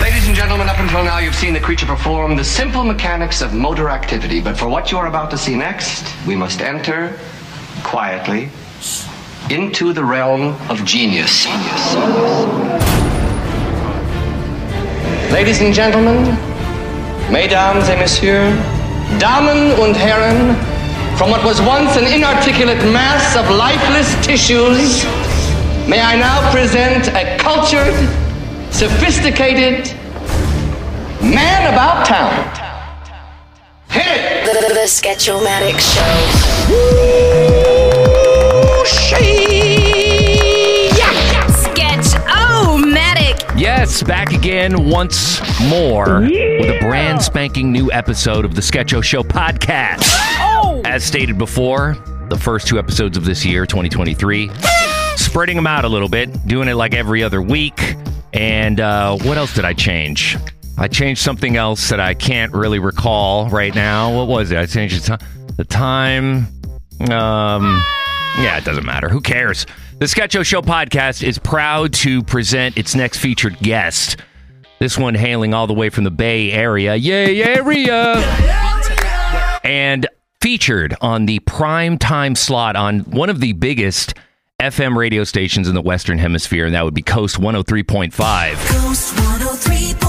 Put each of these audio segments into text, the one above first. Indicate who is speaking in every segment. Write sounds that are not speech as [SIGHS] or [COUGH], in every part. Speaker 1: Ladies and gentlemen, up until now you've seen the creature perform the simple mechanics of motor activity, but for what you're about to see next, we must enter quietly into the realm of genius. Ladies and gentlemen, mesdames et messieurs, damen und herren, from what was once an inarticulate mass of lifeless tissues, may I now present a cultured, sophisticated man about town. Hit it!
Speaker 2: The, the, the Sketchomatic Show.
Speaker 3: Sketch-O-Matic.
Speaker 4: Yes, back again once more with a brand spanking new episode of the Sketcho Show podcast. As stated before, the first two episodes of this year, 2023, spreading them out a little bit, doing it like every other week. And uh, what else did I change? I changed something else that I can't really recall right now. What was it? I changed the ti- the time. Um, yeah, it doesn't matter. Who cares? The Sketcho Show podcast is proud to present its next featured guest. This one hailing all the way from the Bay Area. Yay, area! And featured on the prime time slot on one of the biggest FM radio stations in the Western Hemisphere, and that would be Coast 103.5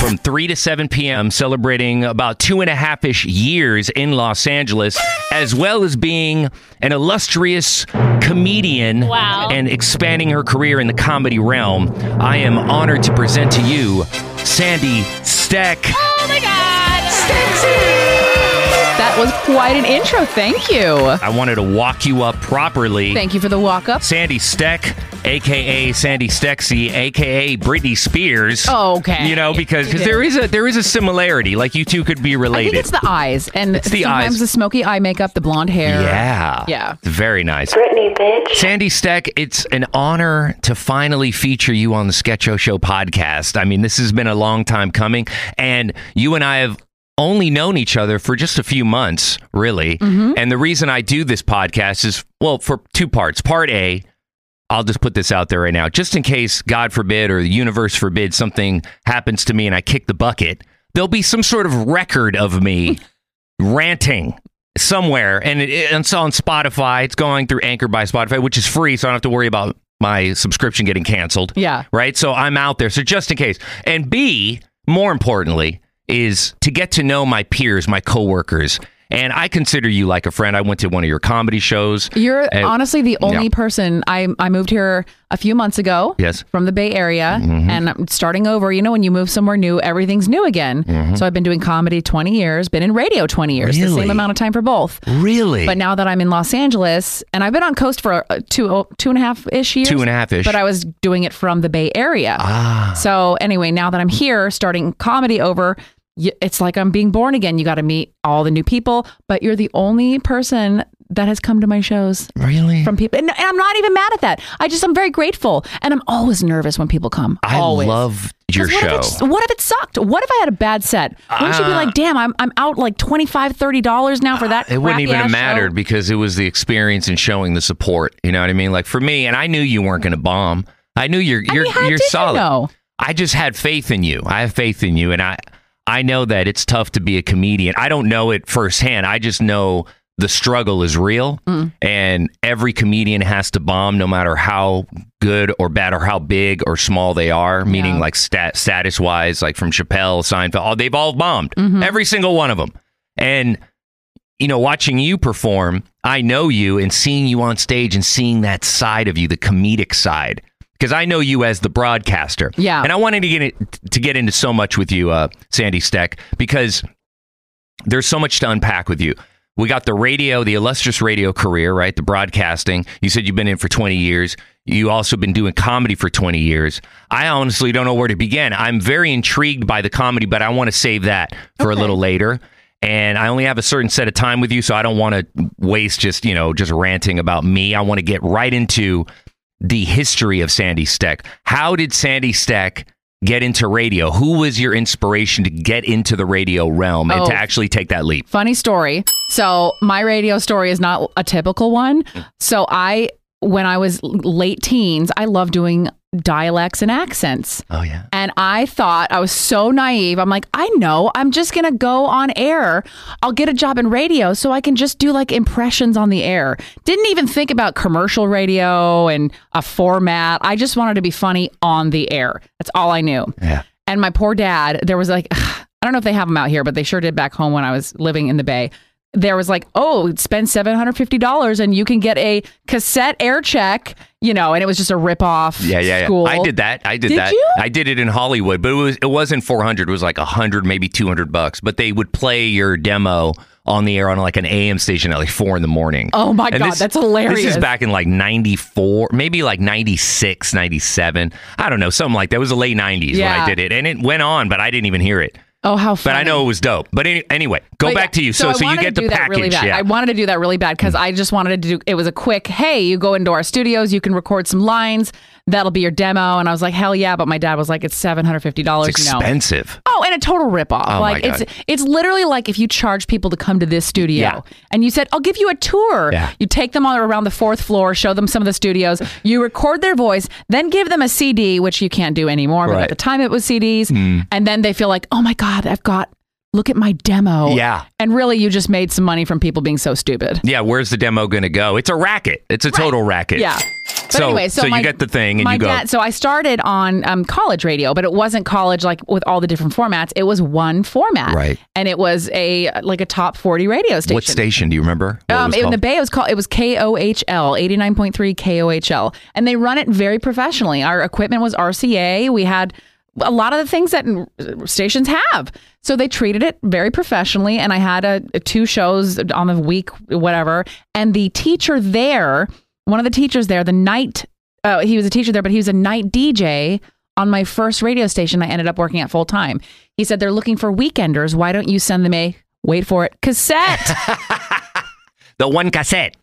Speaker 4: from 3 to 7 p.m., celebrating about two and a half ish years in Los Angeles, as well as being an illustrious comedian
Speaker 3: Wow.
Speaker 4: and expanding her career in the comedy realm. I am honored to present to you Sandy Steck.
Speaker 3: Oh my god!
Speaker 5: That was quite an intro. Thank you.
Speaker 4: I wanted to walk you up properly.
Speaker 5: Thank you for the walk up.
Speaker 4: Sandy Steck, aka Sandy Stexy, aka Britney Spears.
Speaker 5: Oh, okay.
Speaker 4: You know, because because there is a there is a similarity. Like you two could be
Speaker 5: I
Speaker 4: related.
Speaker 5: think it's the eyes and
Speaker 4: the
Speaker 5: sometimes
Speaker 4: eyes.
Speaker 5: the smoky eye makeup, the blonde hair.
Speaker 4: Yeah.
Speaker 5: Yeah.
Speaker 4: It's very nice.
Speaker 2: Britney, bitch.
Speaker 4: Sandy Steck, it's an honor to finally feature you on the Sketcho Show podcast. I mean, this has been a long time coming, and you and I have only known each other for just a few months, really.
Speaker 5: Mm-hmm.
Speaker 4: And the reason I do this podcast is, well, for two parts. Part A, I'll just put this out there right now, just in case, God forbid, or the universe forbid, something happens to me and I kick the bucket, there'll be some sort of record of me [LAUGHS] ranting somewhere. And it, it- it's on Spotify. It's going through Anchor by Spotify, which is free, so I don't have to worry about my subscription getting canceled.
Speaker 5: Yeah.
Speaker 4: Right? So I'm out there. So just in case. And B, more importantly, is to get to know my peers, my coworkers. And I consider you like a friend. I went to one of your comedy shows.
Speaker 5: You're
Speaker 4: And-
Speaker 5: honestly the only
Speaker 4: Yeah.
Speaker 5: person I I moved here a few months ago.
Speaker 4: Yes.
Speaker 5: From the Bay Area
Speaker 4: Mm-hmm.
Speaker 5: and I'm starting over. You know, when you move somewhere new, everything's new again. So I've been doing comedy 20 years, been in radio 20 years, the
Speaker 4: Mm-hmm. Really?
Speaker 5: same amount of time for both.
Speaker 4: Really?
Speaker 5: But now that I'm in Los Angeles, and I've been on coast for uh, two oh, two and a half ish years,
Speaker 4: Two and a half-ish.
Speaker 5: But I was doing it from the Bay Area. Ah. So anyway, now that I'm here, starting comedy over, y- it's like I'm being born again. You got to meet all the new people, but you're the only person that has come to my shows
Speaker 4: really?
Speaker 5: from people, and, and I'm not even mad at that. I just I'm very grateful, and I'm always nervous when people come.
Speaker 4: I
Speaker 5: always.
Speaker 4: love your
Speaker 5: 'Cause what
Speaker 4: show. Ah.
Speaker 5: If it, what if it sucked? What if I had a bad set? Wouldn't you be like, damn, I'm, I'm out like $25, $30 now for that?
Speaker 4: It wouldn't even have
Speaker 5: crappy-ass
Speaker 4: mattered
Speaker 5: show?
Speaker 4: because it was the experience and showing the support. You know what I mean? Like for me, and I knew you weren't going to bomb. I knew you're you're
Speaker 5: mean, how
Speaker 4: you're
Speaker 5: did you
Speaker 4: solid.
Speaker 5: know?
Speaker 4: I just had faith in you. I have faith in you, and I I know that it's tough to be a comedian. I don't know it firsthand. I just know the struggle is real,
Speaker 5: Mm.
Speaker 4: and every comedian has to bomb, no matter how good or bad or how big or small they are. Meaning, like stat, status wise, like from Chappelle, Seinfeld, all, they've all bombed.
Speaker 5: Mm-hmm.
Speaker 4: Every single one of them, and you know, watching you perform, I know you and seeing you on stage and seeing that side of you, the comedic side, because I know you as the broadcaster.
Speaker 5: Yeah.
Speaker 4: And I wanted to get it, to get into so much with you, uh, Sandy Steck, because there's so much to unpack with you. We got the radio, the illustrious radio career, right? The broadcasting. You said you've been in for 20 years. You also been doing comedy for 20 years. I honestly don't know where to begin. I'm very intrigued by the comedy, but I want to save that for a little later. And I only have a certain set of time with you, so I don't want to waste just, you know, just ranting about me. I want to get right into the history of Sandy Steck. How did Sandy Steck get into radio? Who was your inspiration to get into the radio realm and to
Speaker 5: Oh.
Speaker 4: actually take that leap? Mm.
Speaker 5: Funny story. So, my radio story is not a typical one. So, I when I was l- late teens, I loved doing dialects and accents.
Speaker 4: Oh yeah.
Speaker 5: And I thought I was so naive. I'm like, I know. I'm just gonna go on air. I'll get a job in radio, so I can just do like impressions on the air. Didn't even think about commercial radio and a format. I just wanted to be funny on the air. That's all I knew.
Speaker 4: Yeah.
Speaker 5: And my poor dad, there was like, [SIGHS] I don't know if they have them out here, but they sure did back home when I was living in the Bay. There was like, oh, spend seven hundred fifty dollars and you can get a cassette air check, you know, and it was just a rip off.
Speaker 4: Yeah, yeah, yeah.
Speaker 5: School.
Speaker 4: I did that. I did,
Speaker 5: Did
Speaker 4: that.
Speaker 5: you?
Speaker 4: I did it in Hollywood, but it was it wasn't 400, it was like 100, maybe 200 bucks, but they would play your demo on the air on like an AM station at like 4 in the morning.
Speaker 5: Oh my
Speaker 4: And
Speaker 5: God, that's hilarious.
Speaker 4: This is back in like 94, maybe like 96, 97. I don't know, something like that. It was the late 90s when I
Speaker 5: Yeah.
Speaker 4: did it. And it went on, but I didn't even hear it.
Speaker 5: Oh, how
Speaker 4: But
Speaker 5: funny.
Speaker 4: I know it was dope. But any, anyway, go
Speaker 5: But
Speaker 4: back
Speaker 5: yeah,
Speaker 4: to you. So so,
Speaker 5: I
Speaker 4: you
Speaker 5: wanted
Speaker 4: get the
Speaker 5: to do that
Speaker 4: package.
Speaker 5: Really bad.
Speaker 4: yeah. Hmm.
Speaker 5: I wanted to do that really bad because I just wanted to do. It was a quick. Hey, you go into our studios. You can record some lines. That'll be your demo. And I was like, hell yeah! But my dad was like, it's seven hundred fifty dollars.
Speaker 4: it's
Speaker 5: no.
Speaker 4: expensive.
Speaker 5: Oh, and a total ripoff.
Speaker 4: my
Speaker 5: like
Speaker 4: God.
Speaker 5: it's it's literally like if you charge people to come to this studio
Speaker 4: Yeah.
Speaker 5: and you said, I'll give you a tour.
Speaker 4: Yeah.
Speaker 5: You take them all around the fourth floor, show them some of the studios, you record their voice, then give them a CD, which you can't do anymore, but
Speaker 4: Right. Hmm.
Speaker 5: at the time it was CDs. And then they feel like, Oh my God, I've got look at my demo.
Speaker 4: Yeah.
Speaker 5: And really you just made some money from people being so stupid.
Speaker 4: Yeah, where's the demo going to go? It's a racket. It's a total racket.
Speaker 5: Yeah. But
Speaker 4: so,
Speaker 5: anyway, so,
Speaker 4: so
Speaker 5: my-
Speaker 4: you get the thing and
Speaker 5: my
Speaker 4: you go.
Speaker 5: dad. So I started on um, college radio, but it wasn't college like with all the different formats. It was one format,
Speaker 4: Right.
Speaker 5: And it was a like a top forty radio station.
Speaker 4: What station do you remember? What it
Speaker 5: Um,
Speaker 4: was
Speaker 5: in the
Speaker 4: called?
Speaker 5: Bay, it was called it was KOHL eighty nine point three KOHL, and they run it very professionally. Our equipment was RCA. We had a lot of the things that uh, stations have, so they treated it very professionally. And I had a, a two shows on the week, whatever. And the teacher there, one of the teachers there, the night uh, he was a teacher there, but he was a night DJ on my first radio station. I ended up working at full time. He said they're looking for weekenders. Why don't you send them a wait for it cassette?
Speaker 4: the one cassette.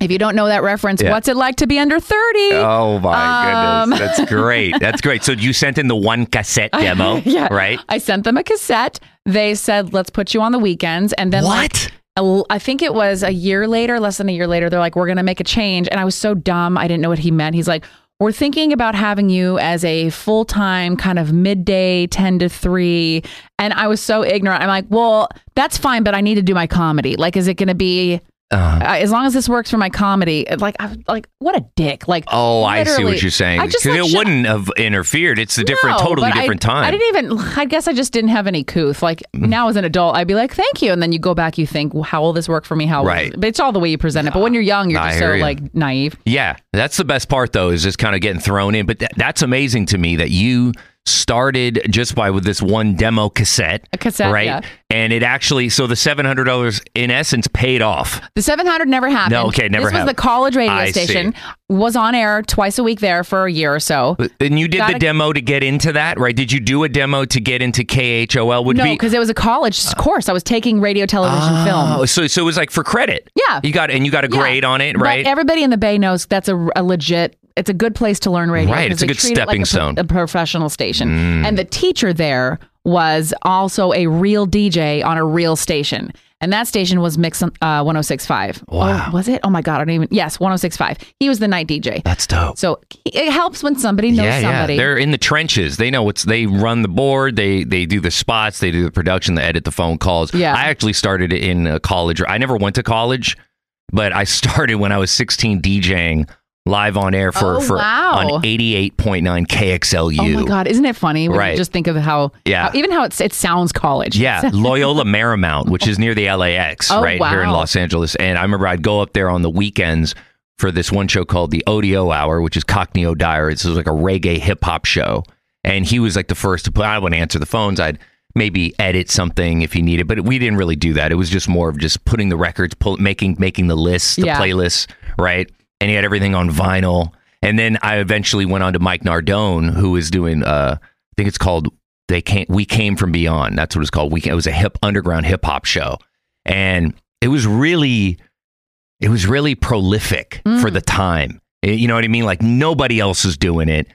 Speaker 5: If you don't know that reference,
Speaker 4: Yeah.
Speaker 5: what's it like to be under 30? [LAUGHS]
Speaker 4: Oh my
Speaker 5: Mm-hmm. Um, [LAUGHS]
Speaker 4: goodness, that's great. That's great. So you sent in the one cassette demo,
Speaker 5: [LAUGHS] yeah.
Speaker 4: right?
Speaker 5: I sent them a cassette. They said, let's put you on the weekends. And then, like,
Speaker 4: What?
Speaker 5: a l- I think it was a year later, less than a year later, they're like, we're going to make a change. And I was so dumb. I didn't know what he meant. He's like, we're thinking about having you as a full time kind of midday 10 to 3. And I was so ignorant. I'm like, well, that's fine, but I need to do my comedy. Like, is it going to be.
Speaker 4: Uh,
Speaker 5: uh, as long as this works for my comedy, like, I, like what a dick! Like,
Speaker 4: oh, I see
Speaker 5: literally,
Speaker 4: what you're saying.
Speaker 5: I just,
Speaker 4: 'Cause
Speaker 5: like,
Speaker 4: it
Speaker 5: should-
Speaker 4: wouldn't have interfered. It's a different,
Speaker 5: No,
Speaker 4: totally
Speaker 5: but I-
Speaker 4: different time.
Speaker 5: I didn't even. I guess I just didn't have any couth. Like now as an adult, I'd be like, "Thank you," and then you go back, you think, well, "How will this work for me? How?" will
Speaker 4: Right.
Speaker 5: this-" But it's all the way you present it. But when you're young, you're
Speaker 4: I
Speaker 5: just
Speaker 4: hear
Speaker 5: so
Speaker 4: you.
Speaker 5: like naive.
Speaker 4: Yeah, that's the best part though is just kind of getting thrown in. But tha- that's amazing to me that you started just by with this one demo cassette,
Speaker 5: A cassette,
Speaker 4: right?
Speaker 5: yeah.
Speaker 4: And it actually so the seven hundred dollars in essence paid off.
Speaker 5: The 700 never happened.
Speaker 4: No, okay, never
Speaker 5: This was
Speaker 4: happened.
Speaker 5: the college radio
Speaker 4: I see.
Speaker 5: station. Was on air twice a week there for a year or so.
Speaker 4: But- And you did
Speaker 5: Gotta-
Speaker 4: the demo to get into that, right? Did you do a demo to get into KHOL? Would
Speaker 5: No,
Speaker 4: be
Speaker 5: because it was a college course. I was taking radio, television,
Speaker 4: Oh,
Speaker 5: film.
Speaker 4: so so it was like for credit.
Speaker 5: Yeah.
Speaker 4: you got and you got a
Speaker 5: Yeah.
Speaker 4: grade on it,
Speaker 5: But
Speaker 4: right?
Speaker 5: everybody in the Bay knows that's a, a legit. It's a good place to learn radio.
Speaker 4: Right, it's
Speaker 5: 'cause
Speaker 4: a
Speaker 5: they
Speaker 4: good
Speaker 5: treat it like
Speaker 4: stepping
Speaker 5: a pro-
Speaker 4: stone. Mm.
Speaker 5: A professional station, and the teacher there was also a real DJ on a real station, and that station was Mix uh, 106.5.
Speaker 4: Wow.
Speaker 5: Oh, was it? Oh my God, I don't even. Yes, 106.5. He was the night DJ.
Speaker 4: that's dope.
Speaker 5: So it helps when somebody knows
Speaker 4: yeah,
Speaker 5: somebody.
Speaker 4: Yeah. They're in the trenches. They know what's they run the board, they they do the spots, they do the production, they edit the phone calls.
Speaker 5: Yeah.
Speaker 4: I actually started in uh, college. I never went to college, but I [LAUGHS] started when I was 16 DJing live on air for
Speaker 5: Oh,
Speaker 4: for
Speaker 5: wow.
Speaker 4: on 88.9 KXLU.
Speaker 5: Oh my God! Isn't it funny when
Speaker 4: Right.
Speaker 5: you just think of how,
Speaker 4: Yeah.
Speaker 5: how- even how it's, it sounds college? [LAUGHS]
Speaker 4: Yeah, Loyola Marymount, which is near the LAX,
Speaker 5: Oh,
Speaker 4: right here in
Speaker 5: wow.
Speaker 4: Los Angeles. And I remember I'd go up there on the weekends for this one show called the ODO Hour, which is Cockney O'Dyer. This was like a reggae hip hop show, and he was like the first to play. I wouldn't answer the phones. I'd maybe edit something if he needed, but we didn't really do that. It was just more of just putting the records, pull, making making the lists, the
Speaker 5: Yeah.
Speaker 4: playlists, right? And he had everything on vinyl. And then I eventually went on to Mike Nardone, who is doing, uh, I think it's called they came we came from beyond that's what it's called we came, it was a hip underground hip hop show and it was really it was really prolific for the time Eh, you know what i mean like nobody else is doing it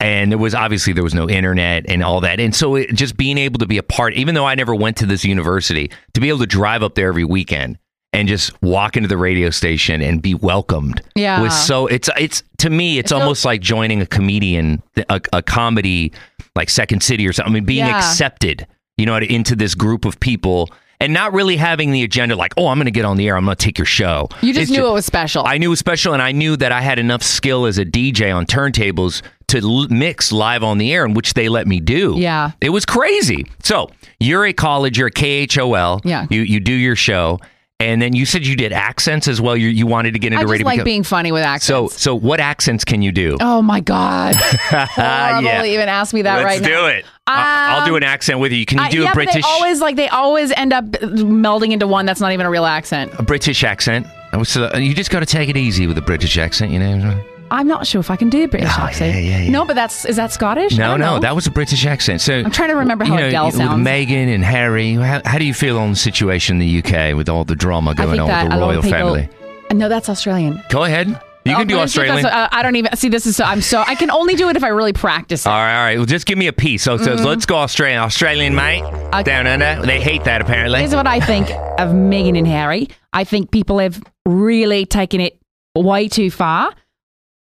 Speaker 4: and there was obviously there was no internet and all that and so it, just being able to be a part even though i never went to this university to be able to drive up there every weekend and just walk into the radio station and be welcomed.
Speaker 5: Yeah.
Speaker 4: was so it's it's to me it's, almost like joining a comedian a, a comedy like Second City or something. I mean, being
Speaker 5: Yeah.
Speaker 4: accepted, you know, into this group of people. And not really having the agenda like, oh, I'm going to get on the air. I'm going to take your show.
Speaker 5: You
Speaker 4: It's
Speaker 5: just knew it was special.
Speaker 4: I knew it was special, and I knew that I had enough skill as a DJ on turntables to l- mix live on the air, in which they let me do.
Speaker 5: Yeah.
Speaker 4: it was crazy. So you're a college, you're a KHOL.
Speaker 5: Yeah.
Speaker 4: you you do your show, and then you said you did accents as well. You you wanted to get
Speaker 5: I
Speaker 4: into
Speaker 5: just
Speaker 4: radio.
Speaker 5: like
Speaker 4: because-
Speaker 5: being funny with accents.
Speaker 4: so so what accents can you do?
Speaker 5: oh
Speaker 4: [LAUGHS]
Speaker 5: my god,
Speaker 4: Ah,
Speaker 5: horrible! to Even ask me that
Speaker 4: Let's
Speaker 5: right
Speaker 4: do
Speaker 5: now. Um,
Speaker 4: it. I- I'll do an accent with you. Can you
Speaker 5: I-
Speaker 4: do
Speaker 5: yeah,
Speaker 4: a
Speaker 5: but
Speaker 4: British
Speaker 5: they always like they always end up melding into one that's not even a real accent.
Speaker 4: a British accent? I was- So you just got to take it easy with a British accent, you know.
Speaker 5: I'm not sure if I can do a British accent.
Speaker 4: Ah, yeah, yeah, yeah.
Speaker 5: No, but that's is that Scottish? I
Speaker 4: No,
Speaker 5: don't
Speaker 4: no,
Speaker 5: know.
Speaker 4: that was a British accent. So I'm
Speaker 5: trying to remember how Adele sounds.
Speaker 4: With Megan and Harry, how, how do you feel on the situation in the UK with all the drama
Speaker 5: I
Speaker 4: going
Speaker 5: think
Speaker 4: on
Speaker 5: that
Speaker 4: with the
Speaker 5: a lot
Speaker 4: royal
Speaker 5: of people-
Speaker 4: family?
Speaker 5: No, that's Australian.
Speaker 4: Go ahead, you
Speaker 5: Oh,
Speaker 4: can do
Speaker 5: British
Speaker 4: Australian.
Speaker 5: accent, uh, I don't even see. This is so. I'm so. I can only do it if I really practice it.
Speaker 4: all right, all right. Well, just give me a piece. So,
Speaker 5: Mm-hmm.
Speaker 4: so let's go Australian. Australian, mate. Down under. They hate that, apparently.
Speaker 5: Here's what I think of Meghan and Harry. I think people have really taken it way too far.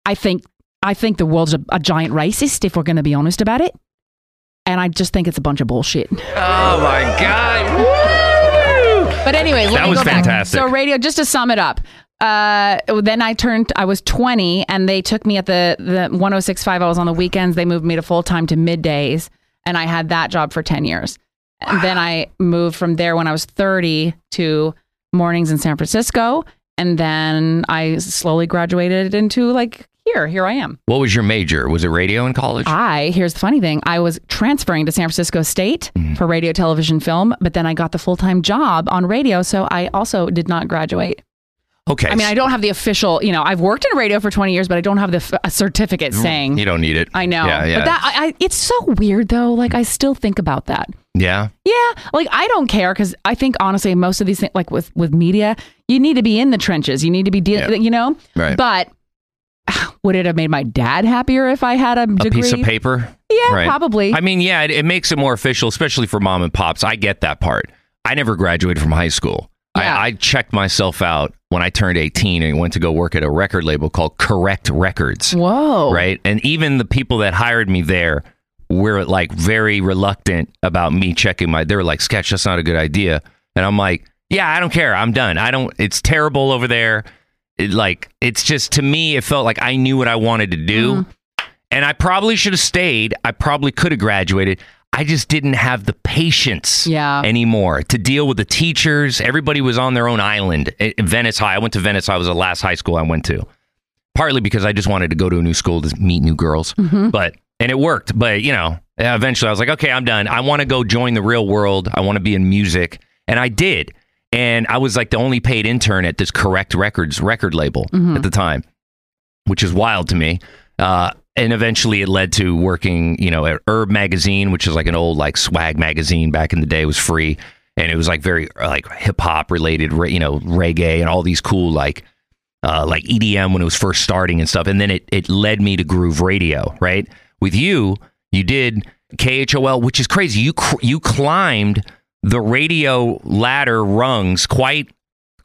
Speaker 5: I think I think the world's a, a giant racist if we're going to be honest about it. And I just think it's a bunch of bullshit.
Speaker 4: [LAUGHS] Oh, my God. Woo!
Speaker 5: But anyways, let
Speaker 4: That
Speaker 5: me
Speaker 4: was
Speaker 5: go
Speaker 4: fantastic.
Speaker 5: Back. So radio, just to sum it up. Uh, then I turned. I was 20, and they took me at the the 106.5. I was on the weekends. They moved me to full time to middays, and I had that job for 10 years. And then I moved from there when I was 30 to mornings in San Francisco, and then I slowly graduated into like here. Here I am.
Speaker 4: What was your major? Was it radio in college?
Speaker 5: I here's the funny thing. I was transferring to San Francisco State
Speaker 4: Mm-hmm.
Speaker 5: for radio, television, film, but then I got the full time job on radio, so I also did not graduate.
Speaker 4: okay.
Speaker 5: I mean, I don't have the official. You know, I've worked in radio for 20 years, but I don't have the f- a certificate saying.
Speaker 4: Mm, You don't need it.
Speaker 5: I know.
Speaker 4: Yeah, yeah.
Speaker 5: But that I, I, it's so weird though. Like I still think about that.
Speaker 4: yeah.
Speaker 5: Yeah, like I don't care because I think honestly, most of these things, like with with media, you need to be in the trenches. You need to be dealing,
Speaker 4: Yeah.
Speaker 5: you know.
Speaker 4: Right.
Speaker 5: But [SIGHS] would it have made my dad happier if I had a
Speaker 4: A
Speaker 5: degree?
Speaker 4: piece of paper.
Speaker 5: Yeah,
Speaker 4: Right.
Speaker 5: probably.
Speaker 4: I mean, yeah, it, it makes it more official, especially for mom and pops. I get that part. I never graduated from high school.
Speaker 5: Yeah.
Speaker 4: I, I checked myself out when I turned 18 and went to go work at a record label called Correct Records.
Speaker 5: Whoa.
Speaker 4: Right. And even the people that hired me there were like very reluctant about me checking my, they were like, Sketch, that's not a good idea. And I'm like, yeah, I don't care. I'm done. I don't, it's terrible over there. It, like, it's just to me, it felt like I knew what I wanted to do. And I probably should have stayed. I probably could have graduated. I just didn't have the patience
Speaker 5: Yeah.
Speaker 4: anymore to deal with the teachers. Everybody was on their own island. Eh, Venice High. I went to Venice High. It was the last high school I went to partly because I just wanted to go to a new school to meet new girls. But and it worked. But you know, eventually I was like, okay, I'm done. I want to go join the real world. I want to be in music, and I did. And I was like the only paid intern at this Correct Records record label at the time, which is wild to me. Uh, and eventually it led to working, you know, at Herb Magazine, which is like an old like swag magazine back in the day. It was free, and it was like very like hip hop related, re- you know, reggae and all these cool like uh, like EDM when it was first starting and stuff. And then it, it led me to groove radio, right? With you, you did KHOL, which is crazy. You, cr- you climbed the radio ladder rungs quite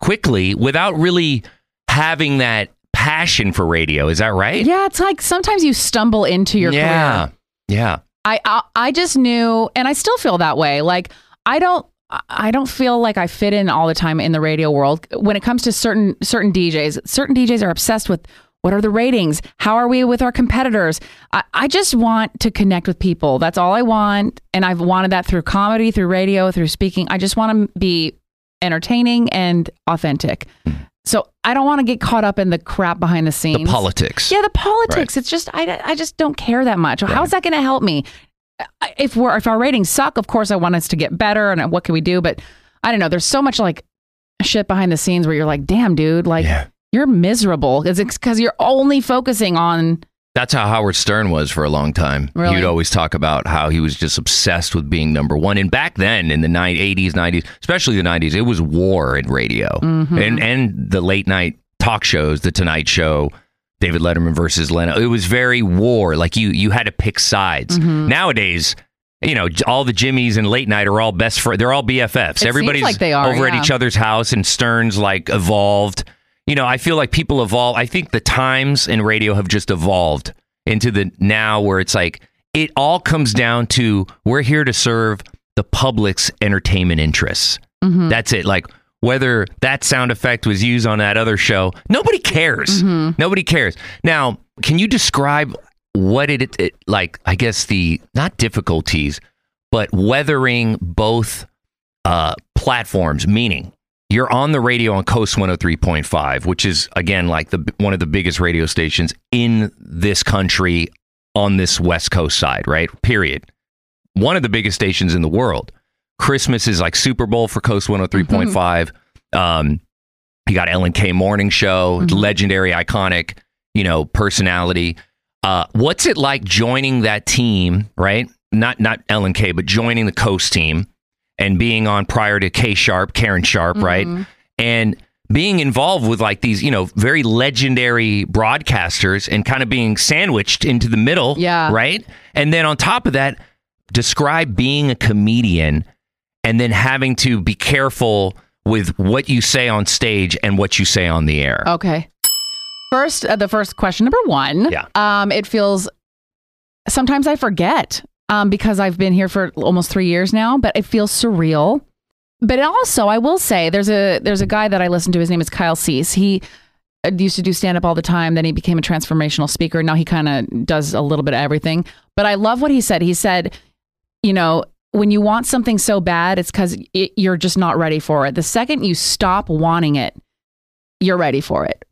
Speaker 4: quickly without really having that passion for radio. Is that right?
Speaker 5: Yeah, it's like sometimes you stumble into your
Speaker 4: yeah.
Speaker 5: career.
Speaker 4: Yeah.
Speaker 5: I, I I just knew, and I still feel that way. Like I don't. I- I don't feel like I fit in all the time in the radio world when it comes to certain certain DJs. Certain DJs are obsessed with what are the ratings? How are we with our competitors? I, I just want to connect with people. That's all I want, and I've wanted that through comedy, through radio, through speaking. I just want to be entertaining and authentic. So I don't want to get caught up in the crap behind the scenes.
Speaker 4: Hmm. The politics.
Speaker 5: Yeah, the politics. It's just I, I just don't care that much. How's that going to help me? I- If we're if our ratings suck, of course I want us to get better. And what can we do? But I don't know. There's so much like shit behind the scenes where you're like, damn, dude, like
Speaker 4: Yeah.
Speaker 5: you're miserable. Is it because you're only focusing on?
Speaker 4: That's how Howard Stern was for a long time.
Speaker 5: Really?
Speaker 4: He'd always talk about how he was just obsessed with being number one. And back then, in the nine eighties, nineties, especially the nineties, it was war in radio and and the late night talk shows, the Tonight Show, David Letterman versus Leno. It was very war. Like you you had to pick sides. Nowadays, you know, j- all the Jimmies and late night are all best friends. They're all BFFs.
Speaker 5: seems
Speaker 4: Everybody's
Speaker 5: like they are,
Speaker 4: over
Speaker 5: yeah.
Speaker 4: at each other's house, and Stern's like evolved. You know, I feel like people evolve. I think the times in radio have just evolved into the now where it's like it all comes down to we're here to serve the public's entertainment interests. That's it. Like whether that sound effect was used on that other show, nobody cares. Nobody cares. Now, can you describe what it, it like? I guess the not difficulties, but weathering both uh, platforms. Meaning, you're on the radio on Coast 103.5, which is again like the one of the biggest radio stations in this country on this West Coast side, right? Period one of the biggest stations in the world. Christmas is like Super Bowl for Coast 103.5. Um, you got Ellen K Morning Show, legendary, iconic, you know, personality. Uh, what's it like joining that team, right? Not not Ellen K, but joining the Coast team and being on prior to K Sharp, Karen Sharp, right? And being involved with like these, you know, very legendary broadcasters and kind of being sandwiched into the middle,
Speaker 5: Yeah.
Speaker 4: right? And then on top of that, describe being a comedian and then having to be careful with what you say on stage and what you say on the air.
Speaker 5: Okay. First, uh, the first question, number one.
Speaker 4: Yeah.
Speaker 5: Um, it feels sometimes I forget um, because I've been here for almost three years now, but it feels surreal. But also, I will say there's a there's a guy that I listen to. His name is Kyle Cease. He uh, used to do stand up all the time. Then he became a transformational speaker. Now he kind of does a little bit of everything. But I love what he said. He said, you know, when you want something so bad, it's because it, you're just not ready for it. The second you stop wanting it, you're ready for it.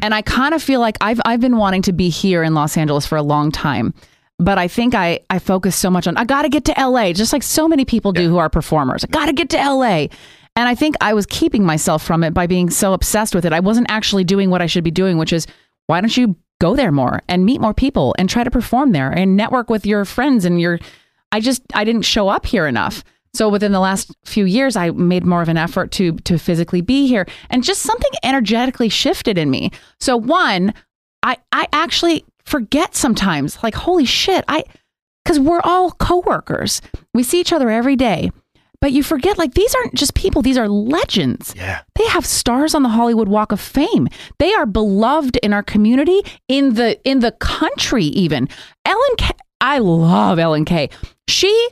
Speaker 5: And I kind of feel like I've I've been wanting to be here in Los Angeles for a long time. But I think I I focus so much on I got to get to LA, just like so many people do who are performers. I got to get to LA. And I think I was keeping myself from it by being so obsessed with it. I wasn't actually doing what I should be doing, which is why don't you go there more and meet more people and try to perform there and network with your friends and your I just I didn't show up here enough. So within the last few years, I made more of an effort to to physically be here, and just something energetically shifted in me. So one, I I actually forget sometimes, like holy shit, I because we're all coworkers, we see each other every day, but you forget like these aren't just people; these are legends.
Speaker 4: Yeah.
Speaker 5: They have stars on the Hollywood Walk of Fame. They are beloved in our community, in the in the country even. Ellen K I love Ellen K. She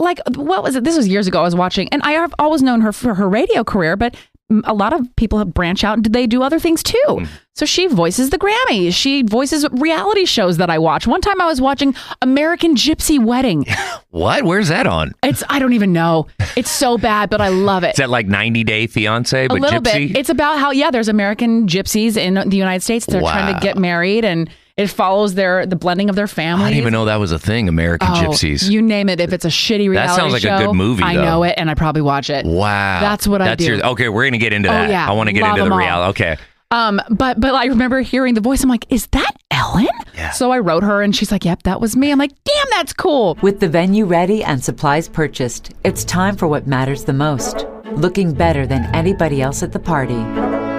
Speaker 5: like what was it? This was years ago I was watching and I have always known her for her radio career, but mm, a lot of people have branched out and they do other things too. So she voices the Grammys. She voices reality shows that I watch. One time I was watching American Gypsy Wedding.
Speaker 4: What? Where's that on?
Speaker 5: It's I don't even know. It's so bad, but I love it
Speaker 4: Is that like 90 Day Fiance,
Speaker 5: a
Speaker 4: but
Speaker 5: little
Speaker 4: Gypsy?
Speaker 5: bit. It's about how yeah, there's American gypsies in the United States. They're trying
Speaker 4: Wow.
Speaker 5: to get married, and it follows their the blending of their families.
Speaker 4: I didn't even know that was a thing, American
Speaker 5: Oh,
Speaker 4: Gypsies.
Speaker 5: You name it. If it's a shitty reality
Speaker 4: That sounds like a
Speaker 5: show,
Speaker 4: good movie,
Speaker 5: I
Speaker 4: though.
Speaker 5: know it, and I probably watch it.
Speaker 4: wow.
Speaker 5: That's what I
Speaker 4: That's
Speaker 5: do.
Speaker 4: Your, okay, we're going to get into
Speaker 5: Oh,
Speaker 4: that.
Speaker 5: yeah.
Speaker 4: I want to get
Speaker 5: Love
Speaker 4: into the
Speaker 5: 'em all.
Speaker 4: reality. Okay.
Speaker 5: Um, but but I remember hearing the voice. I'm like, is that Ellen?
Speaker 4: Yeah.
Speaker 5: So I wrote her, and she's like, yep, that was me. I'm like, damn, that's cool.
Speaker 6: With the venue ready and supplies purchased, it's time for what matters the most looking better than anybody else at the party.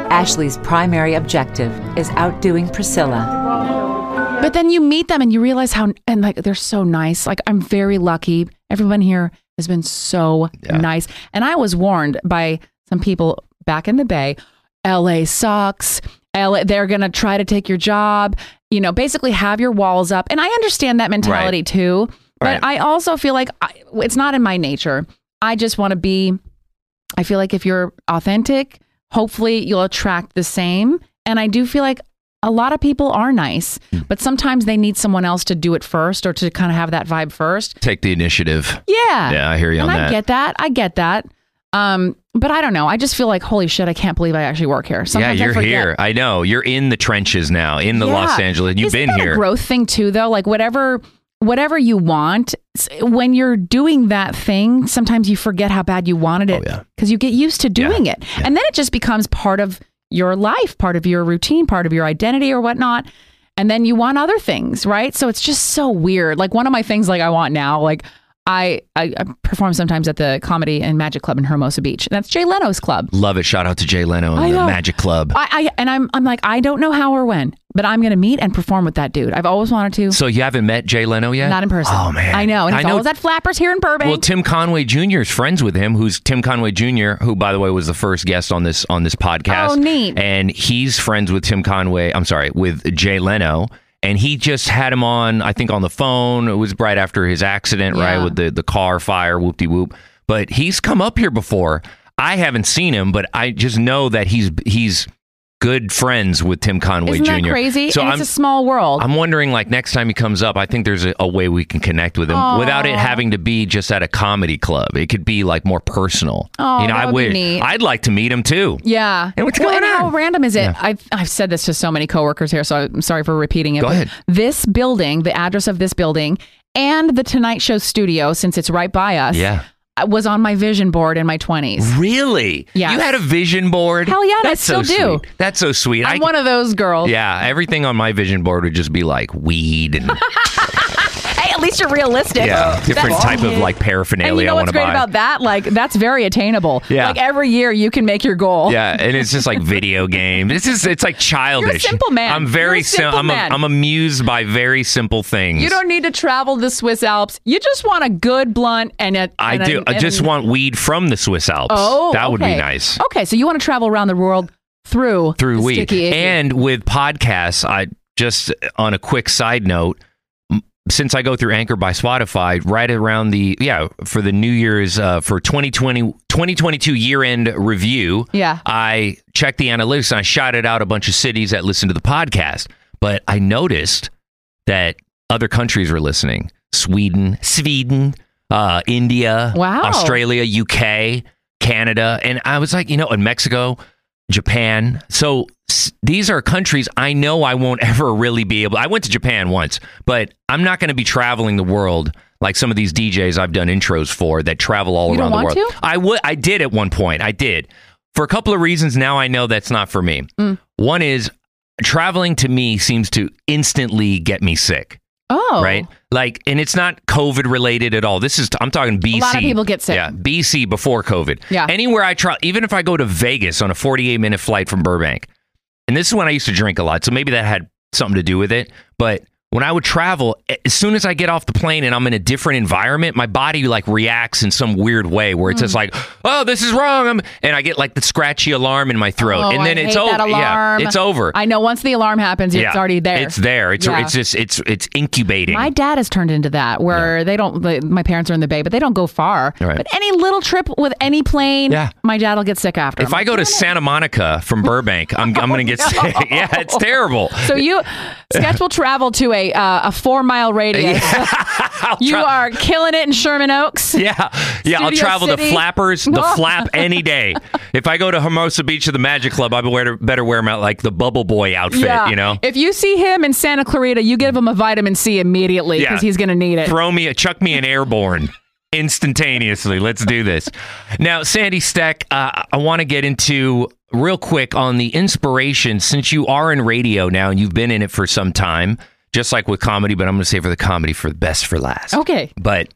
Speaker 6: Ashley's primary objective is outdoing Priscilla.
Speaker 5: But then you meet them, and you realize how and like they're so nice. Like I'm very lucky. Everyone here has been so nice, and I was warned by some people back in the Bay. LA sucks. LA, they're going to try to take your job. You know, basically have your walls up. And I understand that mentality
Speaker 4: Right.
Speaker 5: too. But
Speaker 4: Right.
Speaker 5: I also feel like I, it's not in my nature. I just want to be, I feel like if you're authentic, hopefully you'll attract the same. And I do feel like a lot of people are nice,
Speaker 4: Hmm.
Speaker 5: but sometimes they need someone else to do it first or to kind of have that vibe first.
Speaker 4: Take the initiative.
Speaker 5: Yeah.
Speaker 4: Yeah, I hear you
Speaker 5: and
Speaker 4: on
Speaker 5: I
Speaker 4: that.
Speaker 5: get that. I get that. Um, but I don't know. I just feel like, holy shit, I can't believe I actually work here.
Speaker 4: yeah,
Speaker 5: Sometimes I
Speaker 4: you're
Speaker 5: forget.
Speaker 4: here. I know. You're in the trenches now, in the
Speaker 5: Yeah.
Speaker 4: Los Angeles. You've
Speaker 5: Isn't
Speaker 4: been
Speaker 5: that
Speaker 4: here.
Speaker 5: A growth thing too, though. Like whatever, whatever you want, s- when you're doing that thing, sometimes you forget how bad you wanted it
Speaker 4: Oh, yeah.
Speaker 5: because you get used to doing it, and then it just becomes part of your life, part of your routine, part of your identity, or whatnot. And then you want other things, right? So it's just so weird. Like one of my things, like I want now, like. I, I, I perform sometimes at the Comedy and Magic Club in Hermosa Beach. And that's Jay Leno's club.
Speaker 4: Love it. Shout out to Jay Leno
Speaker 5: I
Speaker 4: and the
Speaker 5: know.
Speaker 4: Magic Club.
Speaker 5: I, I and I'm I'm like I don't know how or when, but I'm gonna meet and perform with that dude. I've always wanted to,
Speaker 4: so you haven't met Jay Leno yet?
Speaker 5: not in person.
Speaker 4: Oh man,
Speaker 5: I know. And he's always at Flappers here in Burbank.
Speaker 4: Well, Tim Conway Jr. is friends with him. Who's Tim Conway Jr. Who, by the way, was the first guest on this on this podcast.
Speaker 5: Oh, neat.
Speaker 4: And he's friends with Tim Conway. I'm sorry, with Jay Leno. And he just had him on. I think on the phone. It was right after his accident, right
Speaker 5: Yeah.
Speaker 4: with the the car fire, whoop de whoop. But he's come up here before. I haven't seen him, but I just know that he's he's good friends with Tim Conway
Speaker 5: Isn't that
Speaker 4: Jr.
Speaker 5: crazy?
Speaker 4: So
Speaker 5: and
Speaker 4: I'm
Speaker 5: it's a small world.
Speaker 4: I'm wondering, like, next time he comes up, I think there's a, a way we can connect with him without it having to be just at a comedy club. It could be like more personal.
Speaker 5: Aw,
Speaker 4: you know,
Speaker 5: that
Speaker 4: I
Speaker 5: would be neat.
Speaker 4: I'd like to meet him too.
Speaker 5: yeah.
Speaker 4: Hey, what's
Speaker 5: well,
Speaker 4: going
Speaker 5: and
Speaker 4: on?
Speaker 5: how random is it? I've, I've said this to so many coworkers here, so I'm sorry for repeating it.
Speaker 4: Go
Speaker 5: but
Speaker 4: ahead.
Speaker 5: This building, the address of this building, and the Tonight Show studio, since it's right by us,
Speaker 4: Yeah.
Speaker 5: I- was on my vision board in my 20s.
Speaker 4: Really?
Speaker 5: Yes.
Speaker 4: You had a vision board?
Speaker 5: Hell yeah, and I
Speaker 4: That's so
Speaker 5: still do.
Speaker 4: Sweet. That's so sweet.
Speaker 5: I'm
Speaker 4: I-
Speaker 5: one of those girls.
Speaker 4: yeah, everything on my vision board would just be like weed
Speaker 5: [LAUGHS]
Speaker 4: and
Speaker 5: Hey, at least you're realistic.
Speaker 4: yeah, different
Speaker 5: That's-
Speaker 4: type of like
Speaker 5: And
Speaker 4: paraphernalia
Speaker 5: you know
Speaker 4: I want
Speaker 5: what's
Speaker 4: to
Speaker 5: great
Speaker 4: buy.
Speaker 5: about that? Like that's very attainable.
Speaker 4: Yeah.
Speaker 5: Like every year you can make your goal.
Speaker 4: Yeah, and it's just like video [LAUGHS] game. This is it's like childish.
Speaker 5: simple man.
Speaker 4: I'm very
Speaker 5: You're a simple
Speaker 4: I'm,
Speaker 5: man.
Speaker 4: I'm amused by very simple things.
Speaker 5: You don't need to travel the Swiss Alps. You just want a good blunt and a.
Speaker 4: I
Speaker 5: and a-
Speaker 4: do. I
Speaker 5: and
Speaker 4: just
Speaker 5: a-
Speaker 4: want weed from the Swiss Alps.
Speaker 5: Oh,
Speaker 4: that would be
Speaker 5: okay.
Speaker 4: nice.
Speaker 5: Okay, so you want to travel around the world through
Speaker 4: Through
Speaker 5: the
Speaker 4: weed.
Speaker 5: sticky icky.
Speaker 4: And with podcasts, I just on a quick side note, m- since I go through Anchor by Spotify, right around the yeah, for the New Year's uh, for 2020 2022 year end review,
Speaker 5: yeah.
Speaker 4: I checked the analytics and I shouted out a bunch of cities that listen to the podcast. But I noticed that other countries were listening Sweden, Sweden, uh, India,
Speaker 5: Wow.
Speaker 4: Australia, UK, Canada. And I was like, you know, and Mexico, Japan. So s- these are countries I know I won't ever really be able. I went to Japan once, but I'm not going to be traveling the world like some of these DJs I've done intros for that travel all
Speaker 5: You
Speaker 4: around
Speaker 5: don't want
Speaker 4: the world. I would I did at one point. I did. For a couple of reasons now I know that's not for me.
Speaker 5: Mm.
Speaker 4: One is traveling to me seems to instantly get me sick,
Speaker 5: Oh,
Speaker 4: right? Like and it's not covid related at all. This is I'm talking BC.
Speaker 5: lot of people get sick.
Speaker 4: Yeah, BC before covid.
Speaker 5: Yeah.
Speaker 4: Anywhere I travel, even if I go to Vegas on a 48 minute flight from Burbank. And this is when I used to drink a lot, so maybe that had something to do with it, but when I would travel, a- as soon as I get off the plane and I'm in a different environment, my body like reacts in some weird way where
Speaker 5: Hmm.
Speaker 4: it's just like, "Oh, this is wrong," I'm, and I get like the scratchy alarm in my throat,
Speaker 5: Oh,
Speaker 4: and then
Speaker 5: I
Speaker 4: it's
Speaker 5: hate
Speaker 4: over.
Speaker 5: that alarm.
Speaker 4: Yeah, it's over.
Speaker 5: I know. Once the alarm happens, it's
Speaker 4: Yeah.
Speaker 5: already there.
Speaker 4: It's there. It's
Speaker 5: Yeah.
Speaker 4: it's just it's it's incubating.
Speaker 5: My dad has turned into that where they don't, like, my parents are in the Bay, but they don't go far.
Speaker 4: Right.
Speaker 5: But any little trip with any plane,
Speaker 4: Yeah.
Speaker 5: my dad will get sick after.
Speaker 4: if I go to Santa Monica
Speaker 5: [LAUGHS]
Speaker 4: from Burbank, I'm I'm gonna get sick. Yeah, it's terrible. [LAUGHS]
Speaker 5: so you, Sketch will travel to a uh, a four mile radius.
Speaker 4: [LAUGHS] I'll
Speaker 5: [LAUGHS] You
Speaker 4: try-
Speaker 5: are killing it in Sherman Oaks.
Speaker 4: Yeah, yeah. I'll
Speaker 5: Studio
Speaker 4: travel to
Speaker 5: City.
Speaker 4: Flappers,
Speaker 5: [LAUGHS]
Speaker 4: the Flap, any day. If I go to Hermosa Beach or the Magic Club, I wear better wear my like the Bubble Boy outfit. You know,
Speaker 5: If you see him in Santa Clarita, you give him a vitamin C immediately
Speaker 4: Yeah.
Speaker 5: because he's going to need it.
Speaker 4: throw me, a, chuck me an airborne instantaneously. Let's do this. Now, Sandy Stack, uh, I want to get into real quick on the inspiration since you are in radio now and you've been in it for some time, just like with comedy. But I'm going to save for the comedy for the best for last.
Speaker 5: Okay.
Speaker 4: But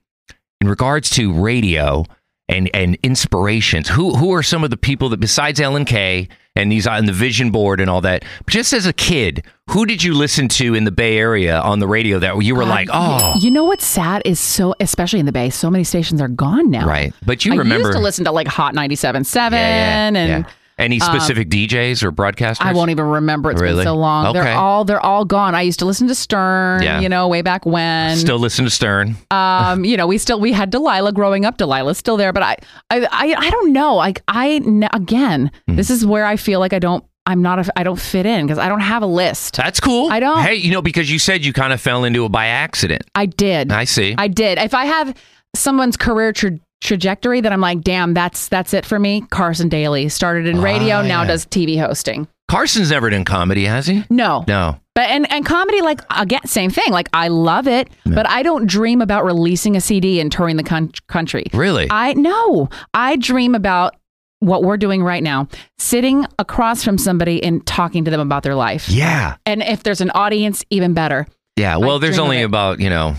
Speaker 4: in regards to radio and and inspirations, who who are some of the people that besides Ellen Kay and these on the vision board and all that? Just as a kid, who did you listen to in the Bay Area on the radio that you were like, oh,
Speaker 5: You know what's sad is so, especially in the Bay, so many stations are gone now.
Speaker 4: right? But you
Speaker 5: I
Speaker 4: remember
Speaker 5: used to listen to like Hot 97.7 and um,
Speaker 4: any specific DJs or broadcasters?
Speaker 5: I won't even remember. It's
Speaker 4: Really?
Speaker 5: been so long.
Speaker 4: Okay.
Speaker 5: They're all, they're all gone. I used to listen to Stern,
Speaker 4: Yeah.
Speaker 5: you know, way back when.
Speaker 4: Still listen to Stern.
Speaker 5: um, you know, we still we had Delilah growing up. Delilah's still there, but I, I, I, I don't know. Like I, n- again,
Speaker 4: Hmm.
Speaker 5: this is where I feel like I don't, I'm not, a, I don't fit in because I don't have a list.
Speaker 4: That's cool.
Speaker 5: I don't-
Speaker 4: Hey, you know, because you said you kind of fell into it by accident.
Speaker 5: I did.
Speaker 4: I see.
Speaker 5: I did. If I have someone's career tra- trajectory that I'm like, damn, that's that's it for me. Carson Daly started in radio, now
Speaker 4: Ah, yeah.
Speaker 5: does TV hosting.
Speaker 4: Carson's never done comedy, has he?
Speaker 5: No.
Speaker 4: No.
Speaker 5: But and and comedy like again same thing. Like I love it, but I don't dream about releasing a CD and touring the coun- country.
Speaker 4: Really?
Speaker 5: I no. I dream about what we're doing right now, sitting across from somebody and talking to them about their life.
Speaker 4: yeah.
Speaker 5: And if there's an audience, even better.
Speaker 4: Yeah, well, there's
Speaker 5: dream of
Speaker 4: only
Speaker 5: it.
Speaker 4: about you know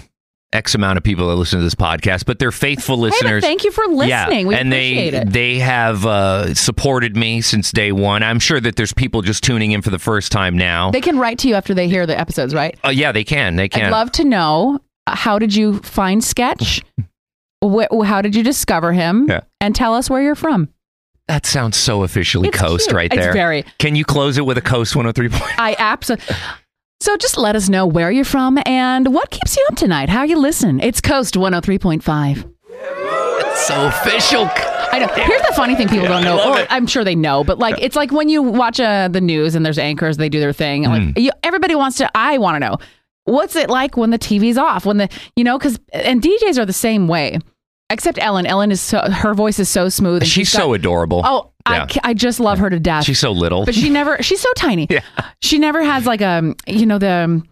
Speaker 4: X amount of people that listen to this podcast, but they're faithful
Speaker 5: but
Speaker 4: listeners.
Speaker 5: thank you for listening.
Speaker 4: Yeah,
Speaker 5: We
Speaker 4: and they
Speaker 5: appreciate it.
Speaker 4: they have uh, supported me since day one. I'm sure that there's people just tuning in for the first time now.
Speaker 5: They can write to you after they hear the episodes, right?
Speaker 4: Uh, yeah, they can. They can.
Speaker 5: I'd love to know uh, how did you
Speaker 4: [LAUGHS]
Speaker 5: find Sketch? Wh- how did you discover him?
Speaker 4: Yeah.
Speaker 5: And tell us where you're from.
Speaker 4: that sounds so officially
Speaker 5: It's
Speaker 4: coast
Speaker 5: cute.
Speaker 4: right
Speaker 5: It's
Speaker 4: there.
Speaker 5: very-
Speaker 4: Can you close it with a coast 103
Speaker 5: [LAUGHS]
Speaker 4: point?
Speaker 5: I absolutely. So just let us know where you're from and what keeps you up tonight, how you listen. It's Coast 103.5.
Speaker 4: so official.
Speaker 5: I know. Here's the funny thing people don't know, or I'm sure they know, but like it's like when you watch uh, the news and there's anchors, they do their thing. and,
Speaker 4: Mm.
Speaker 5: Like you, everybody wants to. I want to know what's it like when the TV's off, when the you know, because and DJs are the same way, except Ellen. Ellen is so her voice is so smooth. And
Speaker 4: She's
Speaker 5: got-
Speaker 4: so adorable.
Speaker 5: Oh,
Speaker 4: Yeah.
Speaker 5: I, ca- I just love her to death.
Speaker 4: She's so little. [LAUGHS]
Speaker 5: but she never. She's so tiny.
Speaker 4: Yeah.
Speaker 5: She never has like a you know the. um,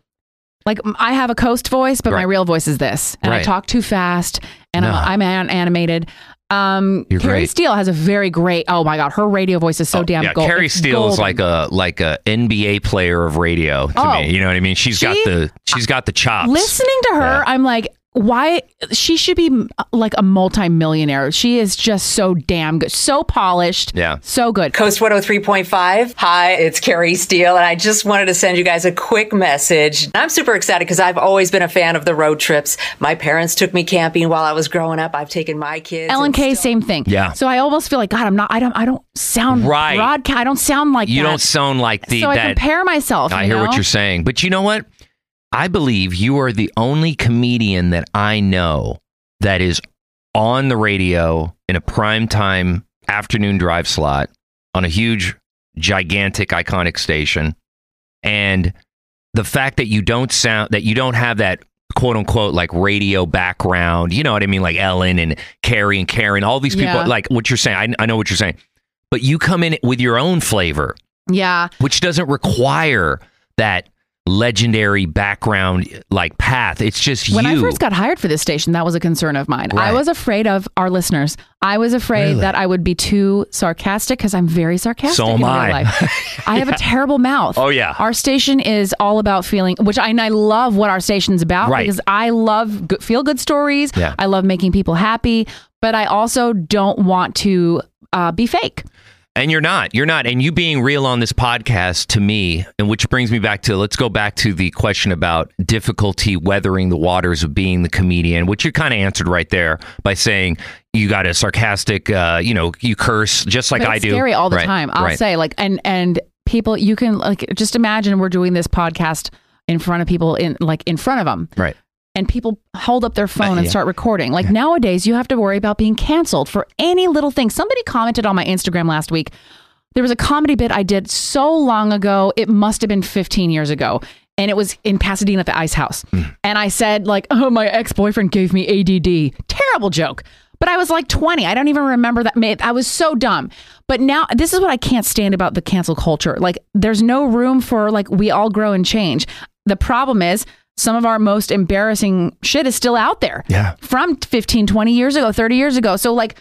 Speaker 5: Like I have a coast voice, but my
Speaker 4: Right.
Speaker 5: real voice is this, and I
Speaker 4: Right.
Speaker 5: talk too fast, and
Speaker 4: No.
Speaker 5: I'm, I'm an- animated. Um,
Speaker 4: You're
Speaker 5: Carrie
Speaker 4: great. Oh,
Speaker 5: Steele has a very great. Oh my god, her radio voice is so damn
Speaker 4: yeah,
Speaker 5: gold.
Speaker 4: Carrie
Speaker 5: it's
Speaker 4: Steele is
Speaker 5: golden.
Speaker 4: like a like a NBA player of radio to
Speaker 5: Oh.
Speaker 4: me. You know what I mean? She's got
Speaker 5: She-
Speaker 4: the she's got the chops.
Speaker 5: listening to her.
Speaker 4: Yeah.
Speaker 5: I'm like, why? She should be m- like a multimillionaire. She is just so damn good, so polished.
Speaker 4: Yeah.
Speaker 5: so good.
Speaker 7: Coast 103.5. Hi, it's Carrie Steele, and I just wanted to send you guys a quick message. I'm super excited because I've always been a fan of the road trips. My parents took me camping while I was growing up. I've taken my kids.
Speaker 5: Ellen
Speaker 7: and
Speaker 5: K, same thing.
Speaker 4: Yeah.
Speaker 5: So I almost feel like God, I'm not. I don't. I don't sound
Speaker 4: Right.
Speaker 5: Broadcast. I don't sound like
Speaker 4: You
Speaker 5: that.
Speaker 4: don't sound like the
Speaker 5: so I
Speaker 4: that
Speaker 5: compare myself.
Speaker 4: I
Speaker 5: you
Speaker 4: hear what
Speaker 5: know?
Speaker 4: you're saying. But you know what? I believe you are the only comedian that I know that is on the radio in a prime time afternoon drive slot on a huge, gigantic, iconic station. And the fact that you don't sound that you don't have that quote unquote like radio background, you know what I mean? Like Ellen and Carrie and Karen, all these people,
Speaker 5: Yeah.
Speaker 4: like what you're saying. I, I know what you're saying. But you come in with your own flavor
Speaker 5: Yeah.
Speaker 4: which doesn't require that legendary background like path. It's just
Speaker 5: When
Speaker 4: you.
Speaker 5: I first got hired for this station, that was a concern of mine. I
Speaker 4: Right.
Speaker 5: was afraid of our listeners. I was afraid
Speaker 4: Really?
Speaker 5: that I would be too sarcastic because I'm very sarcastic.
Speaker 4: So am
Speaker 5: in real
Speaker 4: I. [LAUGHS]
Speaker 5: life. I have a terrible mouth.
Speaker 4: Oh, yeah.
Speaker 5: Our station is all about feeling, which I, and I love what our station's about
Speaker 4: Right.
Speaker 5: because I love good, feel good stories.
Speaker 4: Yeah.
Speaker 5: I love making people happy, but I also don't want to uh, be fake.
Speaker 4: and you're not. You're not. And you being real on this podcast to me, and which brings me back to let's go back to the question about difficulty weathering the waters of being the comedian, which you kind of answered right there by saying you got a sarcastic, uh, you know, you curse just like
Speaker 5: But
Speaker 4: I
Speaker 5: it's
Speaker 4: do.
Speaker 5: Scary all the
Speaker 4: Right,
Speaker 5: time. I'll
Speaker 4: right.
Speaker 5: say like and and people you can like just imagine we're doing this podcast in front of people in like in front of them
Speaker 4: Right.
Speaker 5: and people hold up their phone and
Speaker 4: yeah.
Speaker 5: start recording. Like nowadays you have to worry about being canceled for any little thing. Somebody commented on my Instagram last week. There was a comedy bit I did so long ago. It must have been 15 years ago. And it was in Pasadena at the Ice House.
Speaker 4: Hmm.
Speaker 5: And I said like, "Oh, my ex-boyfriend gave me ADD." Terrible joke. But I was like 20. I don't even remember that. Ma- I was so dumb. But now, this is what I can't stand about the cancel culture. Like, there's no room for, like, we all grow and change. The problem is, some of our most embarrassing shit is still out there.
Speaker 4: Yeah.
Speaker 5: From 15, 20 years ago, 30 years ago. So, like,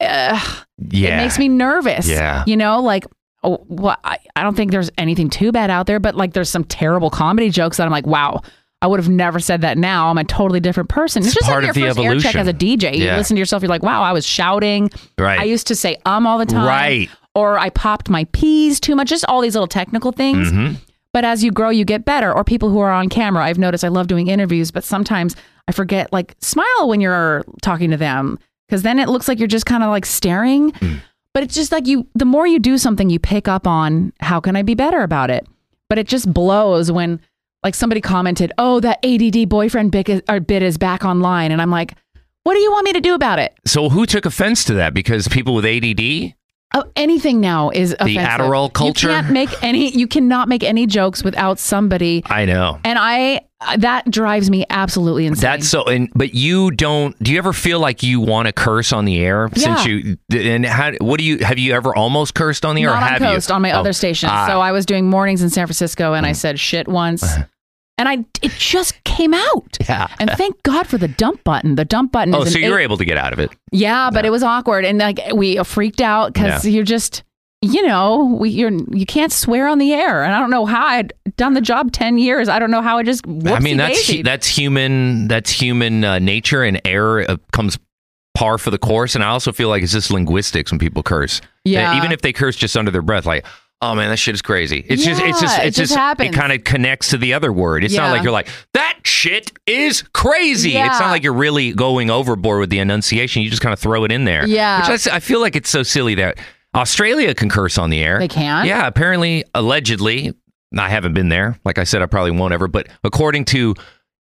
Speaker 4: Yeah.
Speaker 5: it makes me nervous.
Speaker 4: Yeah.
Speaker 5: You know, like, oh, well, I, I don't think there's anything too bad out there, but like, there's some terrible comedy jokes that I'm like, wow, I would have never said that now. I'm a totally different person. It's, just
Speaker 4: part
Speaker 5: like
Speaker 4: of
Speaker 5: your
Speaker 4: the
Speaker 5: first air check
Speaker 4: evolution.
Speaker 5: as a DJ. You
Speaker 4: Yeah.
Speaker 5: listen to yourself, you're like, wow, I was shouting.
Speaker 4: Right.
Speaker 5: I used to say um all the time.
Speaker 4: Right.
Speaker 5: Or I popped my peas too much. Just all these little technical things. But as you grow, you get better. Or people who are on camera. I've noticed I love doing interviews, but sometimes I forget, like, smile when you're talking to them because then it looks like you're just kind of like staring. But it's just like you, the more you do something, you pick up on how can I be better about it? But it just blows when, like, somebody commented, oh, that ADD boyfriend bit is, or bit is back online. And I'm like, what do you want me to do about it?
Speaker 4: so who took offense to that? Because people with ADD,
Speaker 5: Oh, anything now is offensive.
Speaker 4: Adderall culture?
Speaker 5: You can't make any. You cannot make any jokes without somebody.
Speaker 4: I know.
Speaker 5: And I uh, that drives me absolutely insane.
Speaker 4: That's so, and but you don't. Do you ever feel like you want to curse on the air
Speaker 5: Yeah.
Speaker 4: since you? And how? What do you? Have you ever almost cursed on the air? or
Speaker 5: not on
Speaker 4: have
Speaker 5: coast
Speaker 4: you?
Speaker 5: on my
Speaker 4: Oh,
Speaker 5: other station.
Speaker 4: ah, Mm. Uh-huh.
Speaker 5: so I was doing mornings in San Francisco, and I said shit once, and I it just came out.
Speaker 4: Yeah.
Speaker 5: And thank God for the dump button. The dump button.
Speaker 4: oh,
Speaker 5: is
Speaker 4: so
Speaker 5: an
Speaker 4: you were
Speaker 5: eight-
Speaker 4: able to get out of it.
Speaker 5: Yeah, but it was awkward, and like we freaked out because
Speaker 4: Yeah.
Speaker 5: you're just you know, we you're you can't swear on the air, and I don't know how I'd done the job ten years. I don't know how I just.
Speaker 4: I mean, that's hu-
Speaker 5: whoopsie-daisied.
Speaker 4: that's human. That's human uh, nature, and error uh, comes par for the course. And I also feel like it's just linguistics when people curse.
Speaker 5: Yeah.
Speaker 4: even if they curse just under their breath, like. Oh man, that shit is crazy. It's just, it's
Speaker 5: Yeah,
Speaker 4: just,
Speaker 5: it
Speaker 4: it's
Speaker 5: just
Speaker 4: just, it
Speaker 5: happens.
Speaker 4: kind of connects to the other word. It's not
Speaker 5: Yeah.
Speaker 4: like you're like that shit is crazy. It's
Speaker 5: Yeah.
Speaker 4: not like you're really going overboard with the enunciation. You just kind of throw it in there.
Speaker 5: Yeah.
Speaker 4: which I s- I, feel like it's so silly that Australia can curse on the air.
Speaker 5: They can?
Speaker 4: Yeah, apparently, allegedly, I haven't been there. Like I said, I probably won't ever. But according to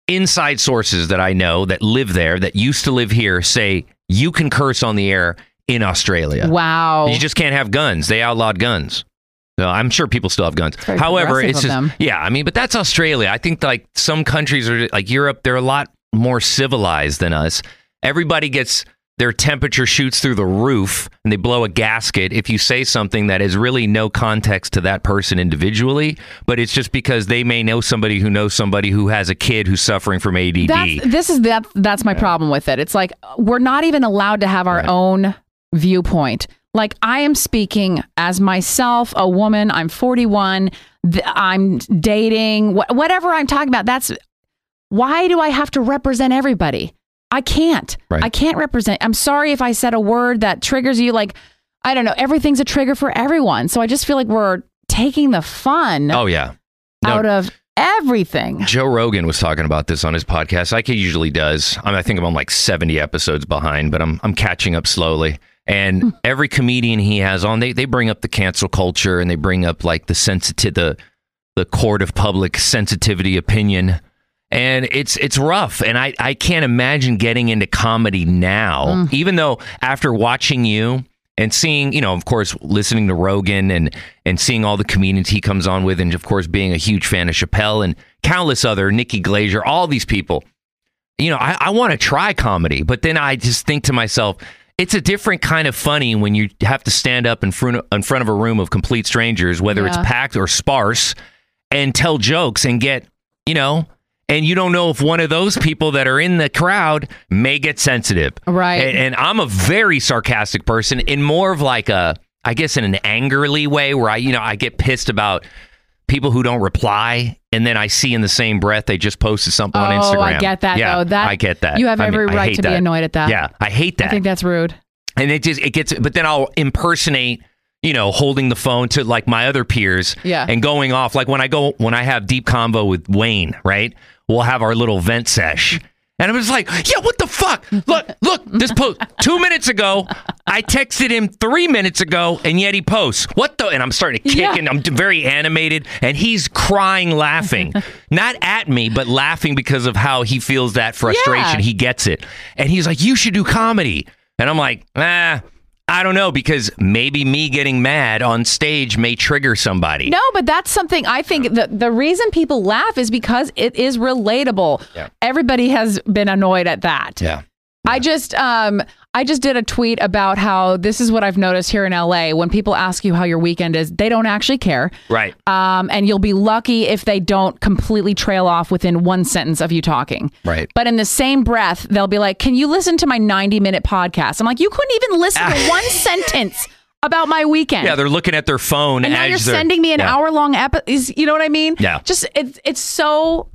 Speaker 4: inside sources that I know that live there, that used to live here, say you can curse on the air in Australia.
Speaker 5: wow.
Speaker 4: You just can't have guns. They outlawed guns. So I'm sure people still have guns.
Speaker 5: very
Speaker 4: However,
Speaker 5: progressive
Speaker 4: it's
Speaker 5: of
Speaker 4: just
Speaker 5: them.
Speaker 4: yeah. I mean, but that's Australia. I think like some countries are like Europe. They're a lot more civilized than us. Everybody gets their temperature shoots through the roof, and they blow a gasket if you say something that is really no context to that person individually. But it's just because they may know somebody who knows somebody who has a kid who's suffering from ADD.
Speaker 5: That's this is that that's my problem with it. It's like we're not even allowed to have our own viewpoint. Like I am speaking as myself, a woman. I'm 41. Th- I'm dating. Wh- whatever I'm talking about. That's why do I have to represent everybody? I can't.
Speaker 4: Right.
Speaker 5: I can't represent. I'm sorry if I said a word that triggers you. Like I don't know. Everything's a trigger for everyone. So I just feel like we're taking the fun
Speaker 4: oh yeah. No,
Speaker 5: out of everything.
Speaker 4: [LAUGHS] Joe Rogan was talking about this on his podcast. Like he usually does. I, mean, I think I'm on like 70 episodes behind, but I'm I'm catching up slowly. And every comedian he has on, they they bring up the cancel culture and they bring up like the sensitive the the court of public sensitivity opinion. And it's it's rough. And I, I can't imagine getting into comedy now, even though after watching you and seeing, you know, of course, listening to Rogan and and seeing all the comedians he comes on with, and of course, being a huge fan of Chappelle and countless other Nikki Glazier, all these people. You know, I, I want to try comedy, but then I just think to myself, it's a different kind of funny when you have to stand up in front of, in front of a room of complete strangers, whether it's
Speaker 5: Yeah.
Speaker 4: packed or sparse, and tell jokes and get, you know. And you don't know if one of those people that are in the crowd may get sensitive.
Speaker 5: Right.
Speaker 4: And, and I'm a very sarcastic person in more of like a, I guess, in an angrily way where I, you know, I get pissed about people who don't reply. And then I see in the same breath they just posted something on
Speaker 5: Oh,
Speaker 4: Instagram.
Speaker 5: I get that,
Speaker 4: Yeah,
Speaker 5: though. That-
Speaker 4: I get that.
Speaker 5: you have
Speaker 4: I mean,
Speaker 5: every
Speaker 4: I
Speaker 5: right
Speaker 4: hate
Speaker 5: to be annoyed at that.
Speaker 4: Yeah, I hate that.
Speaker 5: I think that's rude.
Speaker 4: and it just it gets, but then I'll impersonate, you know, holding the phone to like my other peers.
Speaker 5: Yeah.
Speaker 4: And going off like when I go when I have deep convo with Wayne, right? We'll have our little vent sesh. And I was like, yeah, what the fuck? Look, look, this post two minutes ago. I texted him three minutes ago, and yet he posts. What the? And I'm starting to kick,
Speaker 5: Yeah.
Speaker 4: and I'm very animated, and he's crying,
Speaker 5: [LAUGHS]
Speaker 4: laughing, not at me, but laughing because of how he feels that frustration.
Speaker 5: Yeah.
Speaker 4: He gets it, and he's like, "You should do comedy," and I'm like, "Ah, I don't know," because maybe me getting mad on stage may trigger somebody.
Speaker 5: No, but that's something I think the the reason people laugh is because it is relatable.
Speaker 4: Yeah.
Speaker 5: Everybody has been annoyed at that.
Speaker 4: Yeah.
Speaker 5: I just um I just did a tweet about how this is what I've noticed here in LA when people ask you how your weekend is, they don't actually care.
Speaker 4: Right.
Speaker 5: Um, and you'll be lucky if they don't completely trail off within one sentence of you talking.
Speaker 4: Right.
Speaker 5: But in the same breath, they'll be like, "Can you listen to my 90-minute podcast?" I'm like, "You couldn't even listen to one sentence about my weekend."
Speaker 4: Yeah, they're looking at their phone
Speaker 5: and now
Speaker 4: as
Speaker 5: you're
Speaker 4: they're-
Speaker 5: sending me an
Speaker 4: Yeah.
Speaker 5: hour long episode. You know what I mean?
Speaker 4: Yeah.
Speaker 5: Just it's it's so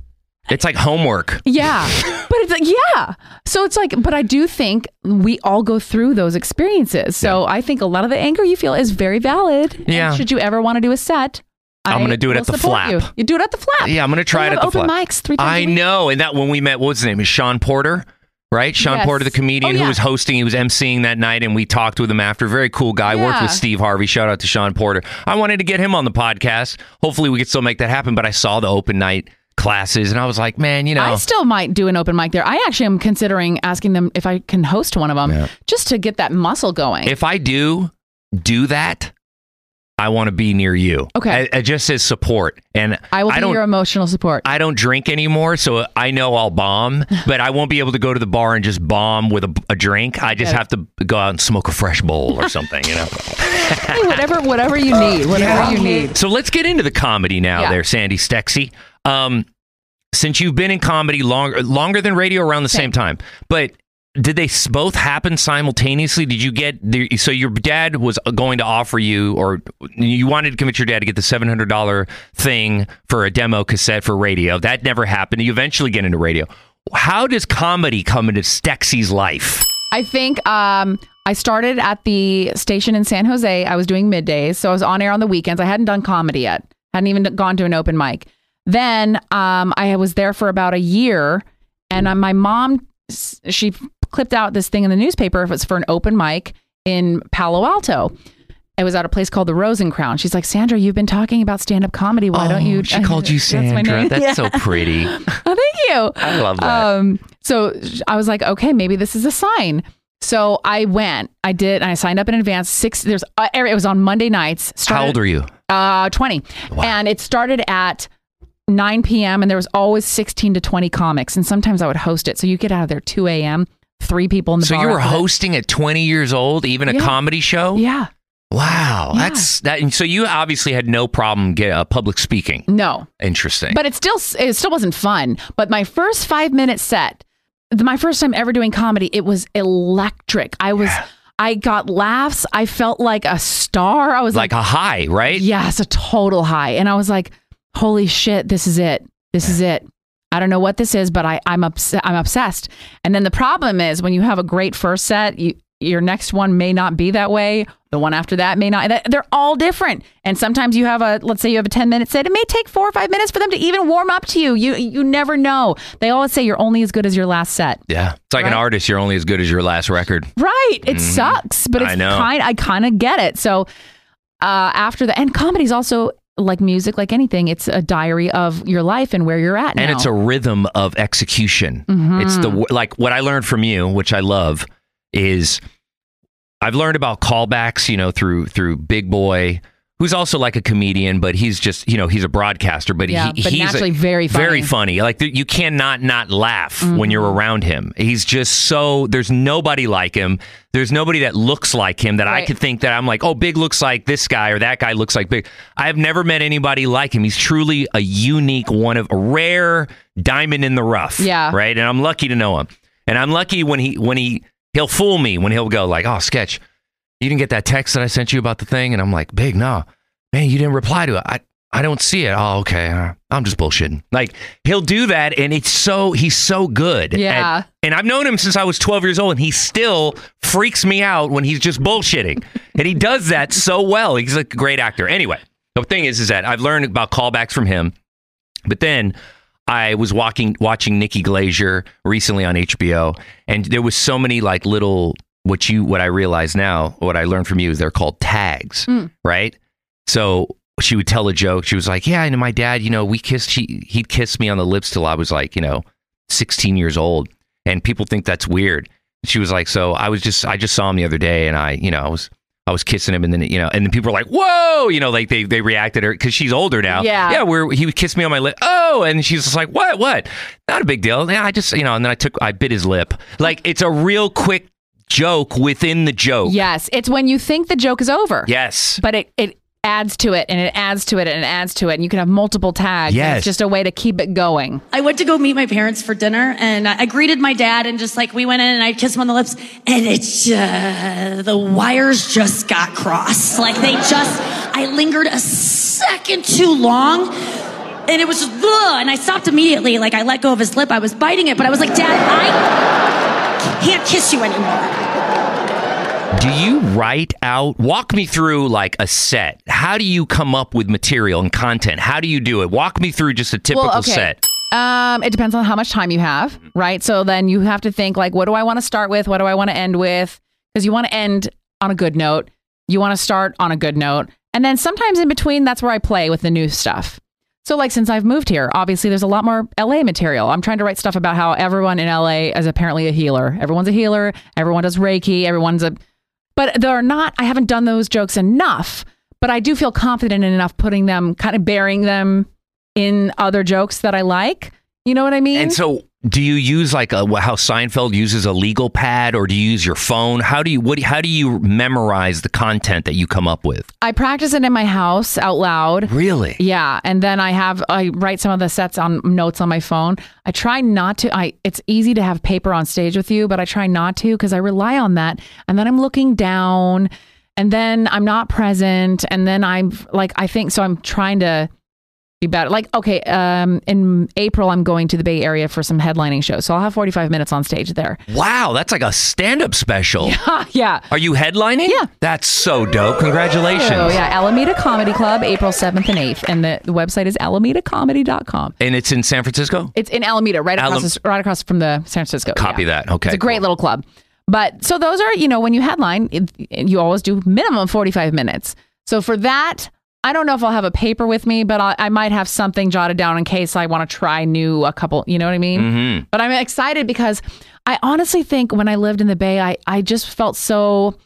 Speaker 4: It's like homework.
Speaker 5: yeah,
Speaker 4: [LAUGHS]
Speaker 5: but it's like, yeah. So it's like, but I do think we all go through those experiences. So I think a lot of the anger you feel is very valid. And
Speaker 4: Yeah.
Speaker 5: should you ever want to do a set?
Speaker 4: I'm
Speaker 5: I
Speaker 4: gonna do it
Speaker 5: will
Speaker 4: at the
Speaker 5: support
Speaker 4: flap.
Speaker 5: You. You do it at the flap.
Speaker 4: Yeah, I'm gonna try
Speaker 5: We
Speaker 4: it
Speaker 5: have
Speaker 4: at the
Speaker 5: open
Speaker 4: flap.
Speaker 5: mics three times.
Speaker 4: I
Speaker 5: a week.
Speaker 4: know, and that when we met, what was his name? Is Sean Porter, right? Sean
Speaker 5: Yes.
Speaker 4: Porter, the comedian
Speaker 5: Oh,
Speaker 4: who
Speaker 5: yeah.
Speaker 4: was hosting, he was emceeing that night, and we talked with him after. Very cool guy. Worked
Speaker 5: Yeah.
Speaker 4: with Steve Harvey. Shout out to Sean Porter. I wanted to get him on the podcast. Hopefully, we could still make that happen. But I saw the open night classes, and I was like, man, you know,
Speaker 5: I still might do an open mic there. I actually am considering asking them if I can host one of them just to get that muscle going.
Speaker 4: if I do do that, I want to be near you.
Speaker 5: Okay.
Speaker 4: I, I just as support, and
Speaker 5: I will
Speaker 4: I
Speaker 5: be
Speaker 4: don't.
Speaker 5: your emotional support.
Speaker 4: I don't drink anymore, so I know I'll bomb, but I won't be able to go to the bar and just bomb with a, a drink. I just
Speaker 5: Got
Speaker 4: have to go out and smoke a fresh bowl or something, you know.
Speaker 5: Hey, whatever, whatever you need, whatever you need.
Speaker 4: So let's get into the comedy now,
Speaker 5: Yeah.
Speaker 4: there, Sandy Stexy. Um, since you've been in comedy longer longer than radio, around the same, time, but did they s- both happen simultaneously? Did you get the, so your dad was uh, going to offer you, or you wanted to convince your dad to get the seven hundred dollar thing for a demo cassette for radio? That never happened. You eventually get into radio. How does comedy come into Stexy's life?
Speaker 5: I think um, I started at the station in San Jose. I was doing middays, so I was on air on the weekends. I hadn't done comedy yet, hadn't even gone to an open mic. Then um, I was there for about a year, and uh, my mom s- she clipped out this thing in the newspaper. If it's for an open mic in Palo Alto. It was at a place called the Rose and Crown. She's like, Sandra, you've been talking about stand up comedy. Why don't you?
Speaker 4: Oh, She
Speaker 5: [LAUGHS]
Speaker 4: called you
Speaker 5: That's my
Speaker 4: Sandra.
Speaker 5: name.
Speaker 4: That's
Speaker 5: [LAUGHS] Yeah.
Speaker 4: so pretty.
Speaker 5: Oh, thank you.
Speaker 4: I love that.
Speaker 5: Um, so sh- I was like, okay, maybe this is a sign. So I went, I did, and I signed up in advance. Six, there's, uh, it was on Monday nights.
Speaker 4: How old are you?
Speaker 5: Uh, 20. And it started at 9 p.m. and there was always 16 to 20 comics. And sometimes I would host it. So you get out of there 2 a.m., three people in the
Speaker 4: So
Speaker 5: bar
Speaker 4: you were
Speaker 5: after that.
Speaker 4: hosting at 20 years old, even a
Speaker 5: Yeah.
Speaker 4: comedy show?
Speaker 5: Yeah.
Speaker 4: Wow. That's that. And so you obviously had no problem get, uh, public speaking.
Speaker 5: No.
Speaker 4: Interesting.
Speaker 5: But it still it still wasn't fun. But my first five minute set, th- my first time ever doing comedy, it was electric. I was I got laughs. I felt like a star. I was
Speaker 4: like
Speaker 5: like,
Speaker 4: a high, right?
Speaker 5: yes, a total high. And I was like, holy shit, this is it. This is it. I don't know what this is, but I I'm obs- I'm obsessed. And then the problem is when you have a great first set, you your next one may not be that way. The one after that may not. that- They're all different. And sometimes you have a, let's say you have a 10 minute set. It may take four or five minutes for them to even warm up to you. You you never know. They always say you're only as good as your last set.
Speaker 4: Yeah. It's like an artist, you're only as good as your last record.
Speaker 5: Right. It sucks, but it's
Speaker 4: Mm-hmm. I know.
Speaker 5: kind I kind of get it. So uh after the and comedy's also like music, like anything, it's a diary of your life and where you're at now.
Speaker 4: And it's a rhythm of execution. It's
Speaker 5: Mm-hmm.
Speaker 4: the w- like what I learned from you, which I love, is I've learned about callbacks, you know, through through Big Boy, who's also like a comedian, but he's just you know he's a broadcaster, but
Speaker 5: Yeah,
Speaker 4: he,
Speaker 5: but
Speaker 4: he's
Speaker 5: naturally
Speaker 4: a-
Speaker 5: very funny. Mm-hmm.
Speaker 4: very funny. Like th- you cannot not laugh when you're around him. He's just so there's nobody like him. There's nobody that looks like him that I
Speaker 5: Right.
Speaker 4: could think that I'm like, oh, Big looks like this guy or that guy looks like Big. I've never met anybody like him. He's truly a unique one of a rare diamond in the rough.
Speaker 5: Yeah.
Speaker 4: Right. And I'm lucky to know him. And I'm lucky when he when he he'll fool me when he'll go like, oh, sketch, you didn't get that text that I sent you about the thing, and I'm like, big no, man, you didn't reply to it. I I don't see it. Oh, okay, uh, I'm just bullshitting. Like he'll do that, and it's so he's so good. at-
Speaker 5: Yeah.
Speaker 4: and I've known him since I was 12 years old, and he still freaks me out when he's just bullshitting. and he does that so well. He's a great actor. Anyway, the thing is, is that I've learned about callbacks from him. But then I was walking, watching Nikki Glazier recently on HBO, and there was so many like little what you what I realize now, what I learned from you is they're called tags, right? So she would tell a joke. She was like, "Yeah, and my dad, you know, we kissed. He he'd kiss me on the lips till I was like, you know, 16 years old." And people think that's weird. She was like, "So I was just I just saw him the other day, and I, you know, I was." I was kissing him, and then you know, and then people were like, "Whoa!" You know, like they they reacted her because she's older now.
Speaker 5: Yeah.
Speaker 4: yeah. Where he would kiss me on my lip. Oh, and she's just like, "What? What? Not a big deal." Yeah, I just you know, and then I took I bit his lip. Like it's a real quick joke within the joke.
Speaker 5: Yes, it's when you think the joke is over.
Speaker 4: Yes.
Speaker 5: But it it adds to it and it adds to it and it adds to it and you can have multiple tags. and
Speaker 4: Yes.
Speaker 5: It's just a way to keep it going.
Speaker 8: I went to go meet my parents for dinner and I I greeted my dad and just like we went in and I kissed him on the lips and it's uh, the wires just got crossed. Like they just, I lingered a second too long and it was just, ugh, and I stopped immediately. Like I let go of his lip. I was biting it, but I was like, Dad, I can't kiss you anymore.
Speaker 4: Do you write out? Walk me through like a set. How do you come up with material and content? How do you do it? Walk me through just a typical set. Mm-hmm.
Speaker 5: Um, it depends on how much time you have, right? So then you have to think like, what do I want to start with? What do I want to end with? Because you want to end on a good note. You want to start on a good note, and then sometimes in between, that's where I play with the new stuff. So like since I've moved here, obviously there's a lot more LA material. I'm trying to write stuff about how everyone in LA is apparently a healer. Everyone's a healer. Everyone does Reiki. Everyone's a but there are not i haven't done those jokes enough but i do feel confident enough putting them kind of burying them in other jokes that i like you know what i mean
Speaker 4: And so, Do you use like a, how Seinfeld uses a legal pad, or do you use your phone? How do you what? do- How do you memorize the content that you come up with?
Speaker 5: I practice it in my house out loud.
Speaker 4: Really?
Speaker 5: Yeah, and then I have I write some of the sets on notes on my phone. I try not to. I it's easy to have paper on stage with you, but I try not to because I rely on that. And then I'm looking down, and then I'm not present, and then I'm like I think so. I'm trying to be better. Like okay, um, in April I'm going to the Bay Area for some headlining shows, so I'll have 45 minutes on stage there. [LAUGHS]
Speaker 4: Wow, that's like a stand-up special.
Speaker 5: yeah.
Speaker 4: Are you headlining?
Speaker 5: Yeah.
Speaker 4: That's so dope. Congratulations.
Speaker 5: Oh, yeah. Alameda Comedy Club, April 7th and 8th. And the, the website is alamedacomedy.com.
Speaker 4: And it's in San Francisco?
Speaker 5: It's in Alameda, right across,
Speaker 4: Alam-
Speaker 5: the- right across from the San Francisco.
Speaker 4: Copy
Speaker 5: yeah.
Speaker 4: that. Okay.
Speaker 5: It's a great little club. But so those are, you know, when you headline, it, you always do minimum 45 minutes. So for that, I don't know if I'll have a paper with me, but I, I might have something jotted down in case I want to try new a couple, you know what I mean? Mm-hmm. But I'm excited because I honestly think when I lived in the Bay, I, I just felt so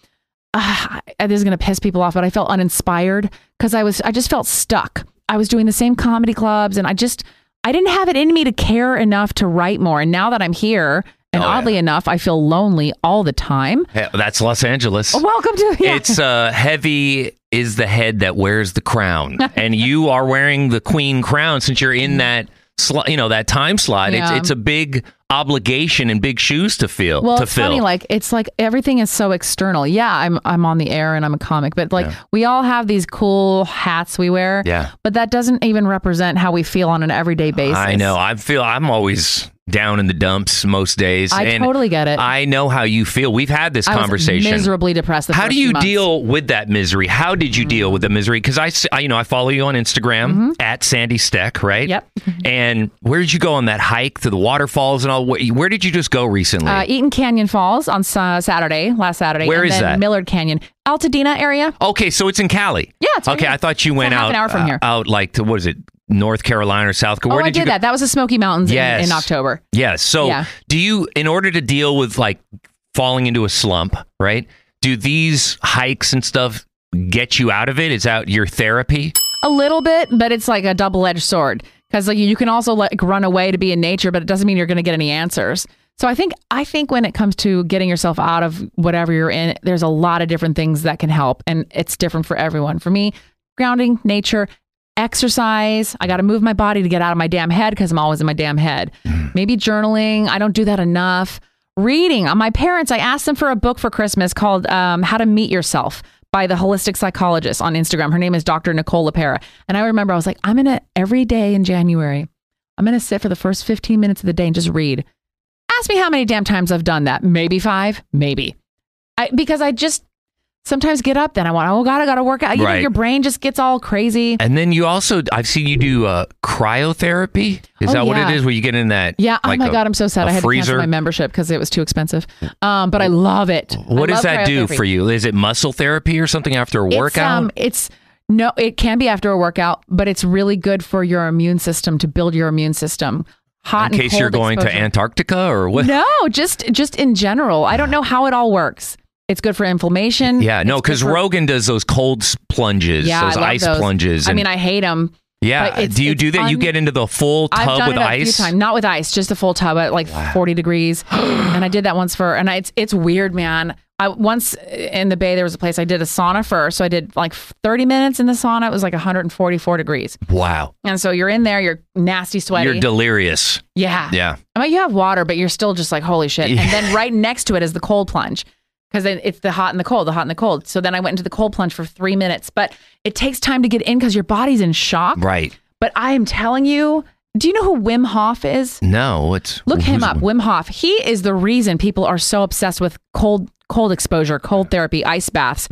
Speaker 5: I- Ah, this is going to piss people off, but I felt uninspired because I was, I just felt stuck. I was doing the same comedy clubs and I just, I didn't have it in me to care enough to write more. And now that I'm here, and
Speaker 4: Oh, yeah.
Speaker 5: oddly enough, I feel lonely all the time.
Speaker 4: Hey, That's Los Angeles.
Speaker 5: Welcome to, Oh, yeah.
Speaker 4: It's uh, heavy is the head that wears the
Speaker 5: [LAUGHS]
Speaker 4: crown, and you are wearing the queen crown since you're in that sl- you know that time slot.
Speaker 5: Mm. Yeah.
Speaker 4: It's it's a big obligation and big shoes to feel
Speaker 5: [LAUGHS] well,
Speaker 4: to
Speaker 5: it's
Speaker 4: fill.
Speaker 5: funny. Like it's like everything is so external. Yeah, I'm I'm on the air and I'm a comic, but like we all have these cool hats we wear.
Speaker 4: Yeah.
Speaker 5: but that doesn't even represent how we feel on an everyday basis.
Speaker 4: I know. I feel I'm always down in the dumps most days.
Speaker 5: I
Speaker 4: and
Speaker 5: totally get it.
Speaker 4: I know how you feel. We've had this
Speaker 5: I was
Speaker 4: conversation.
Speaker 5: miserably depressed. The
Speaker 4: How
Speaker 5: first
Speaker 4: do
Speaker 5: few
Speaker 4: you
Speaker 5: months.
Speaker 4: deal with that misery? How did you deal with the misery? Because I, s- I- you know, I follow you on Instagram at Sandy Steck, right?
Speaker 5: Mm-hmm. Yep.
Speaker 4: [LAUGHS] And where did you go on that hike to the waterfalls and all? Where, where did you just go recently?
Speaker 5: Uh, Eaton Canyon Falls on Sa- Saturday, last Saturday.
Speaker 4: Where
Speaker 5: and
Speaker 4: is
Speaker 5: then
Speaker 4: that?
Speaker 5: Millard Canyon, Altadena area.
Speaker 4: okay, so it's in Cali.
Speaker 5: Yeah, it's right
Speaker 4: okay.
Speaker 5: here.
Speaker 4: I thought you
Speaker 5: It's
Speaker 4: went
Speaker 5: a half
Speaker 4: out
Speaker 5: an hour from
Speaker 4: uh,
Speaker 5: here.
Speaker 4: out like to what is it, North Carolina or South Carolina?
Speaker 5: oh, I did
Speaker 4: you go?
Speaker 5: that. That was the Smoky Mountains in-
Speaker 4: Yes.
Speaker 5: in, October.
Speaker 4: Yes. So,
Speaker 5: Yeah.
Speaker 4: do you, in order to deal with like falling into a slump, right? Do these hikes and stuff get you out of it? Is that your therapy?
Speaker 5: A little bit, but it's like a double edged sword because like you can also like run away to be in nature, but it doesn't mean you're going to get any answers. So I think I think when it comes to getting yourself out of whatever you're in, there's a lot of different things that can help, and it's different for everyone. For me, grounding, nature, exercise. I got to move my body to get out of my damn head because I'm always in my damn head. Maybe journaling. I don't do that enough. Reading. Uh, My parents, I asked them for a book for Christmas called um, How to Meet Yourself by the holistic psychologist on Instagram. Her name is Dr. Nicole LaPera. And I remember I was like, I'm going to every day in January, I'm going to sit for the first 15 minutes of the day and just read. Ask me how many damn times I've done that. Maybe five, maybe. I, because I just sometimes get up, then I want, oh God, I got to work out. You know,
Speaker 4: Right.
Speaker 5: your brain just gets all crazy.
Speaker 4: And then you also, I've seen you do uh, cryotherapy. Is
Speaker 5: Oh,
Speaker 4: that what
Speaker 5: yeah.
Speaker 4: it is? Where you get in that?
Speaker 5: Yeah.
Speaker 4: like
Speaker 5: oh my
Speaker 4: a-
Speaker 5: God, I'm so sad.
Speaker 4: a
Speaker 5: I had to
Speaker 4: freezer.
Speaker 5: cancel my membership because it was too expensive. Um, but I love it.
Speaker 4: What does that do for you? Is it muscle therapy or something after a workout?
Speaker 5: It's, um, no, it can be after a workout, but it's really good for your immune system to build your immune system. Hot
Speaker 4: in case
Speaker 5: and cold
Speaker 4: you're going
Speaker 5: exposure.
Speaker 4: to Antarctica or what?
Speaker 5: No, just just in general. I don't know how it all works. It's good for inflammation.
Speaker 4: Yeah, no,
Speaker 5: It's good
Speaker 4: because
Speaker 5: for-
Speaker 4: Rogan does those cold s- plunges,
Speaker 5: yeah,
Speaker 4: those
Speaker 5: I love
Speaker 4: ice
Speaker 5: those.
Speaker 4: plunges.
Speaker 5: I
Speaker 4: and-
Speaker 5: mean, I hate them. but
Speaker 4: yeah.
Speaker 5: it's-
Speaker 4: Do you
Speaker 5: it's
Speaker 4: do that? you
Speaker 5: un-
Speaker 4: get into the full tub
Speaker 5: I've done
Speaker 4: with
Speaker 5: it a
Speaker 4: ice?
Speaker 5: few times, not with ice, just a full tub at like
Speaker 4: [GASPS]
Speaker 5: 40 degrees. and I did that once for, and I, it's it's weird, man. I once in the Bay there was a place I did a sauna first, so I did like 30 minutes in the sauna. It was like 144 degrees,
Speaker 4: Wow.
Speaker 5: and so you're in there, you're nasty, sweaty.
Speaker 4: You're delirious.
Speaker 5: yeah,
Speaker 4: Yeah.
Speaker 5: I mean, you have water, but you're still just like, holy shit. And then right next to it is the cold plunge because then it's the hot and the cold, the hot and the cold. So then I went into the cold plunge for three minutes, but it takes time to get in because your body's in shock.
Speaker 4: Right.
Speaker 5: But I am telling you, do you know who Wim Hof is?
Speaker 4: No, it's
Speaker 5: Look him
Speaker 4: who's-
Speaker 5: up, Wim Hof. He is the reason people are so obsessed with cold cold exposure, cold therapy, ice baths.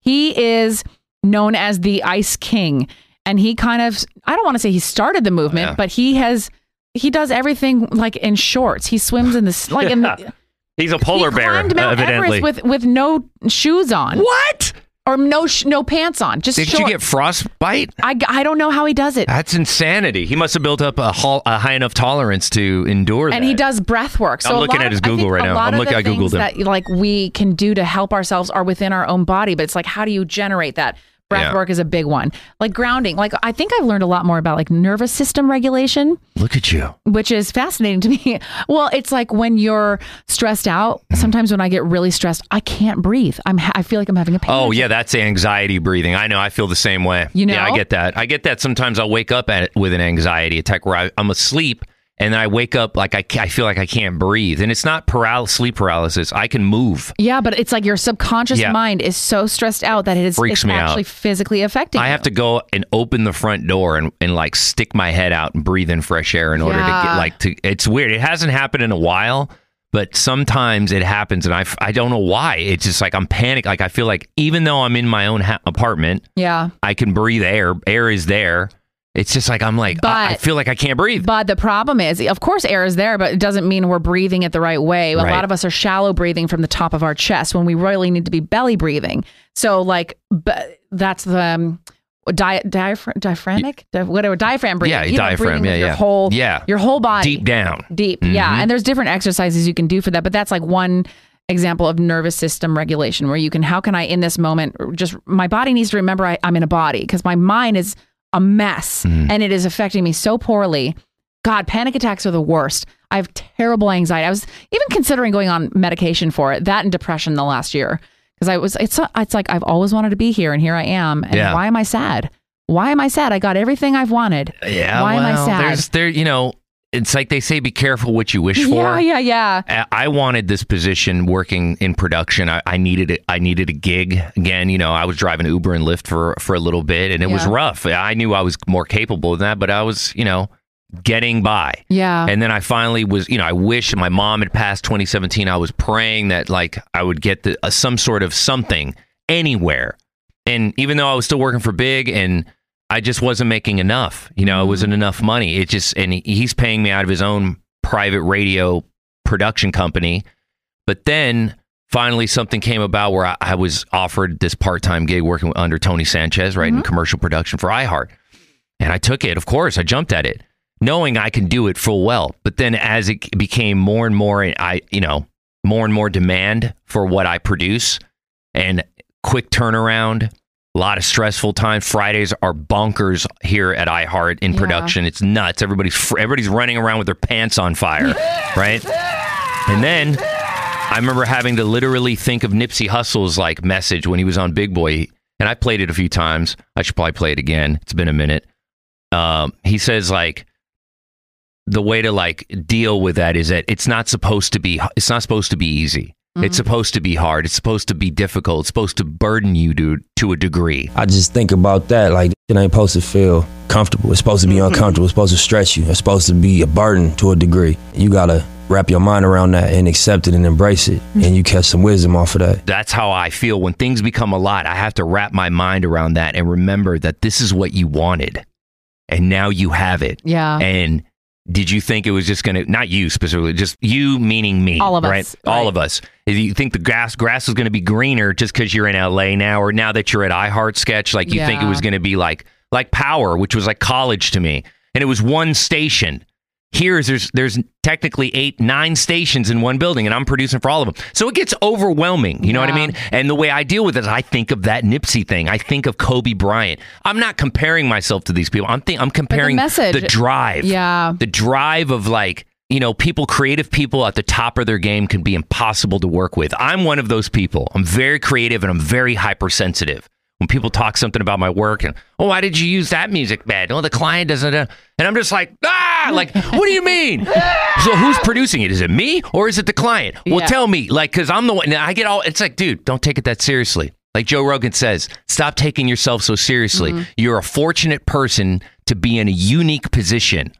Speaker 5: He is known as the ice king and he kind of I don't want to say he started the movement, but he has he does everything like in shorts. He swims in the s- like in the
Speaker 4: He's a [LAUGHS] polar
Speaker 5: he
Speaker 4: bear, uh,
Speaker 5: climbed Mount
Speaker 4: evidently.
Speaker 5: Everest with with no shoes on
Speaker 4: what?
Speaker 5: or no sh- no pants on, just
Speaker 4: Did you
Speaker 5: short-
Speaker 4: get frostbite?
Speaker 5: I I don't know how he does it.
Speaker 4: That's insanity. He must have built up a, hol- a high enough tolerance to endure that.
Speaker 5: and he does breath work. So
Speaker 4: I'm
Speaker 5: a
Speaker 4: looking
Speaker 5: lot
Speaker 4: at his
Speaker 5: of- I think
Speaker 4: Google right
Speaker 5: a
Speaker 4: now.
Speaker 5: lot
Speaker 4: I'm
Speaker 5: of
Speaker 4: looking-
Speaker 5: the
Speaker 4: I Googled
Speaker 5: things that like we can do to help ourselves are within our own body, but it's like how do you generate that? breath
Speaker 4: Yeah.
Speaker 5: work is a big one. Like grounding. Like I think I've learned a lot more about like nervous system regulation
Speaker 4: Look at you.
Speaker 5: which is fascinating to me. [LAUGHS] Well, it's like when you're stressed out. Sometimes when I get really stressed, I can't breathe. I'm ha- I feel like I'm having a panic.
Speaker 4: Oh yeah, that's anxiety breathing. I know. I feel the same way.
Speaker 5: You
Speaker 4: yeah, I
Speaker 5: know?
Speaker 4: get that. I get that. Sometimes I'll wake up at with an anxiety attack where I, I'm asleep and then I wake up like I, ca- I feel like I can't breathe, and it's not paral- sleep paralysis. I can move.
Speaker 5: Yeah, but it's like your subconscious
Speaker 4: Yeah.
Speaker 5: mind is so stressed out that it is
Speaker 4: Freaks
Speaker 5: it's
Speaker 4: me out.
Speaker 5: actually physically affecting.
Speaker 4: I have to go and open the front door and, and like stick my head out and breathe in fresh air in order to get
Speaker 5: Yeah.
Speaker 4: like to. It's weird. It hasn't happened in a while, but sometimes it happens, and I, f- I don't know why. It's just like I'm panicked. Like I feel like even though I'm in my own ha- apartment,
Speaker 5: you. Yeah.
Speaker 4: I can breathe air. Air is there. It's just like I'm like I, I
Speaker 5: But-
Speaker 4: feel like I can't breathe.
Speaker 5: But the problem is, of course, air is there, but it doesn't mean we're breathing it the right way.
Speaker 4: Right.
Speaker 5: A lot of us are shallow breathing from the top of our chest when we really need to be belly breathing. So, like, but that's the um, di- diaphragm, diaphragmic, Di- whatever diaphragm breathing.
Speaker 4: Yeah,
Speaker 5: You know,
Speaker 4: diaphragm.
Speaker 5: breathing with
Speaker 4: Yeah,
Speaker 5: your
Speaker 4: yeah.
Speaker 5: whole,
Speaker 4: Yeah.
Speaker 5: your whole body,
Speaker 4: Deep down.
Speaker 5: deep.
Speaker 4: Mhm.
Speaker 5: Yeah, and there's different exercises you can do for that, but that's like one example of nervous system regulation where you can how can I in this moment just my body needs to remember I, I'm in a body because my mind is a mess
Speaker 4: Mm-hmm.
Speaker 5: and it is affecting me so poorly. God, panic attacks are the worst. I have terrible anxiety. I was even considering going on medication for it, that and depression the last year because I was it's it's like I've always wanted to be here and here I am and
Speaker 4: Yeah.
Speaker 5: why am I sad? Why am I sad? I got everything I've wanted.
Speaker 4: Yeah.
Speaker 5: Why am I
Speaker 4: well,
Speaker 5: sad?
Speaker 4: There's there. You know, it's like they say, be careful what you wish for.
Speaker 5: [LAUGHS] Yeah, yeah, yeah.
Speaker 4: I I wanted this position working in production. I, I needed it. I needed a gig again. You know, I was driving Uber and Lyft for for a little bit, and it was
Speaker 5: Yeah.
Speaker 4: rough. I knew I was more capable than that, but I was, you know, getting by.
Speaker 5: Yeah.
Speaker 4: And then I finally was, you know, I wish my mom had passed 2017. I was praying that like I would get the, uh, some sort of something anywhere. And even though I was still working for Big and I just wasn't making enough, you know, it wasn't enough money. It just, and he- he's paying me out of his own private radio production company. But then finally something came about where I, I was offered this part time gig working under Tony Sanchez, right, in commercial production for iHeart. And I took it, of course. I jumped at it, knowing I can do it full well. But then as it became more and more, I, you know, more and more demand for what I produce and quick turnaround, a lot of stressful time. Fridays are bonkers here at iHeart in
Speaker 5: Yeah.
Speaker 4: production. It's nuts. Everybody's, fr- everybody's running around with their pants on fire, right? And then I remember having to literally think of Nipsey Hussle's like message when he was on Big Boy, and I played it a few times. I should probably play it again. It's been a minute. Um, he says like the way to like deal with that is that it's not supposed to be it's not supposed to be easy. It's supposed to be hard. It's supposed to be difficult. It's supposed to burden you to to a degree.
Speaker 9: I just think about that. Like, it ain't supposed to feel comfortable. It's supposed to be
Speaker 10: Mm-hmm.
Speaker 9: uncomfortable. It's supposed to stress you. It's supposed to be a burden to a degree. You gotta wrap your mind around that and accept it and embrace it.
Speaker 10: Mm-hmm.
Speaker 9: And you catch some wisdom off of that.
Speaker 4: That's how I feel when things become a lot. I have to wrap my mind around that and remember that this is what you wanted, and now you have it.
Speaker 5: Yeah.
Speaker 4: And did you think it was just going to, not you specifically, just you meaning me?
Speaker 5: All of us,
Speaker 4: right? All
Speaker 5: right.
Speaker 4: of us. Do you think the grass grass is going to be greener just because you're in LA now or now that you're at I Heart Sketch? Like you think it
Speaker 5: Yeah.
Speaker 4: was going to be like, like Power, which was like college to me. And it was one station. Here is there's there's technically eight nine stations in one building, and I'm producing for all of them. So it gets overwhelming. You know what I
Speaker 5: Yeah.
Speaker 4: mean? And the way I deal with it, is I think of that Nipsey thing. I think of Kobe Bryant. I'm not comparing myself to these people. I'm think I'm comparing
Speaker 5: message-
Speaker 4: the drive.
Speaker 5: Yeah.
Speaker 4: The drive of like, you know, people, creative people at the top of their game can be impossible to work with. I'm one of those people. I'm very creative and I'm very hypersensitive. When people talk something about my work and, oh, why did you use that music bed? Oh, the client doesn't. uh," And I'm just like, ah, like, what do you mean? so who's producing it? Is it me or is it the client? Well,
Speaker 5: Yeah.
Speaker 4: tell me, like, because I'm the one. and I get all, it's like, dude, don't take it that seriously. Like Joe Rogan says, stop taking yourself so seriously. You're a fortunate person to be in a unique position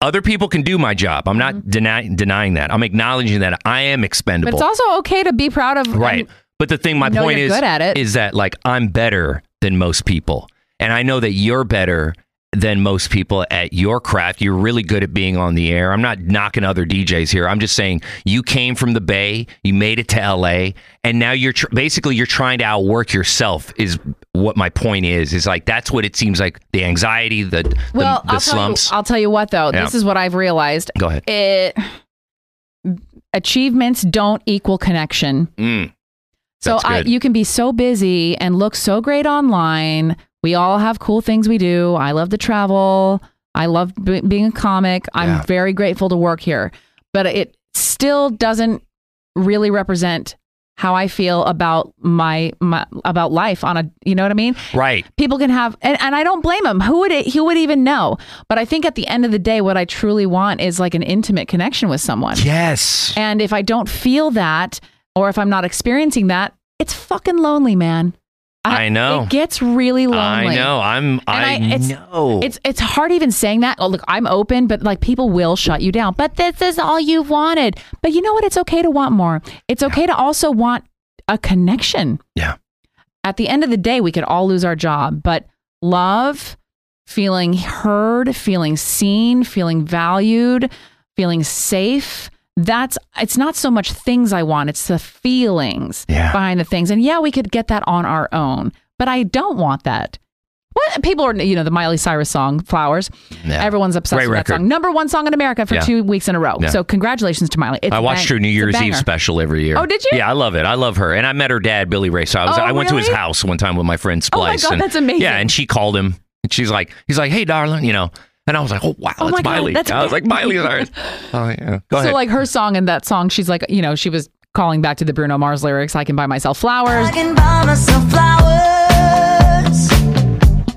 Speaker 4: other people can do my job. I'm not deny, denying that. I'm acknowledging that I am
Speaker 5: Mm-hmm. But
Speaker 4: expendable.
Speaker 5: it's also okay to be proud of um,
Speaker 4: right. But the thing, my
Speaker 5: know
Speaker 4: point
Speaker 5: you're
Speaker 4: is,
Speaker 5: good at it.
Speaker 4: is that like I'm better than most people, and I know that you're better than most people at your craft. You're really good at being on the air. I'm not knocking other DJs here. I'm just saying you came from the Bay, you made it to LA, and now you're tr- basically you're trying to outwork yourself. Is what my point is. Is like that's what it seems like. The anxiety, the the,
Speaker 5: well,
Speaker 4: the
Speaker 5: I'll
Speaker 4: slumps.
Speaker 5: Tell you, I'll tell you what though.
Speaker 4: Yeah.
Speaker 5: This is what I've realized.
Speaker 4: Go ahead.
Speaker 5: It achievements don't equal connection.
Speaker 4: Mm.
Speaker 5: So
Speaker 4: That's
Speaker 5: I,
Speaker 4: good.
Speaker 5: you can be so busy and look so great online. We all have cool things we do. I love to travel. I love b- being a comic.
Speaker 4: Yeah.
Speaker 5: I'm very grateful to work here, but it still doesn't really represent how I feel about my, my about life on a you know what I mean?
Speaker 4: Right.
Speaker 5: people can have and, and i don't blame him who would it, who would even know but i think at the end of the day what i truly want is like an intimate connection with someone
Speaker 4: Yes.
Speaker 5: and if i don't feel that or if i'm not experiencing that it's fucking lonely man
Speaker 4: I know.
Speaker 5: it gets really lonely
Speaker 4: I know. I'm. I,
Speaker 5: and I, it's,
Speaker 4: know.
Speaker 5: It's it's hard even saying that. Oh, look, I'm open, but like people will shut you down. But this is all you've wanted. But you know what? It's okay to want more. It's okay to also want a connection.
Speaker 4: Yeah.
Speaker 5: At the end of the day, we could all lose our job, but love, feeling heard, feeling seen, feeling valued, feeling safe. That's it's not so much things I want, it's the feelings
Speaker 4: Yeah.
Speaker 5: behind the things. And yeah, we could get that on our own, but I don't want that. What people are, you know, the Miley Cyrus song "Flowers."
Speaker 4: Yeah.
Speaker 5: Everyone's obsessed
Speaker 4: Great
Speaker 5: with
Speaker 4: record.
Speaker 5: that song. Number one song in America for
Speaker 4: Yeah.
Speaker 5: two weeks in a row.
Speaker 4: Yeah.
Speaker 5: So congratulations to Miley. It's
Speaker 4: I
Speaker 5: a
Speaker 4: watched
Speaker 5: bang-
Speaker 4: her New
Speaker 5: it's a
Speaker 4: Year's Eve
Speaker 5: banger.
Speaker 4: special every year.
Speaker 5: Oh, did you?
Speaker 4: Yeah, I love it. I love her, and I met her dad, Billy Ray. So I was.
Speaker 5: Oh,
Speaker 4: I went to his
Speaker 5: really?
Speaker 4: house one time with my friend
Speaker 5: Oh my
Speaker 4: Splice.
Speaker 5: God,
Speaker 4: and,
Speaker 5: that's amazing.
Speaker 4: Yeah, and she called him. And she's like, he's like, hey, darling, you know. And I was like, oh wow,
Speaker 5: Oh
Speaker 4: that's
Speaker 5: my God,
Speaker 4: Miley.
Speaker 5: that's-
Speaker 4: I was like, Miley Cyrus.
Speaker 5: [LAUGHS]
Speaker 4: Oh yeah. Go
Speaker 5: So
Speaker 4: ahead.
Speaker 5: like her song and that song, she's like, you know, she was calling back to the Bruno Mars lyrics. I can buy myself flowers.
Speaker 11: can buy myself flowers,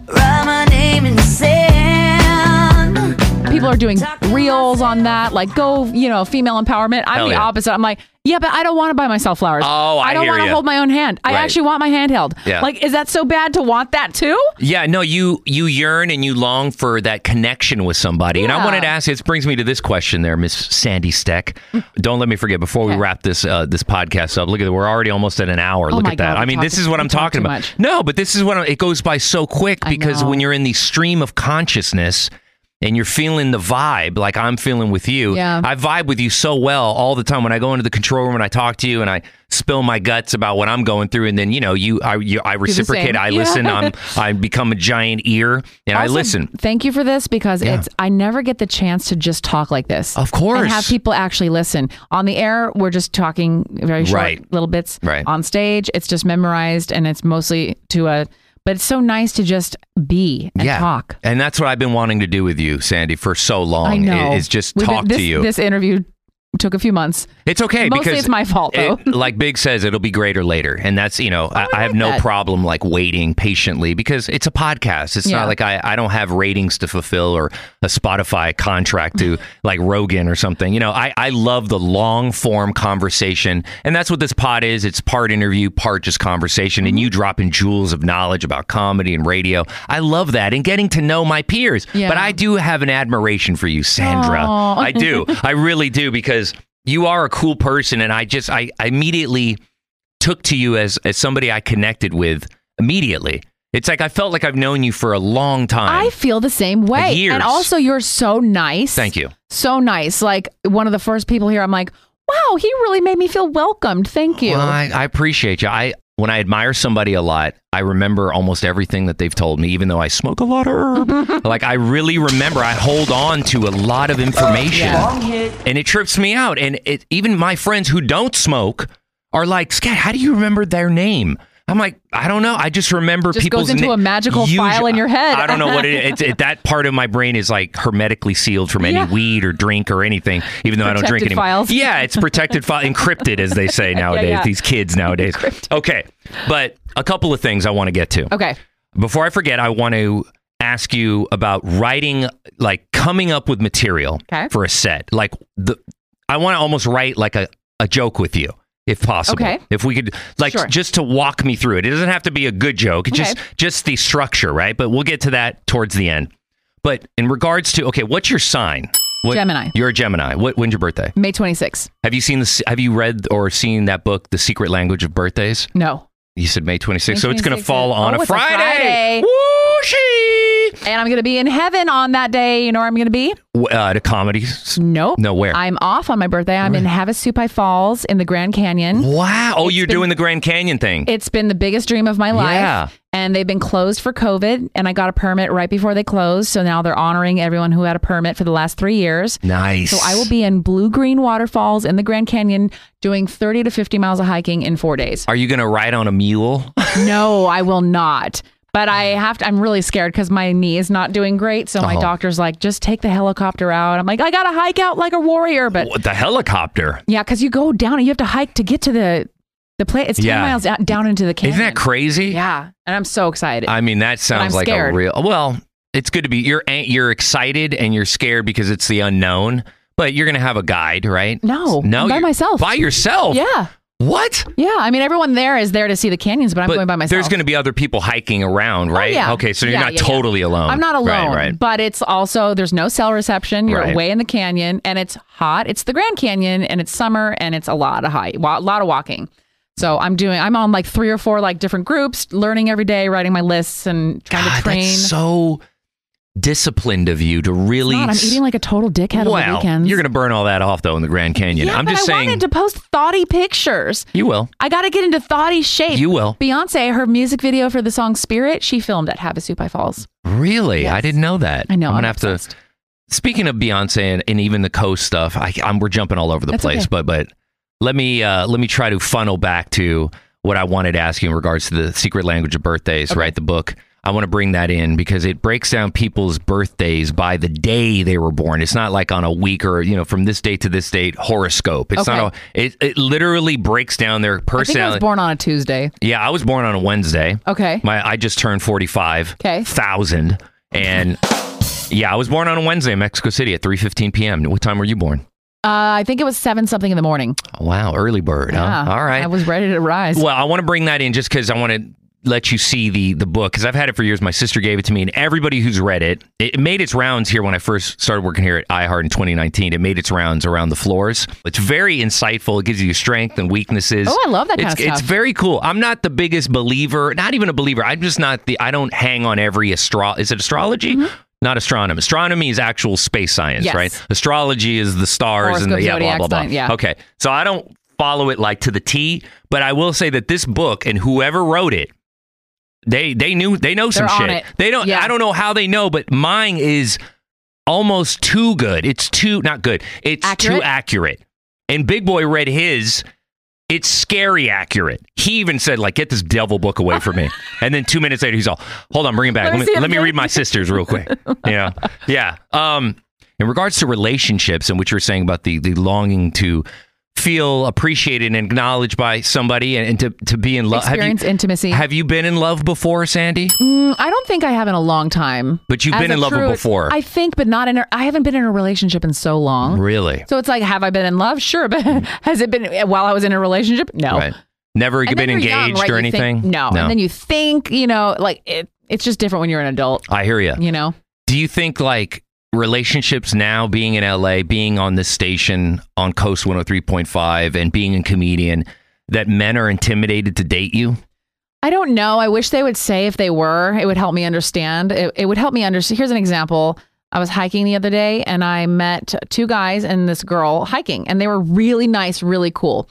Speaker 11: write my name in the sand.
Speaker 5: People are doing reels on that. Like, go, you know, female empowerment. I'm
Speaker 4: Hell
Speaker 5: the
Speaker 4: yeah.
Speaker 5: opposite. I'm like, yeah, but I don't want to buy myself flowers.
Speaker 4: Oh, I
Speaker 5: don't
Speaker 4: hear
Speaker 5: want to
Speaker 4: ya.
Speaker 5: hold my own hand. I
Speaker 4: Right.
Speaker 5: actually want my hand held.
Speaker 4: Yeah.
Speaker 5: Like, is that so bad to want that too?
Speaker 4: Yeah, no, you you yearn and you long for that connection with somebody. And I
Speaker 5: Yeah.
Speaker 4: wanted to ask, it brings me to this question there, Miss Sandy Steck. Don't let me forget before we
Speaker 5: Okay.
Speaker 4: wrap this uh, this podcast up. Look at that, we're already almost at an hour.
Speaker 5: Oh
Speaker 4: look
Speaker 5: my
Speaker 4: at that.
Speaker 5: God,
Speaker 4: I mean,
Speaker 5: we
Speaker 4: this
Speaker 5: talked-
Speaker 4: is what
Speaker 5: we
Speaker 4: I'm
Speaker 5: talked
Speaker 4: talking
Speaker 5: too
Speaker 4: about.
Speaker 5: much.
Speaker 4: No, but this is what I'm, it goes by so quick
Speaker 5: I
Speaker 4: because
Speaker 5: know.
Speaker 4: when you're in the stream of consciousness and you're feeling the vibe like I'm feeling with you.
Speaker 5: Yeah.
Speaker 4: I vibe with you so well all the time when I go into the control room and I talk to you and I spill my guts about what I'm going through and then you know you I you, I
Speaker 5: the same.
Speaker 4: reciprocate, I
Speaker 5: Yeah.
Speaker 4: listen, I'm [LAUGHS] I become a giant ear and I
Speaker 5: Also,
Speaker 4: listen.
Speaker 5: Thank you for this because
Speaker 4: Yeah.
Speaker 5: it's I never get the chance to just talk like this.
Speaker 4: Of course.
Speaker 5: And have people actually listen. On the air, we're just talking very short
Speaker 4: Right.
Speaker 5: little bits.
Speaker 4: Right.
Speaker 5: On stage, it's just memorized and it's mostly to a but it's so nice to just be and talk.
Speaker 4: And that's what I've been wanting to do with you, Sandy, for so long.
Speaker 5: I know.
Speaker 4: Oh, Is just
Speaker 5: We've been-
Speaker 4: talk
Speaker 5: this,
Speaker 4: to you.
Speaker 5: This interview took a few months.
Speaker 4: it's okay
Speaker 5: mostly
Speaker 4: because
Speaker 5: it's my fault,
Speaker 4: it-
Speaker 5: though. [LAUGHS] Oh,
Speaker 4: like Big says, it'll be greater later, and that's you know I, I have no
Speaker 5: that.
Speaker 4: problem like waiting patiently because it's a podcast. It's
Speaker 5: Yeah.
Speaker 4: not like I I don't have ratings to fulfill or a Spotify contract
Speaker 5: [LAUGHS]
Speaker 4: to like Rogan or something. You know I I love the long form conversation, and that's what this pod is. It's part interview, part just conversation, and you
Speaker 5: Mm-hmm.
Speaker 4: dropping jewels of knowledge about comedy and radio. I love that and getting to know my peers.
Speaker 5: Yeah.
Speaker 4: But I do have an admiration for you, Sandra.
Speaker 5: Aw.
Speaker 4: I do. I really do because you are a cool person and I just I, I immediately took to you as as somebody I connected with immediately. It's like I felt like I've known you for a long time.
Speaker 5: I feel the same way.
Speaker 4: years.
Speaker 5: And also you're so nice.
Speaker 4: Thank you.
Speaker 5: So nice. Like one of the first people here, I'm like, wow, he really made me feel welcomed. Thank you.
Speaker 4: Well, I, I appreciate you. I when I admire somebody a lot, I remember almost everything that they've told me, even though I smoke a lot of
Speaker 5: [LAUGHS]
Speaker 4: herb. like I really remember I hold on to a lot of information. And it trips me out. And it, even my friends who don't smoke are like, Scott, how do you remember their name? I'm like, I don't know. I just remember
Speaker 5: Just
Speaker 4: people's
Speaker 5: goes into
Speaker 4: na-
Speaker 5: a magical
Speaker 4: huge-
Speaker 5: file in your head.
Speaker 4: I don't know what it
Speaker 5: [LAUGHS]
Speaker 4: is. It's, it, that part of my brain is like hermetically sealed from any
Speaker 5: Yeah.
Speaker 4: weed or drink or anything, even though I don't drink
Speaker 5: Protected
Speaker 4: anymore.
Speaker 5: files.
Speaker 4: Yeah, yeah, it's protected, file, encrypted, as they say nowadays.
Speaker 5: [LAUGHS] yeah.
Speaker 4: These kids nowadays. Okay, but a couple of things I want to get to
Speaker 5: okay.
Speaker 4: before I forget. I want to ask you about writing, like coming up with material
Speaker 5: Okay.
Speaker 4: for a set. Like the, I want to almost write like a a joke with you. If possible,
Speaker 5: Okay.
Speaker 4: if we could, like,
Speaker 5: Sure.
Speaker 4: just to walk me through it. It doesn't have to be a good joke. It's Just,
Speaker 5: Okay.
Speaker 4: just the structure, right? But we'll get to that towards the end. But in regards to, okay, what's your sign? What,
Speaker 5: Gemini.
Speaker 4: You're a Gemini. What? When's your birthday?
Speaker 5: May 26th.
Speaker 4: Have you seen this? Have you read or seen that book, The Secret Language of Birthdays?
Speaker 5: No.
Speaker 4: You said May 26th, so it's going to
Speaker 5: 26th.
Speaker 4: fall on
Speaker 5: Oh,
Speaker 4: a
Speaker 5: it's a
Speaker 4: Friday.
Speaker 5: Friday.
Speaker 4: Whooshy!
Speaker 5: And I'm going to be in heaven on that day. You know where I'm going to be?
Speaker 4: W- Uh, at a comedy? s-
Speaker 5: Nope.
Speaker 4: Nowhere.
Speaker 5: I'm off on my birthday. I'm in Havasupai Falls in the Grand Canyon.
Speaker 4: Wow. Oh,
Speaker 5: It's
Speaker 4: you're
Speaker 5: been-
Speaker 4: doing the Grand Canyon thing.
Speaker 5: It's been the biggest dream of my life.
Speaker 4: Yeah.
Speaker 5: And they've been closed for COVID, and I got a permit right before they closed. So now they're honoring everyone who had a permit for the last three years.
Speaker 4: nice.
Speaker 5: So I will be in Blue Green Waterfalls in the Grand Canyon doing 30 to 50 miles of hiking in four days.
Speaker 4: Are you going to ride on a mule?
Speaker 5: no, I will not. But I
Speaker 4: Mm.
Speaker 5: have to, I'm really scared because my knee is not doing great. So my
Speaker 4: Oh.
Speaker 5: doctor's like, just take the helicopter out. I'm like, I got to hike out like a warrior. But
Speaker 4: What, the helicopter?
Speaker 5: yeah, because you go down and you have to hike to get to the, the place. It's 10
Speaker 4: Yeah.
Speaker 5: miles out, down into the canyon.
Speaker 4: Isn't that crazy?
Speaker 5: Yeah. And I'm so excited.
Speaker 4: I mean, that sounds
Speaker 5: I'm
Speaker 4: like
Speaker 5: scared.
Speaker 4: a real. Well, it's good to be. You're an- you're excited and you're scared because it's the unknown. But you're gonna have a guide, right?
Speaker 5: No,
Speaker 4: no,
Speaker 5: I'm by
Speaker 4: you're-
Speaker 5: myself.
Speaker 4: By yourself?
Speaker 5: yeah.
Speaker 4: What?
Speaker 5: Yeah. I mean, everyone there is there to see the canyons, but I'm
Speaker 4: But
Speaker 5: going by myself. Oh,
Speaker 4: There's gonna be other people hiking around, right?
Speaker 5: yeah.
Speaker 4: Okay, so you're
Speaker 5: Yeah,
Speaker 4: not
Speaker 5: yeah, yeah.
Speaker 4: totally alone.
Speaker 5: I'm not
Speaker 4: Um,
Speaker 5: alone,
Speaker 4: Right, right.
Speaker 5: but it's also there's no cell reception. You're
Speaker 4: Right.
Speaker 5: way in the canyon, and it's hot. It's the Grand Canyon, and it's summer, and it's a lot of hike, a lot of walking. So I'm doing. I'm on like three or four like different groups, learning every day, writing my lists, and trying to
Speaker 4: God,
Speaker 5: train.
Speaker 4: that's so disciplined of you to
Speaker 5: It's
Speaker 4: really.
Speaker 5: not, I'm
Speaker 4: s-
Speaker 5: eating like a total dickhead on the
Speaker 4: well,
Speaker 5: weekends.
Speaker 4: you're gonna burn all that off though in the Grand Canyon.
Speaker 5: yeah,
Speaker 4: I'm
Speaker 5: but
Speaker 4: just
Speaker 5: I
Speaker 4: saying.
Speaker 5: wanted to post thoughty pictures.
Speaker 4: you will.
Speaker 5: I got to get into thoughty shape.
Speaker 4: You will.
Speaker 5: Beyonce, her music video for the song "Spirit," she filmed at Havasupai Falls.
Speaker 4: Really? I
Speaker 5: Yes.
Speaker 4: didn't know that.
Speaker 5: I know,
Speaker 4: I'm gonna
Speaker 5: I'm
Speaker 4: have to. Speaking of Beyonce and, and even the coast stuff, I, I'm we're jumping all over the
Speaker 5: That's
Speaker 4: place,
Speaker 5: okay.
Speaker 4: but but let me uh, let me try to funnel back to what I wanted to ask you in regards to the secret language of birthdays, right? The book. I want to bring that in because it breaks down people's birthdays by the day they were born. It's not like on a week or you know from this date to this date horoscope. It's not
Speaker 5: Okay.
Speaker 4: a. It, it literally breaks down their
Speaker 5: I think I was
Speaker 4: personality.
Speaker 5: born on a Tuesday.
Speaker 4: yeah, I was born on a Wednesday.
Speaker 5: Okay.
Speaker 4: My I just turned forty five
Speaker 5: Okay.
Speaker 4: thousand and yeah, I was born on a Wednesday in Mexico City at three fifteen p.m. What time were you born?
Speaker 5: Uh, I think it was seven something in the morning.
Speaker 4: Oh, wow, early bird.
Speaker 5: Yeah.
Speaker 4: Huh? All right.
Speaker 5: I was ready to rise.
Speaker 4: well, I want to bring that in just because I want to let you see the the book because I've had it for years. My sister gave it to me, and everybody who's read it, it made its rounds here when I first started working here at iHeart in 2019. It made its rounds around the floors. It's very insightful. It gives you strength and weaknesses.
Speaker 5: Oh, I love that kind
Speaker 4: it's,
Speaker 5: of stuff.
Speaker 4: It's very cool. I'm not the biggest believer, not even a believer. I'm just not the. I don't hang on every astro. Is it astrology? Not astronomy. Astronomy is actual space science,
Speaker 5: Mm-hmm. Yes.
Speaker 4: right? Astrology is the stars and the
Speaker 5: Horoscope,
Speaker 4: yeah, blah
Speaker 5: zodiac
Speaker 4: blah blah.
Speaker 5: sign, yeah.
Speaker 4: Okay, so I don't follow it like to the T, but I will say that this book and whoever wrote it, they they knew they know
Speaker 5: They're
Speaker 4: some
Speaker 5: on
Speaker 4: shit.
Speaker 5: it.
Speaker 4: They don't.
Speaker 5: Yeah.
Speaker 4: I don't know how they know, but mine is almost too good. It's too not good. It's
Speaker 5: Accurate?
Speaker 4: too accurate. And Big Boy read his. It's scary accurate. He even said, like, get this devil book away from
Speaker 5: [LAUGHS]
Speaker 4: me. And then two minutes later, he's all, hold on, bring it back. Let
Speaker 5: Let me
Speaker 4: me,
Speaker 5: see it
Speaker 4: let me
Speaker 5: again.
Speaker 4: read my sisters real quick.
Speaker 5: [LAUGHS]
Speaker 4: yeah. Yeah. Um, in regards to relationships and what you were saying about the, the longing to feel appreciated and acknowledged by somebody and, and to, to be in love.
Speaker 5: Experience
Speaker 4: have you,
Speaker 5: intimacy.
Speaker 4: Have you been in love before, Sandy?
Speaker 5: Mm, I don't think I have in a long time.
Speaker 4: But you've
Speaker 5: As
Speaker 4: been
Speaker 5: a
Speaker 4: in love
Speaker 5: true-
Speaker 4: before.
Speaker 5: I think, but not in. A, I haven't been in a relationship in so long.
Speaker 4: really?
Speaker 5: So it's like, have I been in love? Sure, but [LAUGHS] has it been while I was in a relationship? No.
Speaker 4: Mm-hmm. Right. Never
Speaker 5: And
Speaker 4: been
Speaker 5: then
Speaker 4: engaged
Speaker 5: you're young, right?
Speaker 4: or
Speaker 5: You think-
Speaker 4: anything?
Speaker 5: no. And then you think, you know, like it, it's just different when you're an adult.
Speaker 4: I hear you.
Speaker 5: You know,
Speaker 4: Do you think like relationships now being in LA, being on this station on Coast 103.5 and being a comedian that men are intimidated to date you?
Speaker 5: I don't know. I wish they would say if they were. It would help me understand. It, it would help me understand. Here's an example. I was hiking the other day and I met two guys and this girl hiking, and they were really nice, really cool.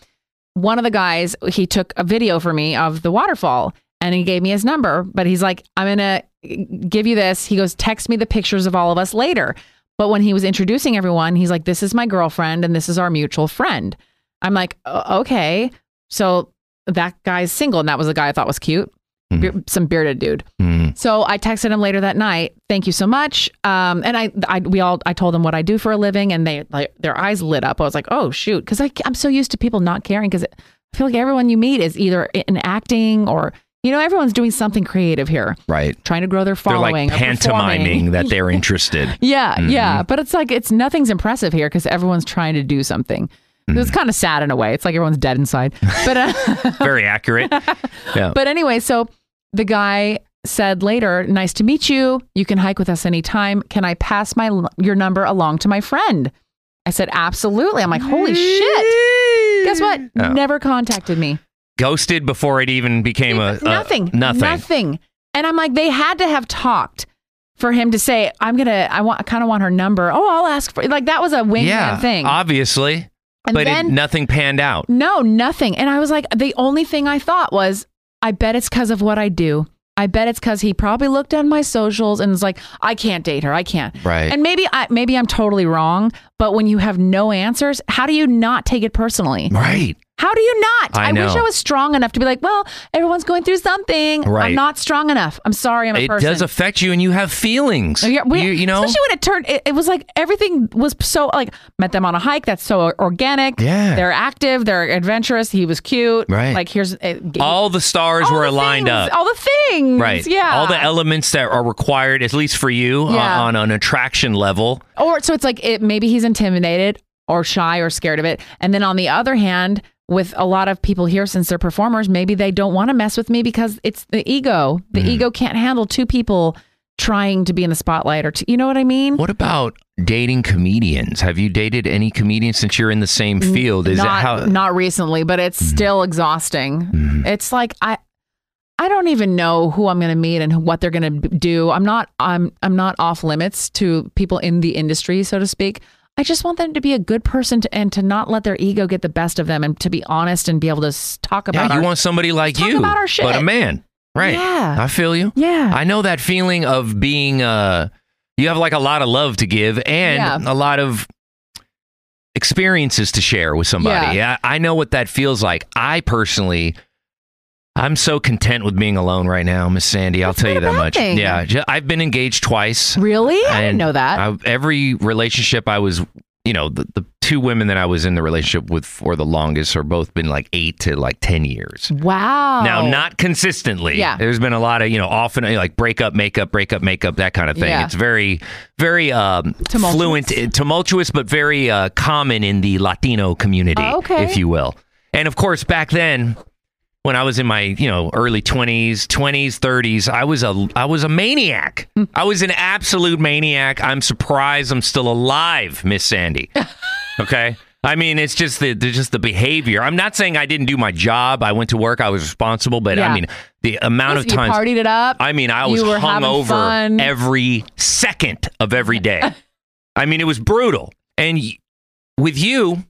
Speaker 5: One of the guys, he took a video for me of the waterfall and he gave me his number, but he's like, I'm going to give you this. He goes, text me the pictures of all of us later. But when he was introducing everyone, he's like, this is my girlfriend and this is our mutual friend. I'm like, "O- okay. So that guy's single. And that was the guy I thought was cute,
Speaker 4: Mm-hmm.
Speaker 5: Be- some bearded dude.
Speaker 4: Hmm.
Speaker 5: So I texted him later that night. Thank you so much. Um, and I, I, we all, I told them what I do for a living, and they like their eyes lit up. I was like, oh shoot, because I, I'm so used to people not caring because I feel like everyone you meet is either in acting or you know everyone's doing something creative here,
Speaker 4: Right.
Speaker 5: trying to grow their
Speaker 4: They're
Speaker 5: following.
Speaker 4: like
Speaker 5: or performing.
Speaker 4: pantomiming Mm-hmm. that they're interested.
Speaker 5: [LAUGHS] Yeah, yeah, but it's like it's nothing's impressive here because everyone's trying to do something. It's
Speaker 4: Mm-hmm.
Speaker 5: kind of sad in a way. It's like everyone's
Speaker 4: [LAUGHS]
Speaker 5: dead inside. But uh,
Speaker 4: Very accurate. Yeah.
Speaker 5: But anyway, so the guy said later, "Nice to meet you. You can hike with us anytime. Can I pass my your number along to my friend?" I said, "Absolutely." I'm like, "Holy shit!" Guess what?
Speaker 4: Oh.
Speaker 5: Never contacted me.
Speaker 4: Ghosted before it even became a, a-
Speaker 5: nothing.
Speaker 4: uh, Nothing.
Speaker 5: Nothing. And I'm like, they had to have talked. for him to say, "I'm gonna, I want, I kind of want her number." Oh, I'll ask for like that was a wingman
Speaker 4: yeah,
Speaker 5: thing.
Speaker 4: obviously.
Speaker 5: And
Speaker 4: but it,
Speaker 5: then-
Speaker 4: nothing panned out.
Speaker 5: No, nothing. And I was like, the only thing I thought was, I bet it's because of what I do. I bet it's because he probably looked on my socials and was like, I can't date her. I can't.
Speaker 4: Right.
Speaker 5: And maybe I maybe I'm totally wrong, but when you have no answers, how do you not take it personally?
Speaker 4: Right.
Speaker 5: How do you not?
Speaker 4: I
Speaker 5: wish
Speaker 4: know.
Speaker 5: I was strong enough to be like, well, everyone's going through something.
Speaker 4: Right.
Speaker 5: I'm not strong enough. I'm sorry, I'm a
Speaker 4: It
Speaker 5: person.
Speaker 4: does affect you, and you have feelings.
Speaker 5: Oh, yeah, we-
Speaker 4: you, you know,
Speaker 5: especially when it turned, it, it was like everything was so like met them on a hike. That's so organic.
Speaker 4: Yeah.
Speaker 5: they're active, they're adventurous. He was cute.
Speaker 4: Right.
Speaker 5: Like here's it,
Speaker 4: all the stars were lined up.
Speaker 5: all the things.
Speaker 4: Right.
Speaker 5: Yeah.
Speaker 4: All the elements that are required, at least for you, uh,
Speaker 5: Yeah.
Speaker 4: on an attraction level.
Speaker 5: or so it's like it maybe he's intimidated or shy or scared of it. And then on the other hand, with a lot of people here since they're performers, maybe they don't want to mess with me because it's the ego. The
Speaker 4: Mm-hmm.
Speaker 5: ego can't handle two people trying to be in the spotlight or two, you know what I mean?
Speaker 4: What about dating comedians? Have you dated any comedians since you're in the same field? Is
Speaker 5: not
Speaker 4: that how? Mm-hmm.
Speaker 5: not recently, but it's still exhausting. It's like I I don't even know who I'm going to meet and what they're going to do. I'm not I'm I'm not off limits to people in the industry, so to speak. I just want them to be a good person to, and to not let their ego get the best of them and to be honest and be able to s- talk about
Speaker 4: yeah, you
Speaker 5: our-
Speaker 4: want somebody like
Speaker 5: talk
Speaker 4: you,
Speaker 5: about our shit.
Speaker 4: but a man, right?
Speaker 5: Yeah.
Speaker 4: I feel you.
Speaker 5: Yeah.
Speaker 4: I know that feeling of being. Uh, you have like a lot of love to give and
Speaker 5: Yeah.
Speaker 4: a lot of experiences to share with somebody. Yeah. I, I know what that feels like. I personally. I'm so content with being alone right now, Miss Sandy. I'll tell you
Speaker 5: not a
Speaker 4: that
Speaker 5: bad
Speaker 4: much.
Speaker 5: thing.
Speaker 4: Yeah, ju- I've been engaged twice.
Speaker 5: Really? I didn't
Speaker 4: And
Speaker 5: know that.
Speaker 4: I, every relationship I was, you know, the, the two women that I was in the relationship with for the longest are both been like eight to like 10 years.
Speaker 5: wow.
Speaker 4: Now, not consistently.
Speaker 5: Yeah.
Speaker 4: There's been a lot of, you know, often like breakup, makeup, breakup, makeup, that kind of thing.
Speaker 5: Yeah.
Speaker 4: It's very, very um,
Speaker 5: Tumultuous.
Speaker 4: fluent, eh, tumultuous, but very uh, common in the Latino community,
Speaker 5: Oh, okay.
Speaker 4: if you will. And of course, back then, when I was in my, you know, early 20s, 20s, 30s, I was a I was a maniac.
Speaker 5: Hmm.
Speaker 4: I was an absolute maniac. I'm surprised I'm still alive, Miss Sandy. Okay? I mean, it's just the, the just the behavior. I'm not saying I didn't do my job. I went to work. I was responsible, but I
Speaker 5: Yeah.
Speaker 4: mean, the amount
Speaker 5: Listen,
Speaker 4: of times
Speaker 5: you partied it up.
Speaker 4: I mean, I was
Speaker 5: You were
Speaker 4: hung
Speaker 5: having
Speaker 4: over
Speaker 5: fun.
Speaker 4: every second of every
Speaker 5: [LAUGHS]
Speaker 4: day. I mean, it was brutal. And y- with you,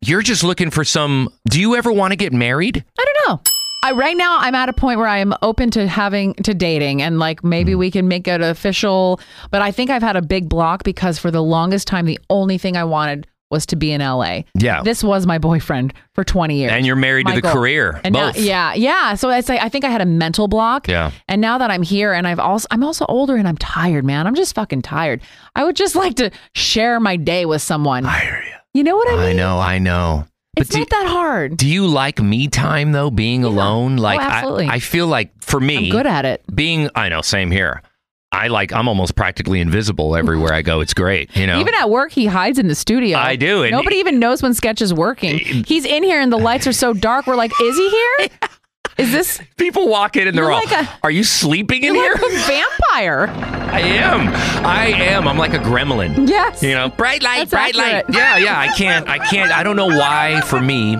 Speaker 4: you're just looking for some. Do you ever want to get married?
Speaker 5: I don't know. I right now I'm at a point where I am open to having to dating and like
Speaker 4: Mm.
Speaker 5: maybe we can make it official. But I think I've had a big block because for the longest time the only thing I wanted was to be in LA.
Speaker 4: Yeah.
Speaker 5: This was my boyfriend for 20 years.
Speaker 4: And you're married to
Speaker 5: My
Speaker 4: the
Speaker 5: goal.
Speaker 4: career,
Speaker 5: And now-
Speaker 4: both.
Speaker 5: yeah, yeah. So it's like I think I had a mental block.
Speaker 4: Yeah.
Speaker 5: And now that I'm here and I've also I'm also older and I'm tired, man. I'm just fucking tired. I would just like to share my day with someone.
Speaker 4: hear you.
Speaker 5: You know what I mean?
Speaker 4: I know, I know. But
Speaker 5: It's
Speaker 4: do,
Speaker 5: not that hard.
Speaker 4: do you like me time though? Being alone, like I-
Speaker 5: Oh, absolutely.
Speaker 4: I, feel like for me,
Speaker 5: I'm good at it.
Speaker 4: being. I know, same here. I like. I'm almost practically invisible everywhere I go. It's great, you know.
Speaker 5: Even at work, he hides in the studio.
Speaker 4: I do, and-
Speaker 5: Nobody even knows when Sketch is working. He's in here and the lights are so dark. We're like, is he
Speaker 4: [LAUGHS]
Speaker 5: here? Is this
Speaker 4: People walk in and they're
Speaker 5: You're
Speaker 4: all,
Speaker 5: like a-
Speaker 4: "Are you sleeping in
Speaker 5: you're
Speaker 4: here?"
Speaker 5: like [LAUGHS] a vampire?
Speaker 4: I am. I am. I'm like a gremlin.
Speaker 5: Yes.
Speaker 4: You know, bright light,
Speaker 5: That's
Speaker 4: bright light.
Speaker 5: accurate.
Speaker 4: Yeah, yeah. I can't. I can't. I don't know why. For me,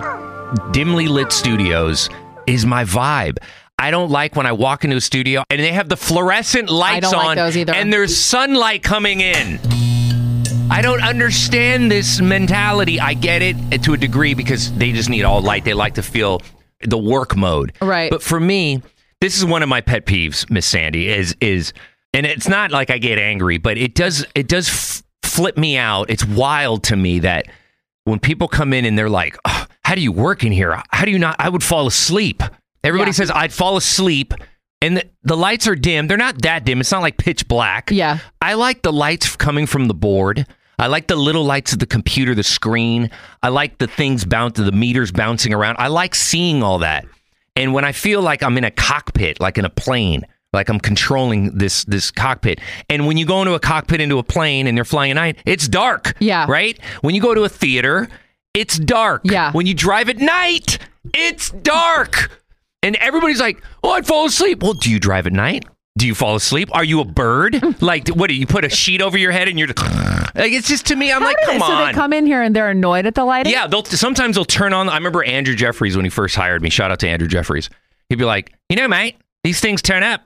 Speaker 4: dimly lit studios is my vibe. I don't like when I walk into a studio and they have the fluorescent lights
Speaker 5: don't
Speaker 4: on
Speaker 5: like those either.
Speaker 4: and there's sunlight coming in. I don't understand this mentality. I get it uh, to a degree because they just need all light. They like to feel the work mode.
Speaker 5: Right.
Speaker 4: But for me, this is one of my pet peeves, Miss Sandy, is is and it's not like I get angry, but it does it does f- flip me out. It's wild to me that when people come in and they're like, "Ugh, "How do you work in here? How do you not I would fall asleep." Everybody
Speaker 5: Yeah.
Speaker 4: says I'd fall asleep and the, the lights are dim. They're not that dim. It's not like pitch black.
Speaker 5: Yeah.
Speaker 4: I like the lights coming from the board. I like the little lights of the computer, the screen. I like the things bounce, the meters bouncing around. I like seeing all that. And when I feel like I'm in a cockpit, like in a plane, like I'm controlling this this cockpit. And when you go into a cockpit into a plane and they're flying at night, it's dark.
Speaker 5: Yeah.
Speaker 4: Right? When you go to a theater, it's dark.
Speaker 5: Yeah.
Speaker 4: When you drive at night, it's dark. And everybody's like, oh, I'd fall asleep. Well, do you drive at night? Do you fall asleep? Are you a
Speaker 5: [LAUGHS]
Speaker 4: bird? Like, what do you put a sheet over your head and you're [SIGHS] like, it's just to me, I'm like,
Speaker 5: How do they-
Speaker 4: come
Speaker 5: so
Speaker 4: on.
Speaker 5: they come in here and they're annoyed at the lighting.
Speaker 4: yeah, they'll sometimes they'll turn on. I remember Andrew Jeffries when he first hired me. Shout out to Andrew Jeffries. He'd be like, you know, mate, these things turn up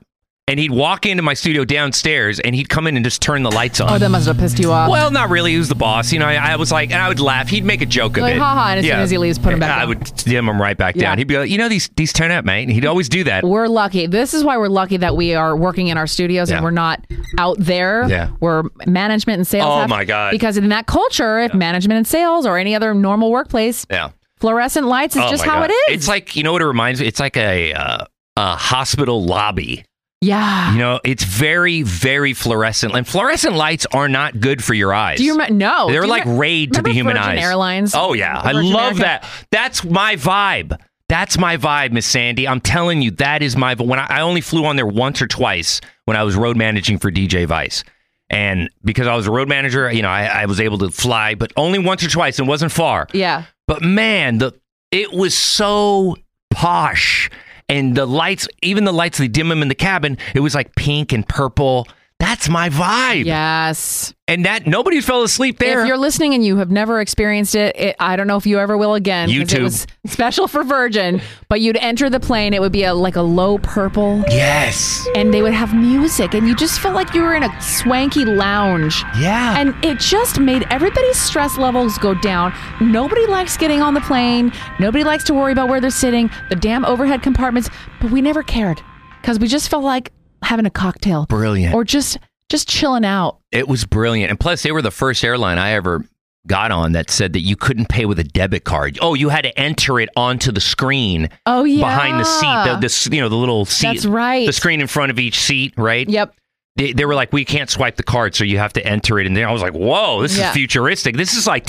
Speaker 4: and he'd walk into my studio downstairs and he'd come in and just turn the lights on.
Speaker 5: Oh, that must have pissed you off.
Speaker 4: Well, not really. He was the boss. You know, I, I was like, and I would laugh. He'd make a joke of
Speaker 5: Like,
Speaker 4: it.
Speaker 5: "Ha ha," and as soon as he leaves, put him back
Speaker 4: I
Speaker 5: down.
Speaker 4: would dim him right back down. He'd be like, you know, these these turn up, mate. And he'd always do that.
Speaker 5: We're lucky. This is why we're lucky that we are working in our studios
Speaker 4: Yeah.
Speaker 5: and we're not out there.
Speaker 4: Yeah.
Speaker 5: We're management and sales.
Speaker 4: Oh,
Speaker 5: have-
Speaker 4: my God.
Speaker 5: Because in that culture, if management and sales or any other normal workplace,
Speaker 4: Yeah.
Speaker 5: fluorescent lights is
Speaker 4: Oh,
Speaker 5: just
Speaker 4: my
Speaker 5: how
Speaker 4: God.
Speaker 5: it is.
Speaker 4: It's like you know what it reminds me. It's like a uh, a hospital lobby.
Speaker 5: yeah.
Speaker 4: You know, it's very, very fluorescent. And fluorescent lights are not good for your eyes.
Speaker 5: Do you remember? No.
Speaker 4: They're
Speaker 5: Do you
Speaker 4: like
Speaker 5: remem-
Speaker 4: raid to the
Speaker 5: remember
Speaker 4: human
Speaker 5: Virgin
Speaker 4: eyes.
Speaker 5: Airlines?
Speaker 4: Oh yeah, I
Speaker 5: Virgin
Speaker 4: love
Speaker 5: America?
Speaker 4: that. That's my vibe. That's my vibe, Miss Sandy. I'm telling you, that is my. When I, I only flew on there once or twice when I was road managing for DJ Vice, and because I was a road manager, you know, I, I was able to fly, but only once or twice. It wasn't far.
Speaker 5: Yeah.
Speaker 4: But man, the it was so posh, and the lights, even the lights, they dim them in the cabin. It was like pink and purple. That's my vibe.
Speaker 5: Yes.
Speaker 4: And that nobody fell asleep there.
Speaker 5: If you're listening and you have never experienced it, it I don't know if you ever will again. 'cause
Speaker 4: YouTube.
Speaker 5: It was special for Virgin, but you'd enter the plane. It would be a like a low purple,
Speaker 4: yes.
Speaker 5: and they would have music, and you just felt like you were in a swanky lounge.
Speaker 4: Yeah.
Speaker 5: And it just made everybody's stress levels go down. Nobody likes getting on the plane. Nobody likes to worry about where they're sitting, the damn overhead compartments, but we never cared because we just felt like having a cocktail
Speaker 4: Brilliant.
Speaker 5: or just just chilling out.
Speaker 4: It was brilliant. And plus, they were the first airline I ever got on that said that you couldn't pay with a debit card. Oh, you had to enter it onto the screen
Speaker 5: Oh yeah.
Speaker 4: behind the seat, the, the s- you know the little seat.
Speaker 5: That's right.
Speaker 4: The screen in front of each seat, right?
Speaker 5: Yep.
Speaker 4: They, they were like, we can't swipe the card, so you have to enter it. And then I was like, whoa, this
Speaker 5: Yeah.
Speaker 4: is futuristic. This is like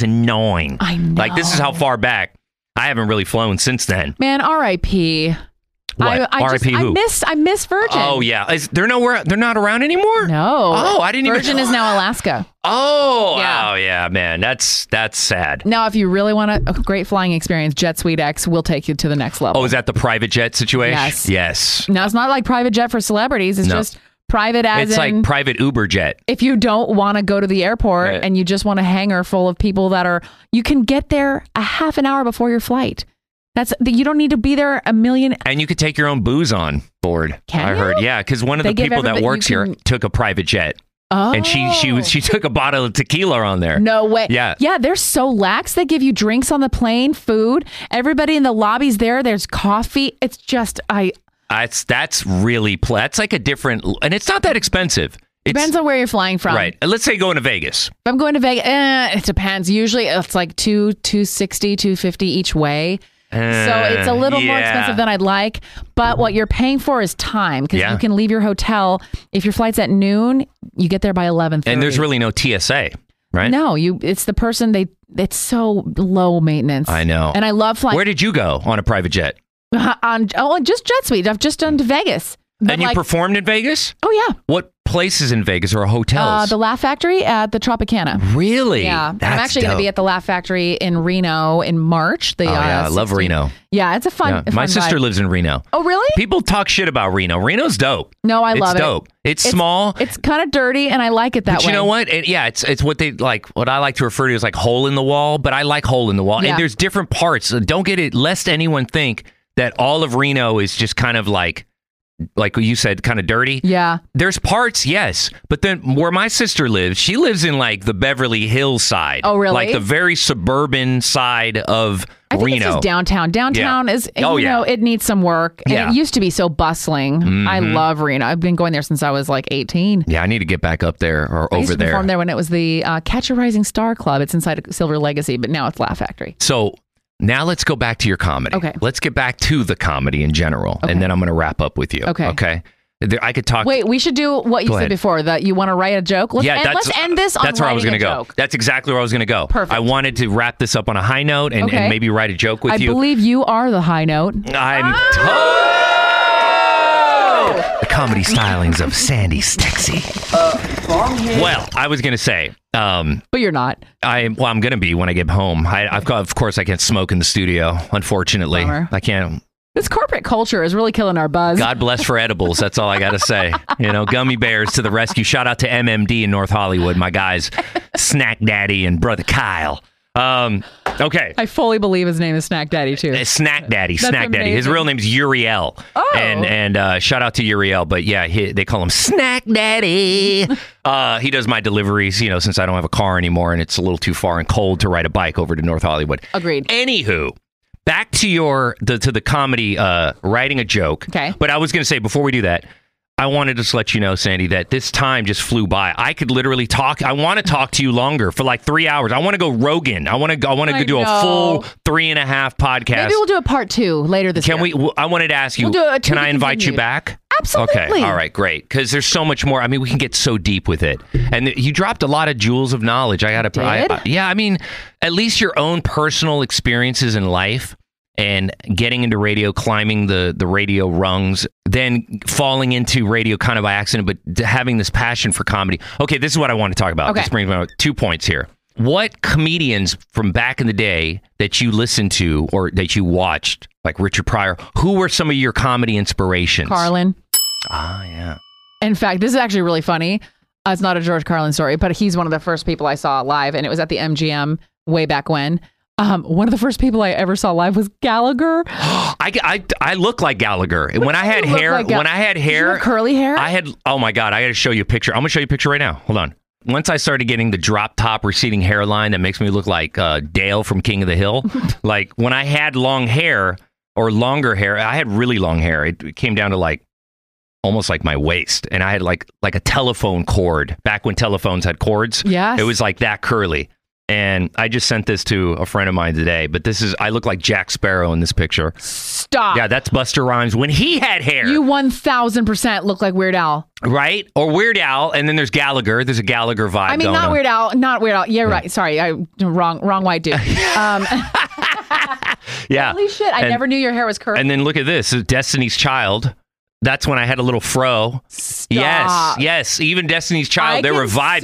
Speaker 4: 2009.
Speaker 5: I know.
Speaker 4: Like this is how far back. I haven't really flown since then.
Speaker 5: Man, R.I.P. I,
Speaker 4: What?
Speaker 5: I just-
Speaker 4: R.I.P.
Speaker 5: I
Speaker 4: who?
Speaker 5: miss I miss Virgin.
Speaker 4: Oh yeah, is, they're nowhere. They're not around anymore.
Speaker 5: No.
Speaker 4: Oh, I didn't even-
Speaker 5: Virgin is now Alaska.
Speaker 4: Oh,
Speaker 5: Yeah.
Speaker 4: oh yeah, man. That's that's sad.
Speaker 5: Now, if you really want a, a great flying experience, Jet Suite X will take you to the next level.
Speaker 4: Oh, is that the private jet situation?
Speaker 5: Yes.
Speaker 4: Yes.
Speaker 5: Now it's not like private jet for celebrities. It's
Speaker 4: No.
Speaker 5: just private as
Speaker 4: it's
Speaker 5: in
Speaker 4: like private Uber jet.
Speaker 5: if you don't want to go to the airport
Speaker 4: Right.
Speaker 5: and you just want a hangar full of people that are you can get there a half an hour before your flight. That's you don't need to be there a million.
Speaker 4: And you could take your own booze on board.
Speaker 5: Can
Speaker 4: I
Speaker 5: you?
Speaker 4: heard. Yeah, because one of
Speaker 5: They
Speaker 4: the
Speaker 5: give
Speaker 4: people that
Speaker 5: everybody- you
Speaker 4: works here
Speaker 5: can-
Speaker 4: took a private jet,
Speaker 5: Oh.
Speaker 4: and she she was she took a bottle of tequila on there.
Speaker 5: No way.
Speaker 4: Yeah.
Speaker 5: Yeah, they're so lax. They give you drinks on the plane, food. Everybody in the lobby's there. There's coffee. It's just I
Speaker 4: That's Uh, that's really pl- that's like a different, and it's not that expensive. It's,
Speaker 5: depends on where you're flying from.
Speaker 4: right. And Let's say going to Vegas.
Speaker 5: If I'm going to Vegas, eh, it depends. Usually it's like two, 260, 250 each way. So it's
Speaker 4: Uh,
Speaker 5: a little more expensive than I'd like, but what you're paying for is time because
Speaker 4: Yeah.
Speaker 5: you can leave your hotel if your flight's at noon. You get there by eleven thirty.
Speaker 4: And there's really no TSA, right?
Speaker 5: no you. It's the person they. It's so low maintenance.
Speaker 4: I know.
Speaker 5: and I love flying
Speaker 4: Where did you go on a private jet?
Speaker 5: [LAUGHS] on oh and just jet suite. I've just done to Vegas. But
Speaker 4: and
Speaker 5: like-
Speaker 4: you performed in Vegas?
Speaker 5: Oh yeah,
Speaker 4: What places in Vegas are
Speaker 5: uh,
Speaker 4: hotels?
Speaker 5: the Laugh Factory at the Tropicana.
Speaker 4: really?
Speaker 5: Yeah,
Speaker 4: That's
Speaker 5: I'm actually going to be at the Laugh Factory in Reno in March. The
Speaker 4: Oh,
Speaker 5: uh,
Speaker 4: yeah, I love
Speaker 5: 16
Speaker 4: Reno.
Speaker 5: Yeah, it's a fun.
Speaker 4: Yeah. My
Speaker 5: fun
Speaker 4: sister
Speaker 5: vibe.
Speaker 4: lives in Reno.
Speaker 5: Oh really?
Speaker 4: People talk shit about Reno. Reno's dope.
Speaker 5: No, I
Speaker 4: it's
Speaker 5: love it.
Speaker 4: dope. It's, small.
Speaker 5: It's kind of dirty, and I like it that
Speaker 4: but you
Speaker 5: way.
Speaker 4: know what? It- yeah, it's it's what they like. What I like to refer to as like hole in the wall. But I like hole in the wall.
Speaker 5: Yeah.
Speaker 4: And there's different parts. So Don't get it. Lest anyone think that all of Reno is just kind of like, like you said, kind of dirty.
Speaker 5: Yeah.
Speaker 4: There's parts, yes, but then where my sister lives, she lives in like the Beverly Hills side.
Speaker 5: Oh, really?
Speaker 4: Like the very suburban side of
Speaker 5: I think
Speaker 4: Reno.
Speaker 5: this is downtown. Downtown is,
Speaker 4: Oh,
Speaker 5: you
Speaker 4: yeah.
Speaker 5: know, it needs some work. And
Speaker 4: Yeah. Mm-hmm.
Speaker 5: it used to be so bustling. I love Reno. I've been going there since I was like 18.
Speaker 4: yeah, I need to get back up there or
Speaker 5: I used
Speaker 4: over
Speaker 5: to
Speaker 4: there.
Speaker 5: perform there when it was the uh, Catch a Rising Star Club. It's inside of Silver Legacy, but now it's Laugh Factory.
Speaker 4: So now let's go back to your comedy.
Speaker 5: Okay.
Speaker 4: Let's get back to the comedy in general, and then I'm going to wrap up with you.
Speaker 5: Okay.
Speaker 4: Okay. There, I could talk.
Speaker 5: Wait, we should do what you
Speaker 4: Go
Speaker 5: said
Speaker 4: ahead.
Speaker 5: before that you want to write a joke. Let's,
Speaker 4: yeah,
Speaker 5: end,
Speaker 4: that's
Speaker 5: let's end this on
Speaker 4: That's where I was
Speaker 5: writing
Speaker 4: gonna
Speaker 5: a
Speaker 4: go.
Speaker 5: joke.
Speaker 4: That's exactly where I was going to go.
Speaker 5: Perfect.
Speaker 4: I wanted to wrap this up on a high note and,
Speaker 5: Okay.
Speaker 4: and maybe write a joke with
Speaker 5: I
Speaker 4: you.
Speaker 5: believe Ah! you are the high note.
Speaker 4: I'm. The comedy stylings of Sandy Stexy. well, I was gonna say, um,
Speaker 5: But you're not.
Speaker 4: I well, I'm gonna be when I get home. I, I've got, of course, I can't smoke in the studio. Unfortunately,
Speaker 5: Bummer.
Speaker 4: I can't.
Speaker 5: This corporate culture is really killing our buzz.
Speaker 4: God bless for edibles. That's all I gotta say. You know, gummy bears to the rescue. Shout out to MMD in North Hollywood, my guys, Snack Daddy and Brother Kyle. Um, okay.
Speaker 5: I fully believe his name is Snack Daddy too.
Speaker 4: Uh, Snack Daddy,
Speaker 5: That's
Speaker 4: Snack Daddy. His
Speaker 5: amazing.
Speaker 4: real name's Uriel. Oh. And and uh, shout out to Uriel, but yeah, he, they call him Snack Daddy. uh, he does my deliveries, you know, since I don't have a car anymore and it's a little too far and cold to ride a bike over to North Hollywood.
Speaker 5: Agreed.
Speaker 4: Anywho, back to your the, to the comedy uh, writing a joke.
Speaker 5: Okay.
Speaker 4: But I was going to say before we do that, I wanted to just let you know, Sandy, that this time just flew by. I could literally talk. I want to talk to you longer for like three hours. I want to go Rogan. I want to. I want
Speaker 5: I
Speaker 4: to do a
Speaker 5: know.
Speaker 4: full three and a half podcast.
Speaker 5: Maybe we'll do a part two later this
Speaker 4: Can
Speaker 5: year.
Speaker 4: we? w- I wanted to ask you.
Speaker 5: We'll do a
Speaker 4: can I
Speaker 5: to be
Speaker 4: invite you
Speaker 5: continued.
Speaker 4: back?
Speaker 5: Absolutely.
Speaker 4: Okay. All right. Great. Because there's so much more. I mean, we can get so deep with it. And th- you dropped a lot of jewels of knowledge. I got to. I,
Speaker 5: did?
Speaker 4: I- yeah. I mean, at least your own personal experiences in life and getting into radio, climbing the the radio rungs, then falling into radio kind of by accident, but d- having this passion for comedy. Okay. This is what I want to talk about.
Speaker 5: Okay.
Speaker 4: This brings me to two points here. What comedians from back in the day that you listened to or that you watched, like Richard Pryor, who were some of your comedy inspirations?
Speaker 5: Carlin.
Speaker 4: Ah, yeah.
Speaker 5: In fact, this is actually really funny. Uh, it's not a George Carlin story, but he's one of the first people I saw live, and it was at the MGM way back when. Um, one of the first people I ever saw live was Gallagher.
Speaker 4: I, I, I look like Gallagher. when I had
Speaker 5: You look
Speaker 4: hair,
Speaker 5: like Gal-
Speaker 4: when I had
Speaker 5: Did you
Speaker 4: hair,
Speaker 5: have curly hair.
Speaker 4: I had. Oh my god! I got to show you a picture. I'm gonna show you a picture right now. Hold on. Once I started getting the drop top receding hairline that makes me look like uh, Dale from King of the Hill, like when I had long hair or longer hair, I had really long hair. It, it came down to like almost like my waist, and I had like like a telephone cord back when telephones had cords.
Speaker 5: Yes.
Speaker 4: it was like that curly. And I just sent this to a friend of mine today, but this is I look like Jack Sparrow in this picture.
Speaker 5: Stop.
Speaker 4: Yeah, that's Buster Rhymes when he had hair
Speaker 5: you one thousand percent look like Weird Al.
Speaker 4: right? Or Weird Al, and then there's Gallagher. There's a Gallagher vibe.
Speaker 5: I mean,
Speaker 4: going
Speaker 5: not
Speaker 4: on.
Speaker 5: Weird Al. Not Weird Al. Yeah, right. Sorry, I wrong wrong
Speaker 4: [LAUGHS]
Speaker 5: white dude. Um, [LAUGHS]
Speaker 4: Yeah.
Speaker 5: holy shit! I
Speaker 4: And-
Speaker 5: never knew your hair was curly.
Speaker 4: And then look at this, Destiny's Child. That's when I had a little fro. Yes,
Speaker 5: Stop.
Speaker 4: yes. Even Destiny's
Speaker 5: I
Speaker 4: Child, Oh, they were
Speaker 5: can
Speaker 4: vibing.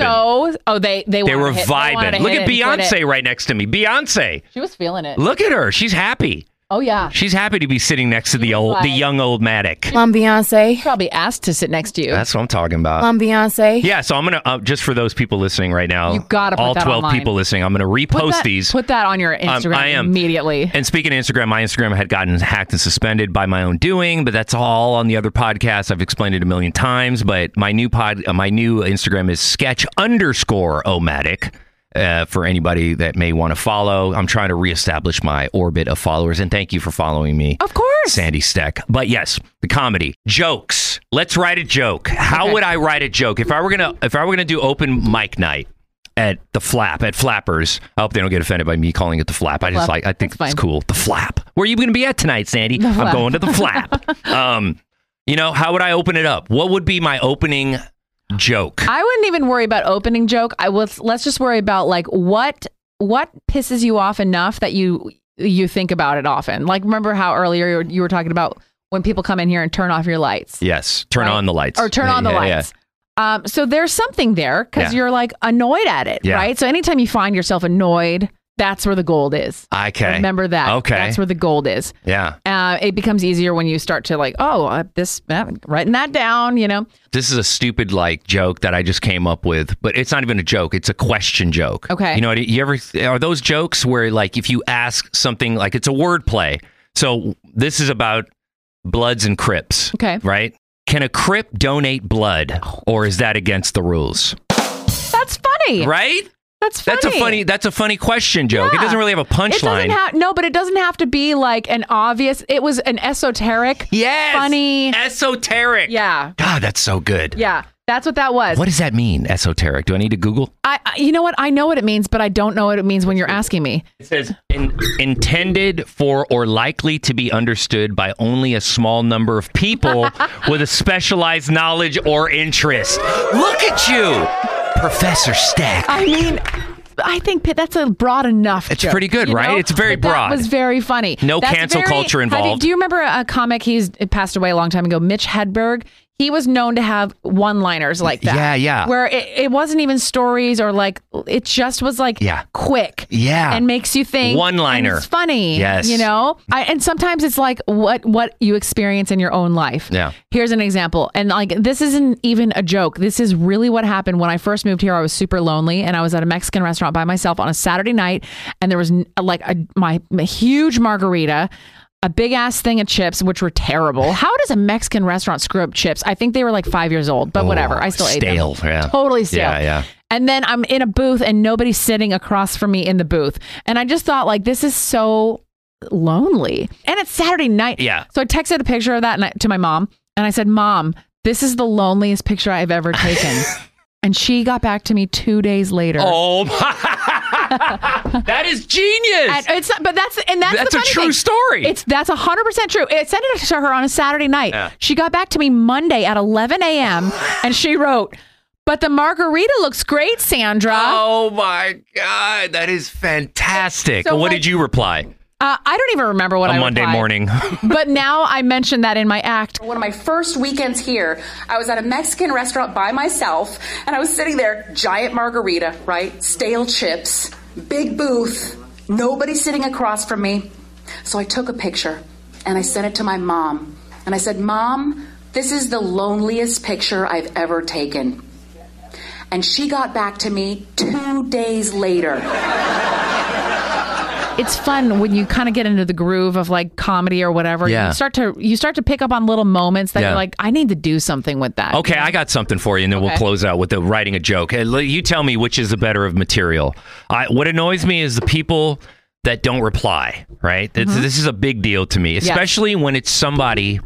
Speaker 5: So, oh, they they
Speaker 4: they
Speaker 5: wanted
Speaker 4: were
Speaker 5: to hit- they wanted
Speaker 4: vibing.
Speaker 5: to
Speaker 4: Look
Speaker 5: hit
Speaker 4: at
Speaker 5: it and quit
Speaker 4: Beyonce
Speaker 5: it.
Speaker 4: right next to me. Beyonce,
Speaker 5: She was feeling it.
Speaker 4: look at her. She's happy.
Speaker 5: Oh yeah,
Speaker 4: She's happy to be sitting next to the old, the
Speaker 5: like-
Speaker 4: young old Matic.
Speaker 10: Mom Beyonce.
Speaker 5: probably asked to sit next to you.
Speaker 4: That's what I'm talking about.
Speaker 10: Mom Beyonce.
Speaker 4: yeah, so I'm gonna uh, just for those people listening right now.
Speaker 5: You gotta put
Speaker 4: all
Speaker 5: that
Speaker 4: 12
Speaker 5: online.
Speaker 4: people listening. I'm gonna repost
Speaker 5: put that,
Speaker 4: these.
Speaker 5: Put that on your
Speaker 4: Um,
Speaker 5: Instagram
Speaker 4: I am.
Speaker 5: immediately.
Speaker 4: And speaking of Instagram, my Instagram had gotten hacked and suspended by my own doing, but that's all on the other podcast. I've explained it a million times, but my new pod, uh, my new Instagram is sketch underscore omatic. Uh, for anybody that may want to follow, I'm trying to reestablish my orbit of followers, and thank you for following me.
Speaker 5: Of course.
Speaker 4: Sandy Steck. But yes, the comedy jokes. Let's write a joke. How would I write a joke if I were gonna if I were gonna do open mic night at the Flap at Flappers? I hope they don't get offended by me calling it the Flap. I just
Speaker 5: Flap.
Speaker 4: like I think
Speaker 5: That's
Speaker 4: it's
Speaker 5: fine.
Speaker 4: cool. The Flap. Where are you gonna be at tonight, Sandy? I'm
Speaker 5: Flap.
Speaker 4: going to the
Speaker 5: [LAUGHS]
Speaker 4: Flap. um, you know, how would I open it up? What would be my opening joke?
Speaker 5: I wouldn't even worry about opening joke. I was let's just worry about like what what pisses you off enough that you you think about it often. Like remember how earlier you were, you were talking about when people come in here and turn off your lights
Speaker 4: yes, turn
Speaker 5: Right.
Speaker 4: on the lights
Speaker 5: or turn on the
Speaker 4: Yeah, yeah.
Speaker 5: lights. Um, so there's something there because
Speaker 4: Yeah.
Speaker 5: you're like annoyed at it,
Speaker 4: Yeah.
Speaker 5: right? So anytime you find yourself annoyed, that's where the gold is.
Speaker 4: Okay.
Speaker 5: Remember that.
Speaker 4: Okay.
Speaker 5: That's where the gold is.
Speaker 4: yeah.
Speaker 5: Uh, it becomes easier when you start to like, oh, uh, this, uh, writing that down, you know.
Speaker 4: this is a stupid like joke that I just came up with, but it's not even a joke. It's a question joke.
Speaker 5: Okay.
Speaker 4: You know, what you ever are those jokes where like if you ask something like it's a word play. So this is about Bloods and Crips.
Speaker 5: Okay.
Speaker 4: Right? Can a Crip donate blood, or is that against the rules?
Speaker 5: That's funny.
Speaker 4: Right?
Speaker 5: That's funny.
Speaker 4: That's a funny. That's a funny question joke. It
Speaker 5: Yeah.
Speaker 4: doesn't really have a
Speaker 5: It doesn't
Speaker 4: punchline.
Speaker 5: have no, but it doesn't have to be like an obvious. It was an esoteric.
Speaker 4: yes.
Speaker 5: Funny.
Speaker 4: Esoteric.
Speaker 5: Yeah.
Speaker 4: God, that's so good.
Speaker 5: Yeah. That's what that was.
Speaker 4: What does that mean? Esoteric. Do I need to Google?
Speaker 5: I, I- you know what? I know what it means, but I don't know what it means when you're asking me.
Speaker 4: It says in, intended for or likely to be understood by only a small number of
Speaker 5: [LAUGHS]
Speaker 4: people with a specialized knowledge or interest. Look at you, Professor Stack.
Speaker 5: I mean, I think Pitt, that's a broad enough.
Speaker 4: It's
Speaker 5: joke,
Speaker 4: pretty good,
Speaker 5: you
Speaker 4: right?
Speaker 5: know?
Speaker 4: It's very
Speaker 5: But
Speaker 4: broad.
Speaker 5: That was very funny.
Speaker 4: No
Speaker 5: That's
Speaker 4: cancel
Speaker 5: very-
Speaker 4: culture
Speaker 5: how do you-
Speaker 4: involved.
Speaker 5: do you remember a comic? He's it passed away a long time ago. Mitch Hedberg. he was known to have one liners like that.
Speaker 4: Yeah, yeah.
Speaker 5: Where it, it wasn't even stories or like, it just was like
Speaker 4: Yeah.
Speaker 5: quick.
Speaker 4: Yeah.
Speaker 5: And makes you think. and
Speaker 4: One-liner.
Speaker 5: It's funny.
Speaker 4: Yes.
Speaker 5: You know? I, and sometimes it's like what, what you experience in your own life.
Speaker 4: Yeah.
Speaker 5: Here's an example. And like, this isn't even a joke. This is really what happened when I first moved here. I was super lonely and I was at a Mexican restaurant by myself on a Saturday night. And there was n- like a, my, my huge margarita, a big ass thing of chips, which were terrible. How does a Mexican restaurant screw up chips? I think they were like five years old, but whatever. I still
Speaker 4: Oh, stale,
Speaker 5: ate them.
Speaker 4: yeah.
Speaker 5: Totally stale.
Speaker 4: Yeah, yeah.
Speaker 5: And then I'm in a booth and nobody's sitting across from me in the booth. And I just thought, like, this is so lonely. And it's Saturday night.
Speaker 4: Yeah.
Speaker 5: So I texted a picture of that and I- to my mom. And I said, Mom, this is the loneliest picture I've ever taken.
Speaker 4: [LAUGHS]
Speaker 5: and she got back to me two days later.
Speaker 4: Oh, my- [LAUGHS] that is genius.
Speaker 5: And it's not, but that's and that's
Speaker 4: That's
Speaker 5: the
Speaker 4: a
Speaker 5: funny
Speaker 4: true
Speaker 5: thing.
Speaker 4: story.
Speaker 5: It's that's hundred percent true. It sent it to her on a Saturday night.
Speaker 4: Yeah.
Speaker 5: She got back to me Monday at eleven a.m. and she wrote, "But the margarita looks great, Sandra.
Speaker 4: oh my god, that is fantastic.
Speaker 5: So,
Speaker 4: what
Speaker 5: like-
Speaker 4: did you reply
Speaker 5: Uh, I don't even remember what
Speaker 4: on
Speaker 5: I
Speaker 4: Monday
Speaker 5: replied.
Speaker 4: morning? [LAUGHS]
Speaker 5: but now I mentioned that in my act.
Speaker 10: One of my first weekends here, I was at a Mexican restaurant by myself, and I was sitting there, giant margarita, right? Stale chips, big booth, nobody sitting across from me. So I took a picture and I sent it to my mom. And I said, Mom, this is the loneliest picture I've ever taken. And she got back to me two days later.
Speaker 5: It's fun when you kind of get into the groove of like comedy or whatever.
Speaker 4: Yeah.
Speaker 5: You start to you start to pick up on little moments that
Speaker 4: Yeah.
Speaker 5: you're like, I need to do something with that.
Speaker 4: Okay, I got something for you, and then we'll
Speaker 5: Okay.
Speaker 4: close out with the writing a joke. Hey, l- You tell me which is the better of material. I, what annoys me is the people that don't reply. Right, It's-
Speaker 5: Mm-hmm.
Speaker 4: this is a big deal to me, especially when it's somebody.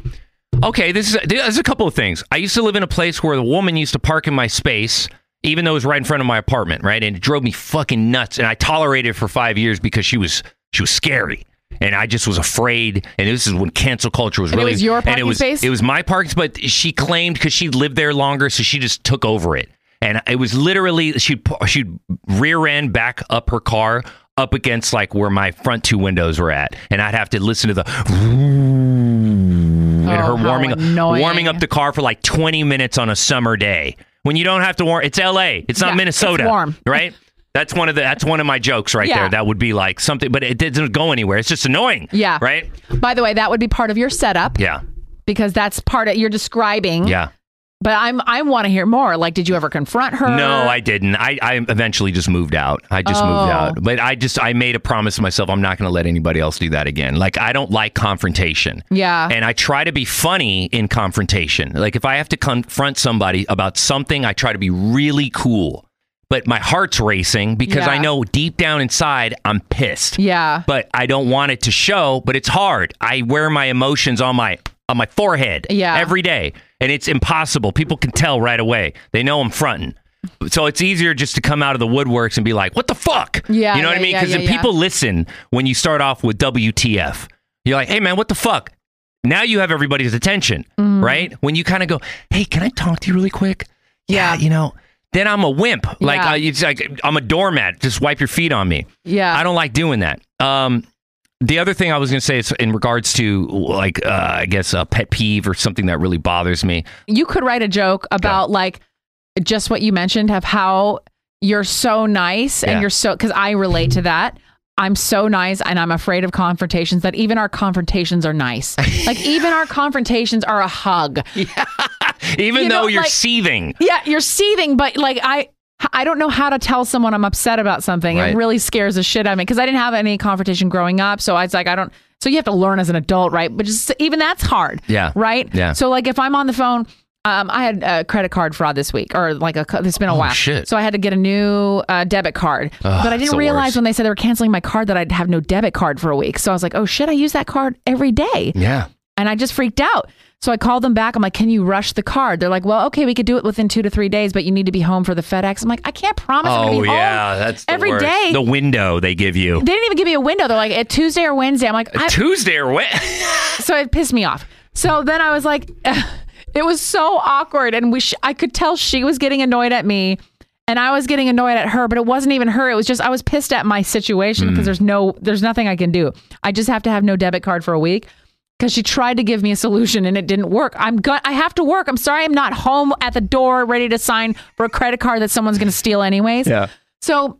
Speaker 4: Okay, this is there's a couple of things. I used to live in a place where the woman used to park in my space, even though it was right in front of my apartment. Right, and it drove me fucking nuts, and I tolerated it for five years because she was she was scary. And I just was afraid. And this is when cancel culture was
Speaker 5: And it
Speaker 4: really.
Speaker 5: was your
Speaker 4: and it
Speaker 5: parking
Speaker 4: was
Speaker 5: space?
Speaker 4: it was my parks, but she claimed because she lived there longer, so she just took over it. And it was literally she'd pu- she'd rear end back up her car up against like where my front two windows were at, and I'd have to listen to the and her
Speaker 5: Oh, how
Speaker 4: warming up,
Speaker 5: annoying.
Speaker 4: warming up the car for like twenty minutes on a summer day when you don't have to warm. It's L.A. It's not
Speaker 5: Yeah, it's
Speaker 4: Minnesota.
Speaker 5: warm.
Speaker 4: [LAUGHS] right? That's one of the that's one of my jokes right
Speaker 5: Yeah.
Speaker 4: there. That would be like something, but it doesn't go anywhere. It's just annoying.
Speaker 5: Yeah.
Speaker 4: Right.
Speaker 5: By the way, that would be part of your setup
Speaker 4: Yeah.
Speaker 5: because that's part of you're describing.
Speaker 4: Yeah.
Speaker 5: But I'm I want to hear more. Like, did you ever confront her?
Speaker 4: No, I didn't. I, I eventually just moved out. I just moved
Speaker 5: Oh.
Speaker 4: out. But I just I made a promise to myself I'm not going to let anybody else do that again. Like I don't like confrontation.
Speaker 5: Yeah.
Speaker 4: And I try to be funny in confrontation. Like if I have to confront somebody about something, I try to be really cool. But my heart's racing because I
Speaker 5: Yeah.
Speaker 4: know deep down inside I'm pissed.
Speaker 5: yeah.
Speaker 4: But I don't want it to show, but it's hard. I wear my emotions on my on my forehead
Speaker 5: Yeah.
Speaker 4: every day. And it's impossible. People can tell right away. They know I'm fronting. So it's easier just to come out of the woodworks and be like, "What the fuck?"
Speaker 5: Yeah,
Speaker 4: you know what I
Speaker 5: yeah,
Speaker 4: mean?
Speaker 5: yeah,
Speaker 4: Because
Speaker 5: yeah,
Speaker 4: then
Speaker 5: yeah.
Speaker 4: people listen when you start off with WTF. You're like, "Hey, man, what the fuck?" Now you have everybody's attention,
Speaker 5: Mm-hmm.
Speaker 4: right? When you kind of go, "Hey, can I talk to you really quick?"
Speaker 5: Yeah.
Speaker 4: you know. Then I'm a wimp. Like
Speaker 5: Yeah.
Speaker 4: I, it's like I'm a doormat. Just wipe your feet on me.
Speaker 5: Yeah.
Speaker 4: I don't like doing that. Um, the other thing I was going to say is in regards to like uh, I guess a pet peeve or something that really bothers me.
Speaker 5: you could write a joke about like just what you mentioned of how you're so nice
Speaker 4: Yeah.
Speaker 5: and you're so because I relate to that. I'm so nice and I'm afraid of confrontations that even our confrontations are nice. like even our confrontations are a hug.
Speaker 4: Even
Speaker 5: You
Speaker 4: though
Speaker 5: know,
Speaker 4: you're
Speaker 5: like-
Speaker 4: seething,
Speaker 5: Yeah, you're seething, but like I I don't know how to tell someone I'm upset about something.
Speaker 4: Right.
Speaker 5: It really scares the shit out of me because I didn't have any confrontation growing up. So I was like, I don't. So you have to learn as an adult, right? But just even that's hard.
Speaker 4: Yeah.
Speaker 5: Right.
Speaker 4: Yeah.
Speaker 5: So like if I'm on the phone. Um, I had a credit card fraud this week, or like a. co- It's been a while,
Speaker 4: Oh, shit.
Speaker 5: so I had to get a new uh, debit card. but I
Speaker 4: it's
Speaker 5: didn't
Speaker 4: the
Speaker 5: realize
Speaker 4: worst.
Speaker 5: when they said they were canceling my card that I'd have no debit card for a week. So I was like, "Oh shit, I use that card every day."
Speaker 4: yeah,
Speaker 5: And I just freaked out. So I called them back. I'm like, can you rush the card? They're like, well, okay, we could do it within two to three days, but you need to be home for the FedEx. I'm like, I can't promise I'm going
Speaker 4: oh
Speaker 5: to be home
Speaker 4: yeah, that's the
Speaker 5: every
Speaker 4: worst.
Speaker 5: day.
Speaker 4: The window they give you
Speaker 5: they didn't even give me a window. They're like, at Tuesday or Wednesday. I'm like, I,
Speaker 4: Tuesday or what?
Speaker 5: [LAUGHS] so it pissed me off. So then I was like, [SIGHS] it was so awkward, and we sh- I could tell she was getting annoyed at me, and I was getting annoyed at her. But it wasn't even her. It was just I was pissed at my situation because there's no there's nothing I can do. I just have to have no debit card for a week. because she tried to give me a solution and it didn't work. I'm go- I have to work. I'm sorry, I'm not home at the door ready to sign for a credit card that someone's going to steal anyways.
Speaker 4: Yeah.
Speaker 5: So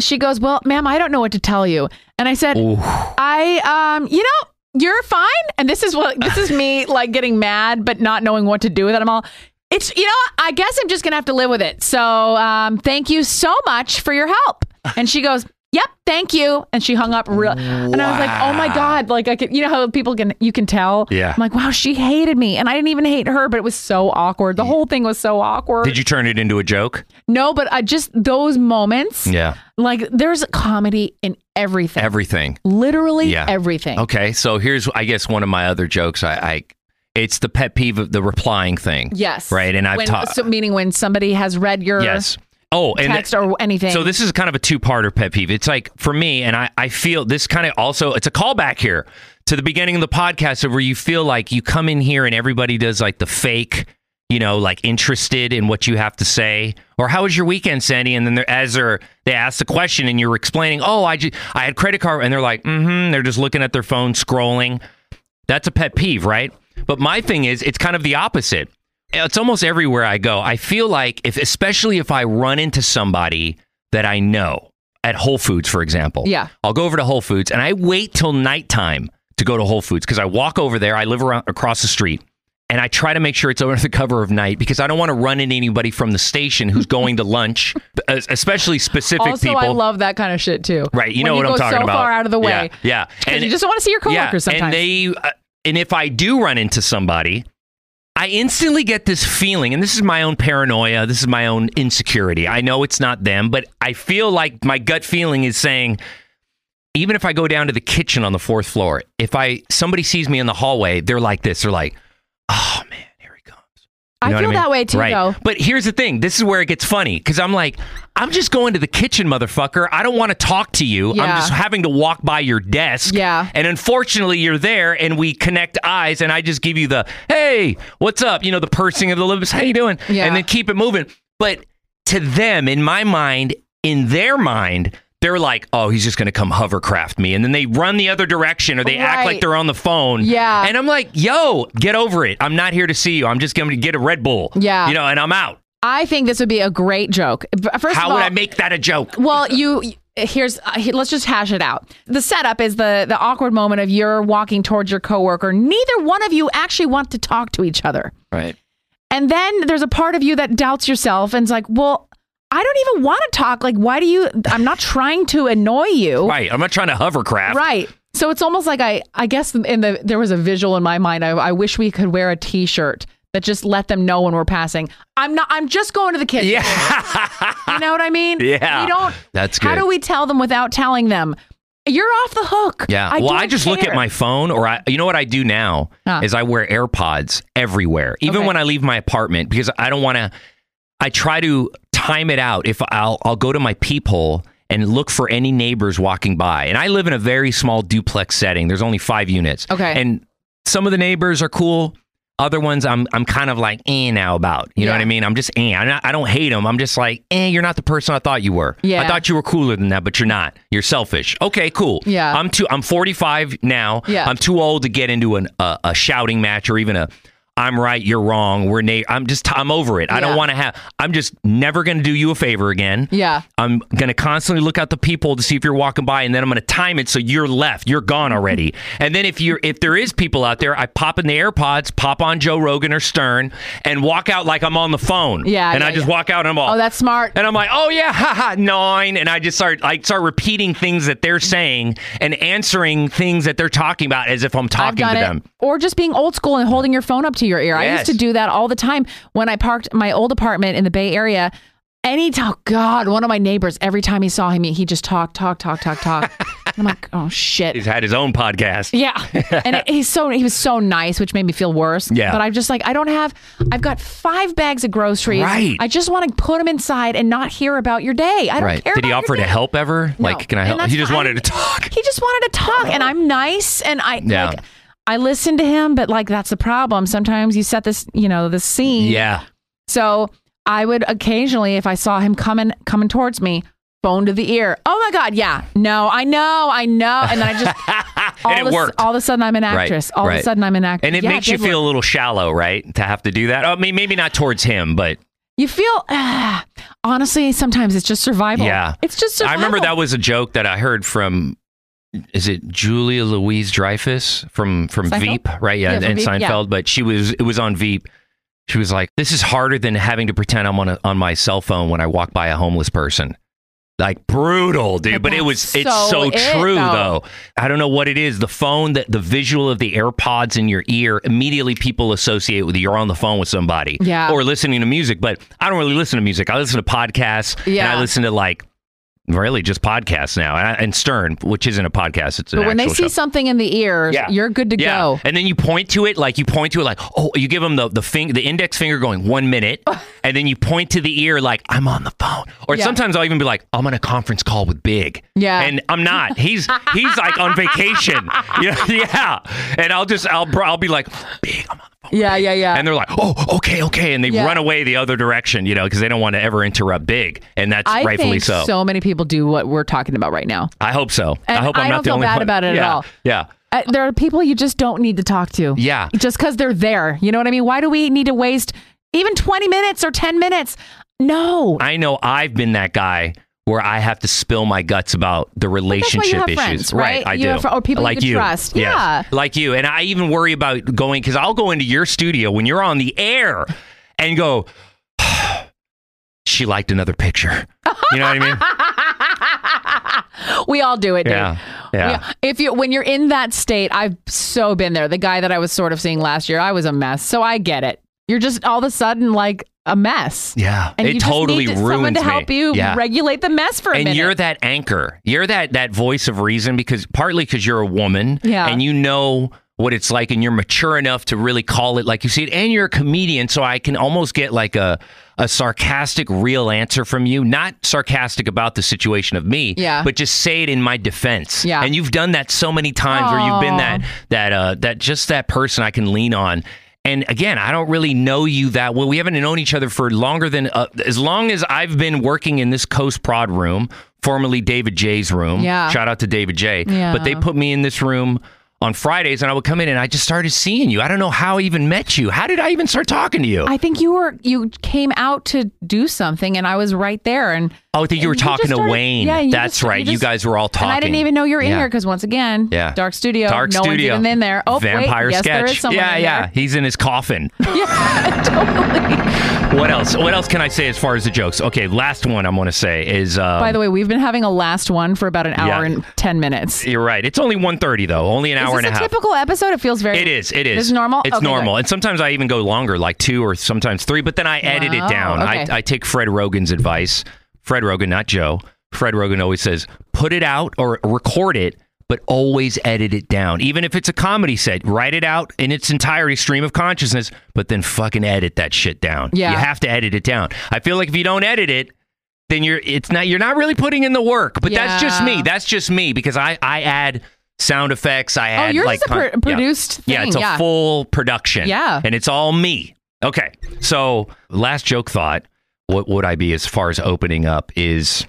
Speaker 5: she goes, "Well, ma'am, I don't know what to tell you." And I said,
Speaker 4: Ooh.
Speaker 5: "I um, you know, you're fine." And this is what this
Speaker 4: [LAUGHS]
Speaker 5: is me like getting mad but not knowing what to do with it. I'm all it's you know, what? I guess I'm just gonna have to live with it. So um, thank you so much for your help. And she goes, Yep, thank you. And she hung up real and I was like, Oh my God, like I could you know how people can you can tell?
Speaker 4: Yeah.
Speaker 5: I'm like, wow, she hated me. And I didn't even hate her, but it was so awkward. The whole thing was so
Speaker 4: [LAUGHS]
Speaker 5: awkward.
Speaker 4: Did you turn it into a joke?
Speaker 5: No, but I just those moments.
Speaker 4: Yeah.
Speaker 5: Like there's comedy in everything.
Speaker 4: Everything.
Speaker 5: Literally
Speaker 4: Yeah.
Speaker 5: everything.
Speaker 4: Okay, so here's I guess one of my other jokes. I, I it's the pet peeve of the replying thing.
Speaker 5: Yes.
Speaker 4: Right, and I've
Speaker 5: When-
Speaker 4: taught.
Speaker 5: so meaning when somebody has read your
Speaker 4: yes. Oh, and
Speaker 5: text or anything.
Speaker 4: So this is kind of a two-parter pet peeve. It's like for me, and I, I feel this kind of also it's a callback here to the beginning of the podcast where you feel like you come in here and everybody does like the fake, you know, like interested in what you have to say or how was your weekend, Sandy? And then they're, as they're they ask the question and you're explaining, oh, I ju- I had credit card, and they're like, mm-hmm, they're just looking at their phone scrolling. That's a pet peeve, right? But my thing is, it's kind of the opposite. It's almost everywhere I go. I feel like if, especially if I run into somebody that I know at Whole Foods, for example.
Speaker 5: Yeah.
Speaker 4: I'll go over to Whole Foods and I wait till nighttime to go to Whole Foods because I walk over there. I live around across the street and I try to make sure it's under the cover of night because I don't want to run into anybody from the station who's
Speaker 5: [LAUGHS]
Speaker 4: going to lunch, es- especially specific
Speaker 5: also,
Speaker 4: people.
Speaker 5: I love that kind of shit too.
Speaker 4: Right, you
Speaker 5: When
Speaker 4: know what
Speaker 5: go
Speaker 4: I'm talking
Speaker 5: so
Speaker 4: about.
Speaker 5: far out of the way.
Speaker 4: Yeah, yeah.
Speaker 5: 'Cause you just don't wanna see your coworkers
Speaker 4: yeah,
Speaker 5: sometimes.
Speaker 4: And they, uh, and if I do run into somebody, I instantly get this feeling, and this is my own paranoia, this is my own insecurity. I know it's not them, but I feel like my gut feeling is saying, even if I go down to the kitchen on the fourth floor, if I somebody sees me in the hallway, they're like this. They're like, "Oh,
Speaker 5: I
Speaker 4: you know
Speaker 5: feel
Speaker 4: what mean?
Speaker 5: that way too
Speaker 4: Right.
Speaker 5: though.
Speaker 4: But here's the thing. This is where it gets funny because I'm like, I'm just going to the kitchen, motherfucker. I don't want to talk to you.
Speaker 5: Yeah.
Speaker 4: I'm just having to walk by your desk.
Speaker 5: Yeah.
Speaker 4: And unfortunately, you're there, and we connect eyes, and I just give you the, hey, what's up? You know, the pursing of the lips. How you doing?
Speaker 5: Yeah.
Speaker 4: And then keep it moving. But to them, in my mind, in their mind. They're like, oh, he's just gonna come hovercraft me, and then they run the other direction, or they act
Speaker 5: Right.
Speaker 4: like they're on the phone.
Speaker 5: Yeah.
Speaker 4: and I'm like, yo, get over it. I'm not here to see you. I'm just gonna get a Red Bull.
Speaker 5: Yeah.
Speaker 4: you know, and I'm out.
Speaker 5: I think this would be a great joke. B- First
Speaker 4: How
Speaker 5: of all,
Speaker 4: would I make that a joke?
Speaker 5: [LAUGHS] Well, you here's uh, he- let's just hash it out. The setup is the the awkward moment of you're walking towards your coworker. Neither one of you actually want to talk to each other.
Speaker 4: Right.
Speaker 5: And then there's a part of you that doubts yourself and is like, "Well, I don't even want to talk. Like, why do you I'm not trying to annoy you."
Speaker 4: Right. I'm not trying to hovercraft.
Speaker 5: Right. So it's almost like I I guess in the there was a visual in my mind. I, I wish we could wear a t-shirt that just let them know when we're passing. I'm not I'm just going to the kitchen.
Speaker 4: Yeah.
Speaker 5: you know what I mean?
Speaker 4: [LAUGHS] Yeah.
Speaker 5: We don't
Speaker 4: That's
Speaker 5: How
Speaker 4: good.
Speaker 5: do we tell them without telling them? You're off the hook.
Speaker 4: Yeah. well,
Speaker 5: don't
Speaker 4: I just look
Speaker 5: care.
Speaker 4: at my phone, or I, you know what I do now
Speaker 5: Huh.
Speaker 4: is I wear AirPods everywhere, even
Speaker 5: Okay.
Speaker 4: when I leave my apartment, because I don't want to. I try to time it out. If I'll, I'll go to my peephole and look for any neighbors walking by, and I live in a very small duplex setting. There's only five units.
Speaker 5: Okay.
Speaker 4: And some of the neighbors are cool. Other ones, I'm I'm kind of like eh now about. You know
Speaker 5: Yeah.
Speaker 4: what I mean? I'm just eh. I'm not, I don't hate them. I'm just like eh. You're not the person I thought you were.
Speaker 5: Yeah.
Speaker 4: I thought you were cooler than that, but you're not. You're selfish. Okay, cool.
Speaker 5: Yeah.
Speaker 4: I'm too. I'm 45 now.
Speaker 5: Yeah.
Speaker 4: I'm too old to get into an a, a shouting match or even a I'm right, you're wrong. We're na- I'm just I'm over it. I
Speaker 5: Yeah.
Speaker 4: don't want to have. I'm just never going to do you a favor again.
Speaker 5: Yeah.
Speaker 4: I'm going to constantly look out the people to see if you're walking by and then I'm going to time it so you're left. You're gone already. and then if you're if there is people out there, I pop in the AirPods, pop on Joe Rogan or Stern and walk out like I'm on the phone.
Speaker 5: Yeah,
Speaker 4: And
Speaker 5: yeah,
Speaker 4: I just
Speaker 5: yeah.
Speaker 4: walk out and I'm all
Speaker 5: Oh, that's smart.
Speaker 4: and I'm like, oh yeah, haha, nine. And I just start I start repeating things that they're saying and answering things that they're talking about as if I'm
Speaker 5: I've
Speaker 4: talking
Speaker 5: done
Speaker 4: to
Speaker 5: it.
Speaker 4: them.
Speaker 5: Or just being old school and holding your phone up to your ear. I used
Speaker 4: Yes.
Speaker 5: to do that all the time when I parked my old apartment in the Bay Area. Any oh God, one of my neighbors, every time he saw him, he just talked, talk, talk,
Speaker 4: [LAUGHS]
Speaker 5: talk, talk. And I'm like, oh shit.
Speaker 4: He's had his own podcast.
Speaker 5: Yeah,
Speaker 4: [LAUGHS]
Speaker 5: and it, he's so he was so nice, which made me feel worse.
Speaker 4: Yeah.
Speaker 5: but I'm just like I don't have. I've got five bags of groceries.
Speaker 4: Right.
Speaker 5: I just want to put them inside and not hear about your day. I don't
Speaker 4: right.
Speaker 5: care.
Speaker 4: Did he
Speaker 5: about your
Speaker 4: offer to
Speaker 5: day.
Speaker 4: help ever?
Speaker 5: No.
Speaker 4: Like, can I
Speaker 5: And
Speaker 4: help?
Speaker 5: that's
Speaker 4: He just
Speaker 5: fine.
Speaker 4: wanted to talk.
Speaker 5: He just wanted to talk, and I'm nice, and I
Speaker 4: Yeah.
Speaker 5: like I listened to him, but like that's the problem. Sometimes you set this, you know, the scene.
Speaker 4: Yeah.
Speaker 5: So I would occasionally, if I saw him coming
Speaker 4: [LAUGHS]
Speaker 5: coming towards me, phone to the ear. Oh my God, yeah, no, I know, I know, and then I just
Speaker 4: and it
Speaker 5: of a-
Speaker 4: worked.
Speaker 5: All of a sudden, I'm an actress.
Speaker 4: Right,
Speaker 5: all of
Speaker 4: right.
Speaker 5: a sudden, I'm an actress.
Speaker 4: And it makes you feel a little shallow, right? To have to do that. I mean, maybe not towards him, but
Speaker 5: You feel ah, honestly. Sometimes it's just survival.
Speaker 4: yeah.
Speaker 5: it's just survival.
Speaker 4: I remember that was a joke that I heard from is it Julia Louise Dreyfus from from
Speaker 5: Seinfeld?
Speaker 4: Veep, right? Yeah,
Speaker 5: Yeah,
Speaker 4: and,
Speaker 5: from
Speaker 4: and
Speaker 5: Veep, yeah.
Speaker 4: Seinfeld, but she was it was on Veep. She was like, "This is harder than having to pretend I'm on a, on my cell phone when I walk by a homeless person." Like brutal, dude. But, it was it's
Speaker 5: so
Speaker 4: so
Speaker 5: it,
Speaker 4: true
Speaker 5: though.
Speaker 4: though. I don't know what it is. The phone that the visual of the AirPods in your ear immediately people associate with you're on the phone with somebody.
Speaker 5: Yeah.
Speaker 4: Or listening to music. But I don't really listen to music. I listen to podcasts and I
Speaker 5: Yeah.
Speaker 4: listen to like really just podcasts now and, and Stern, which isn't a podcast. It's an
Speaker 5: But when they
Speaker 4: actual
Speaker 5: see
Speaker 4: show.
Speaker 5: something in the ears, you're good to
Speaker 4: yeah.
Speaker 5: go.
Speaker 4: And then you point to it, like you point to it, like oh, you give them the the fing- the index finger going one
Speaker 5: [LAUGHS]
Speaker 4: minute, and then you point to the ear, like I'm on the phone. Or
Speaker 5: Yeah.
Speaker 4: sometimes I'll even be like I'm on a conference call with Big.
Speaker 5: Yeah.
Speaker 4: and I'm
Speaker 5: [LAUGHS]
Speaker 4: not. He's he's like on vacation. Yeah, yeah. And I'll just I'll br- I'll be like Big. I'm on the phone.
Speaker 5: Yeah, yeah, yeah.
Speaker 4: And they're like, oh, okay, okay, and they
Speaker 5: Yeah.
Speaker 4: run away the other direction, you know, because they don't want to ever interrupt Big, and that's
Speaker 5: I
Speaker 4: rightfully
Speaker 5: think so. many people do what we're talking about right now.
Speaker 4: I hope so. I
Speaker 5: And
Speaker 4: hope I'm
Speaker 5: I
Speaker 4: not
Speaker 5: don't
Speaker 4: the
Speaker 5: feel
Speaker 4: only
Speaker 5: bad
Speaker 4: one.
Speaker 5: about it at
Speaker 4: Yeah,
Speaker 5: all.
Speaker 4: Yeah.
Speaker 5: Uh, there are people you just don't need to talk to.
Speaker 4: Yeah.
Speaker 5: Just because they're there. You know what I mean? Why do we need to waste even 20 minutes or 10 minutes? No. [LAUGHS]
Speaker 4: I know I've been that guy where I have to spill my guts about the
Speaker 5: that's why you
Speaker 4: relationship
Speaker 5: have
Speaker 4: issues.
Speaker 5: friends, right?
Speaker 4: I
Speaker 5: You
Speaker 4: do.
Speaker 5: have fr- or people you
Speaker 4: like
Speaker 5: can trust.
Speaker 4: Yes.
Speaker 5: Yeah.
Speaker 4: Like you. And I even worry about going because I'll go into your studio when you're on the air and go, [SIGHS] she liked another picture. You know what I mean?
Speaker 5: We all do it, dude.
Speaker 4: Yeah. Yeah.
Speaker 5: We- If you when you're in that state, I've so been there. The guy that I was sort of seeing last year, I was a mess. So I get it. You're just all of a sudden like a mess.
Speaker 4: Yeah.
Speaker 5: And
Speaker 4: it
Speaker 5: you
Speaker 4: totally
Speaker 5: just need to-
Speaker 4: ruins
Speaker 5: someone to
Speaker 4: me.
Speaker 5: help you
Speaker 4: yeah.
Speaker 5: regulate the mess for a
Speaker 4: and
Speaker 5: minute.
Speaker 4: you're that anchor you're that that voice of reason because partly because you're a woman
Speaker 5: Yeah.
Speaker 4: and you know what it's like and you're mature enough to really call it like you see it and you're a comedian so i can almost get like a a sarcastic real answer from you not sarcastic about the situation of me
Speaker 5: Yeah.
Speaker 4: but just say it in my defense
Speaker 5: Yeah.
Speaker 4: and you've done that so many times where you've been
Speaker 5: Aw.
Speaker 4: that that uh that just that person i can lean on and again, I don't really know you that well. We haven't known each other for longer than uh, as long as I've been working in this Coast Prod room, formerly David J's room.
Speaker 5: Yeah.
Speaker 4: Shout out to David J.
Speaker 5: Yeah.
Speaker 4: But they put me in this room on Fridays, and I would come in and I just started seeing you. I don't know how I even met you. How did I even start talking to you?
Speaker 5: I think you were you came out to do something, and I was right there. And
Speaker 4: oh, I think you were
Speaker 5: and just
Speaker 4: talking to
Speaker 5: started-
Speaker 4: Wayne.
Speaker 5: Yeah, you
Speaker 4: That's
Speaker 5: just-
Speaker 4: right. You,
Speaker 5: just-
Speaker 4: guys were all talking.
Speaker 5: And I didn't even know you were in
Speaker 4: Yeah.
Speaker 5: here because once again,
Speaker 4: Yeah.
Speaker 5: Dark Studio,
Speaker 4: Dark
Speaker 5: no
Speaker 4: studio.
Speaker 5: one's even in there. Oh,
Speaker 4: Vampire
Speaker 5: wait, yes,
Speaker 4: sketch.
Speaker 5: there is someone.
Speaker 4: yeah,
Speaker 5: in
Speaker 4: yeah.
Speaker 5: there.
Speaker 4: He's in his
Speaker 5: [LAUGHS]
Speaker 4: coffin. What else? What else can I say as far as the jokes? Okay, last one I'm going to say is. Um,
Speaker 5: By the way, we've been having a last one for about an hour
Speaker 4: Yeah.
Speaker 5: and ten minutes.
Speaker 4: you're right. It's only 1.30 though. Only an
Speaker 5: Is
Speaker 4: hour
Speaker 5: this
Speaker 4: and a
Speaker 5: a
Speaker 4: half.
Speaker 5: typical episode? It feels very.
Speaker 4: It is. It is.
Speaker 5: It's normal.
Speaker 4: It's
Speaker 5: Okay, good.
Speaker 4: normal. And sometimes I even go longer, like two or sometimes three. But then I edit
Speaker 5: Wow,
Speaker 4: it down.
Speaker 5: okay.
Speaker 4: I, I take Fred Rogan's advice. Fred Rogan, not Joe. Fred Rogan always says, put it out or record it, but always edit it down. Even if it's a comedy set, write it out in its entirety, stream of consciousness, but then fucking edit that shit down.
Speaker 5: Yeah.
Speaker 4: You have to edit it down. I feel like if you don't edit it, then you're it's not you're not really putting in the work. But that's just
Speaker 5: Yeah.
Speaker 4: me. That's just me because I I add sound effects. I
Speaker 5: Oh,
Speaker 4: add
Speaker 5: yours
Speaker 4: like
Speaker 5: is a
Speaker 4: con-
Speaker 5: pro-
Speaker 4: yeah.
Speaker 5: produced
Speaker 4: Yeah,
Speaker 5: thing,
Speaker 4: it's a
Speaker 5: yeah.
Speaker 4: full production.
Speaker 5: Yeah.
Speaker 4: and it's all me. Okay, so last joke thought. What would I be as far as opening up is?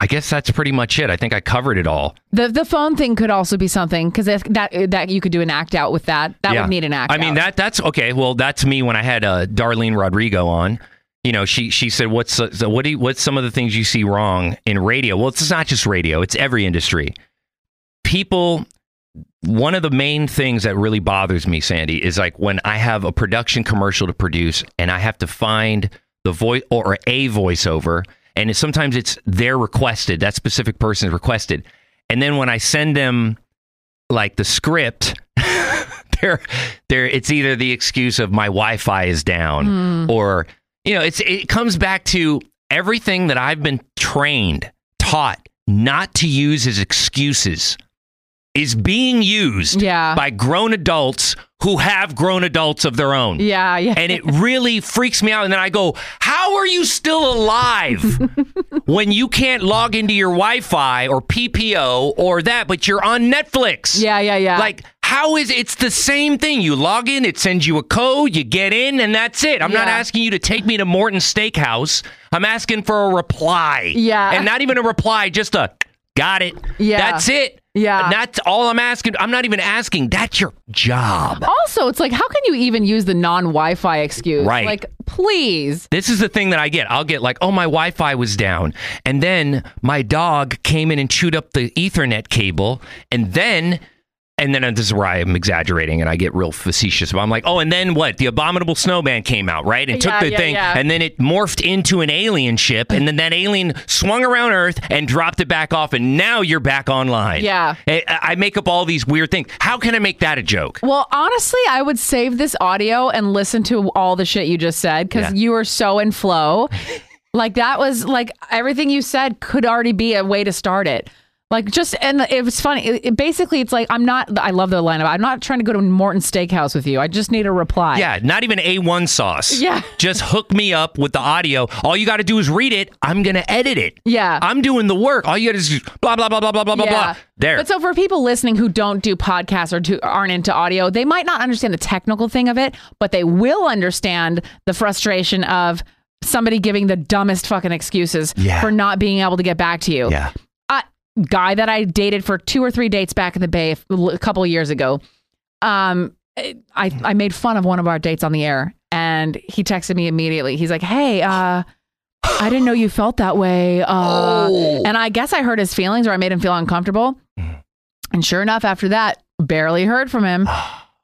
Speaker 4: I guess that's pretty much it. I think I covered it all.
Speaker 5: The the phone thing could also be something because that that you could do an act out with that. That
Speaker 4: Yeah.
Speaker 5: would need an act.
Speaker 4: I mean
Speaker 5: out.
Speaker 4: that that's okay. Well, that's me when I had uh, Darlene Rodrigo on. You know, she she said, "What's uh, so what do you, what's some of the things you see wrong in radio?" Well, it's not just radio; it's every industry. People, one of the main things that really bothers me, Sandy, is like when I have a production commercial to produce and I have to find the voice or a voiceover, and it, sometimes it's their requested that specific person is requested, and then when I send them like the script [LAUGHS] there there it's either the excuse of my wi-fi is down
Speaker 5: Hmm.
Speaker 4: or you know it's it comes back to everything that i've been trained taught not to use as excuses is being used
Speaker 5: Yeah.
Speaker 4: by grown adults who have grown adults of their own
Speaker 5: Yeah, yeah.
Speaker 4: and it really freaks me out. And then I go, How are you still
Speaker 5: [LAUGHS]
Speaker 4: alive when you can't log into your Wi Fi or PPO or that, but you're on Netflix?
Speaker 5: yeah, yeah, yeah.
Speaker 4: Like, how is it's the same thing? You log in, it sends you a code, you get in, and that's it. I'm not
Speaker 5: Yeah.
Speaker 4: asking you to take me to Morton Steakhouse. I'm asking for a reply.
Speaker 5: Yeah.
Speaker 4: And not even a reply, just a got it.
Speaker 5: Yeah.
Speaker 4: That's it.
Speaker 5: Yeah.
Speaker 4: That's all I'm asking. I'm not even asking. That's your job.
Speaker 5: Also, it's like, how can you even use the non Wi Fi excuse?
Speaker 4: Right.
Speaker 5: Like, please.
Speaker 4: This is the thing that I get. I'll get like, oh, my Wi Fi was down. And then my dog came in and chewed up the Ethernet cable. And then, and then uh, this is where I am exaggerating and I get real facetious. But I'm like, oh, and then what? The abominable snowman came out, right? And
Speaker 5: Yeah,
Speaker 4: took the
Speaker 5: yeah,
Speaker 4: thing.
Speaker 5: yeah.
Speaker 4: And then it morphed into an alien ship. And then that alien swung around Earth and dropped it back off. And now you're back online. Eh,
Speaker 5: Yeah.
Speaker 4: I, I make up all these weird things. How can I make that a joke?
Speaker 5: Well, honestly, I would save this audio and listen to all the shit you just said because
Speaker 4: Yeah.
Speaker 5: you were so
Speaker 4: [LAUGHS]
Speaker 5: in flow. like that was like everything you said could already be a way to start it. Like just and it was funny. It, it basically, it's like I'm not. I love the lineup. I'm not trying to go to Morton Steakhouse with you. I just need a reply.
Speaker 4: Yeah, not even A1 sauce.
Speaker 5: Yeah.
Speaker 4: [LAUGHS] Just hook me up with the audio. All you got to do is read it. I'm going to edit it.
Speaker 5: Yeah.
Speaker 4: I'm doing the work. All you got to do is blah, blah, blah, blah, blah, blah, blah, blah. There.
Speaker 5: But so for people listening who don't do podcasts or do, aren't into audio, they might not understand the technical thing of it, but they will understand the frustration of somebody giving the dumbest fucking excuses
Speaker 11: Yeah.
Speaker 5: for not being able to get back to you.
Speaker 11: Yeah.
Speaker 5: Uh, guy that I dated for two or three dates back in the Bay a f- a couple years ago. Um, I I made fun of one of our dates on the air, and he texted me immediately. He's like, "Hey, uh, I didn't know you felt that way," uh,
Speaker 4: Oh.
Speaker 5: and I guess I hurt his feelings or I made him feel uncomfortable. And sure enough, after that, barely heard
Speaker 4: [SIGHS]
Speaker 5: from him,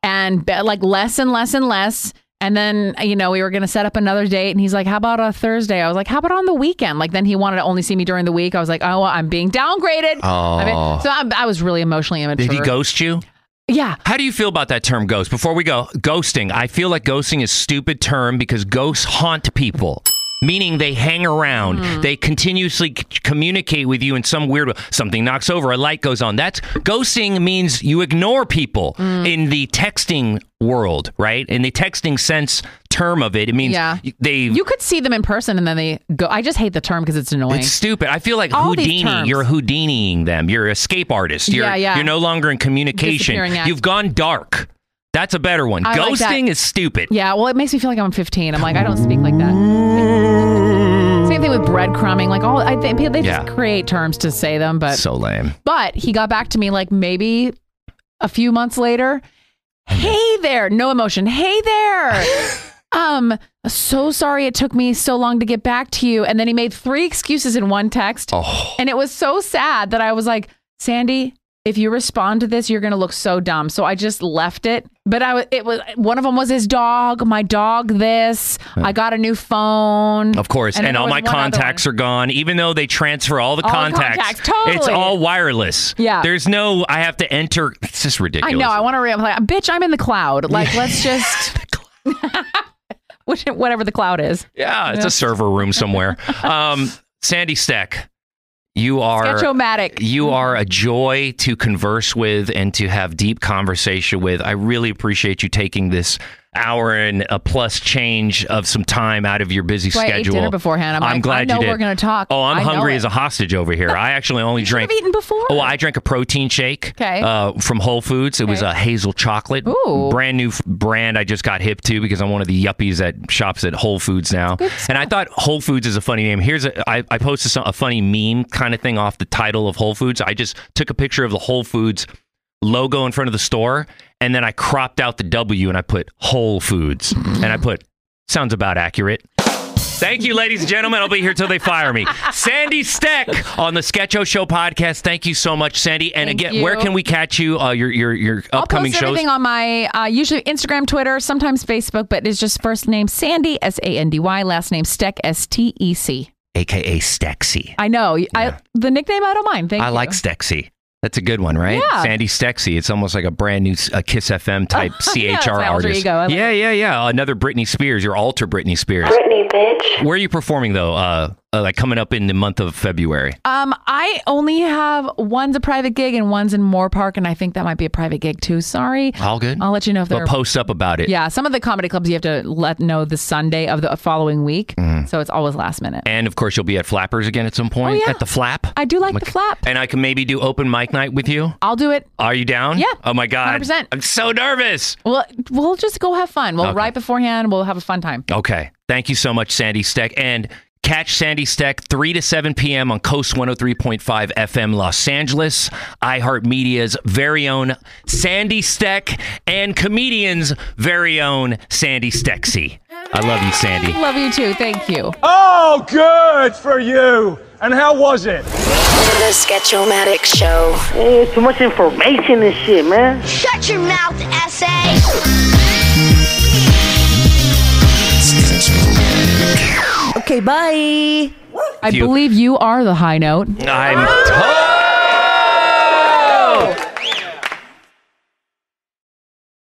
Speaker 5: and be- like less and less and less. And then you know we were gonna set up another date, and he's like, "How about a Thursday?" I was like, "How about on the weekend?" Like then he wanted to only see me during the week. I was like, "Oh, I'm being downgraded." I mean,
Speaker 4: Oh.
Speaker 5: so I, I was really emotionally immature.
Speaker 4: Did he ghost you?
Speaker 5: Yeah.
Speaker 4: How do you feel about that term ghost? Before we go, ghosting. I feel like ghosting is a stupid term because ghosts haunt people. Meaning they hang around.
Speaker 5: Hmm.
Speaker 4: They continuously c- communicate with you in some weird way. Something knocks over, a light goes on. That's ghosting means you ignore people
Speaker 5: Hmm.
Speaker 4: in the texting world, right? In the texting sense term of it, it means
Speaker 5: Yeah.
Speaker 4: they
Speaker 5: You could see them in person, and then they go. I just hate the term because it's annoying.
Speaker 4: It's stupid. I feel like
Speaker 5: All these
Speaker 4: Houdini.
Speaker 5: terms.
Speaker 4: You're Houdiniing them. You're escape artist. You're,
Speaker 5: Yeah, yeah.
Speaker 4: You're no longer in communication.
Speaker 5: Disappearing act.
Speaker 4: You've gone dark. That's a better one.
Speaker 5: I like that.
Speaker 4: Ghosting is stupid.
Speaker 5: Yeah, well, it makes me feel like I'm 15. I'm like, I don't speak like that. Same thing with breadcrumbing. Like, all I think they just
Speaker 4: Yeah.
Speaker 5: create terms to say them, but
Speaker 4: So lame.
Speaker 5: but he got back to me like maybe a few months later. Hey there, no emotion. Hey there. um, so sorry it took me so long to get back to you. And then he made three excuses in one text. And it was so sad that I was like, Sandy, if you respond to this, you're gonna look so dumb. So I just left it. But I wa- it was one of them was his dog, my dog. This I got a new phone,
Speaker 4: Of course. And,
Speaker 5: then
Speaker 4: all
Speaker 5: there
Speaker 4: my
Speaker 5: was one other one.
Speaker 4: contacts are gone, even though they transfer all the
Speaker 5: All the
Speaker 4: contacts.
Speaker 5: contacts, totally.
Speaker 4: It's all wireless.
Speaker 5: Yeah.
Speaker 4: There's no, I have to enter. It's just
Speaker 5: I
Speaker 4: ridiculous.
Speaker 5: know. I want to. Re- I'm like, bitch, I'm in
Speaker 4: [LAUGHS]
Speaker 5: the cloud. Like, let's just. [LAUGHS] Which, whatever the cloud is.
Speaker 4: Yeah, it's a server room
Speaker 5: [LAUGHS]
Speaker 4: somewhere. um, Sandy Steck, you are
Speaker 5: Sketchomatic.
Speaker 4: You are a joy to converse with and to have deep conversation with. I really appreciate you taking this hour and a plus change of some time out of your busy
Speaker 5: That's why I ate
Speaker 4: schedule.
Speaker 5: dinner beforehand. I'm like, I
Speaker 4: glad
Speaker 5: know
Speaker 4: you did.
Speaker 5: we're gonna talk.
Speaker 4: Oh, I'm
Speaker 5: I know
Speaker 4: hungry
Speaker 5: it.
Speaker 4: as a hostage over here. I actually only drank.
Speaker 5: I've eaten before.
Speaker 4: Oh, I drank a protein shake
Speaker 5: Okay.
Speaker 4: uh, from Whole Foods. It was
Speaker 5: Okay.
Speaker 4: a hazel chocolate,
Speaker 5: Ooh.
Speaker 4: brand new f- brand. I just got hip to because I'm one of the yuppies that shops at Whole Foods now. And I thought Whole Foods is a funny name. Here's a I, I posted some, a funny meme kind of thing off the title of Whole Foods. I just took a picture of the Whole Foods logo in front of the store, and then I cropped out the W and I put Whole Foods, and I put sounds about accurate. Thank you, ladies and gentlemen. I'll be here till they fire me. Sandy Steck on the Sketcho Show podcast. Thank you so much, Sandy. And
Speaker 5: Thank
Speaker 4: again,
Speaker 5: you.
Speaker 4: where can we catch you? Uh, your your your
Speaker 5: I'll
Speaker 4: upcoming
Speaker 5: post
Speaker 4: shows.
Speaker 5: everything on my uh, usually Instagram, Twitter, sometimes Facebook, but it's just first name Sandy S A N D Y, last name Steck S T E C.
Speaker 4: AKA Stexy.
Speaker 5: I know I, the nickname. I don't mind. Thank
Speaker 4: I
Speaker 5: you.
Speaker 4: like Stexy. That's a good one, right?
Speaker 5: Yeah. Oh,
Speaker 4: Sandy Stexy. It's almost like a brand new uh, Kiss
Speaker 5: [LAUGHS]
Speaker 4: FM type CHR
Speaker 5: yeah, it's my alter
Speaker 4: artist.
Speaker 5: ego. I like
Speaker 4: yeah, yeah, yeah. Another Britney Spears, your alter Britney Spears.
Speaker 2: Britney, bitch.
Speaker 4: Where are you performing though? Uh, uh, like coming up in the month of February.
Speaker 5: Um, I only have one's a private gig and one's in Moore Park, and I think that might be a private gig too. Sorry,
Speaker 4: All good.
Speaker 5: I'll let you know if
Speaker 4: But
Speaker 5: they're
Speaker 4: post up about it.
Speaker 5: Yeah, some of the comedy clubs you have to let know the Sunday of the following week,
Speaker 4: Mm-hmm.
Speaker 5: so it's always last minute.
Speaker 4: And of course, you'll be at Flappers again at some point.
Speaker 5: Oh, yeah.
Speaker 4: At the Flap. Oh
Speaker 5: I do like the flap.
Speaker 4: And I can maybe do open mic night with you.
Speaker 5: I'll do it.
Speaker 4: Are you down?
Speaker 5: Yeah.
Speaker 4: Oh my god.
Speaker 5: 100%.
Speaker 4: I'm so nervous.
Speaker 5: Well, we'll just go have fun. Well, right beforehand, we'll have a fun time.
Speaker 4: Okay. Thank you so much, Sandy Steck. And Catch Sandy Steck 3 to 7 p.m. on Coast 103.5 FM Los Angeles, iHeartMedia's very own Sandy Steck, and comedian's very own Sandy Stecksy. I love you, Sandy.
Speaker 5: Love you too. Thank you.
Speaker 12: Oh, good for you. And how was it?
Speaker 2: The Sketchomatic Show.
Speaker 13: too much information and shit, man.
Speaker 11: Shut your mouth, SA!
Speaker 5: Okay, bye. I believe you are the high note.
Speaker 4: I'm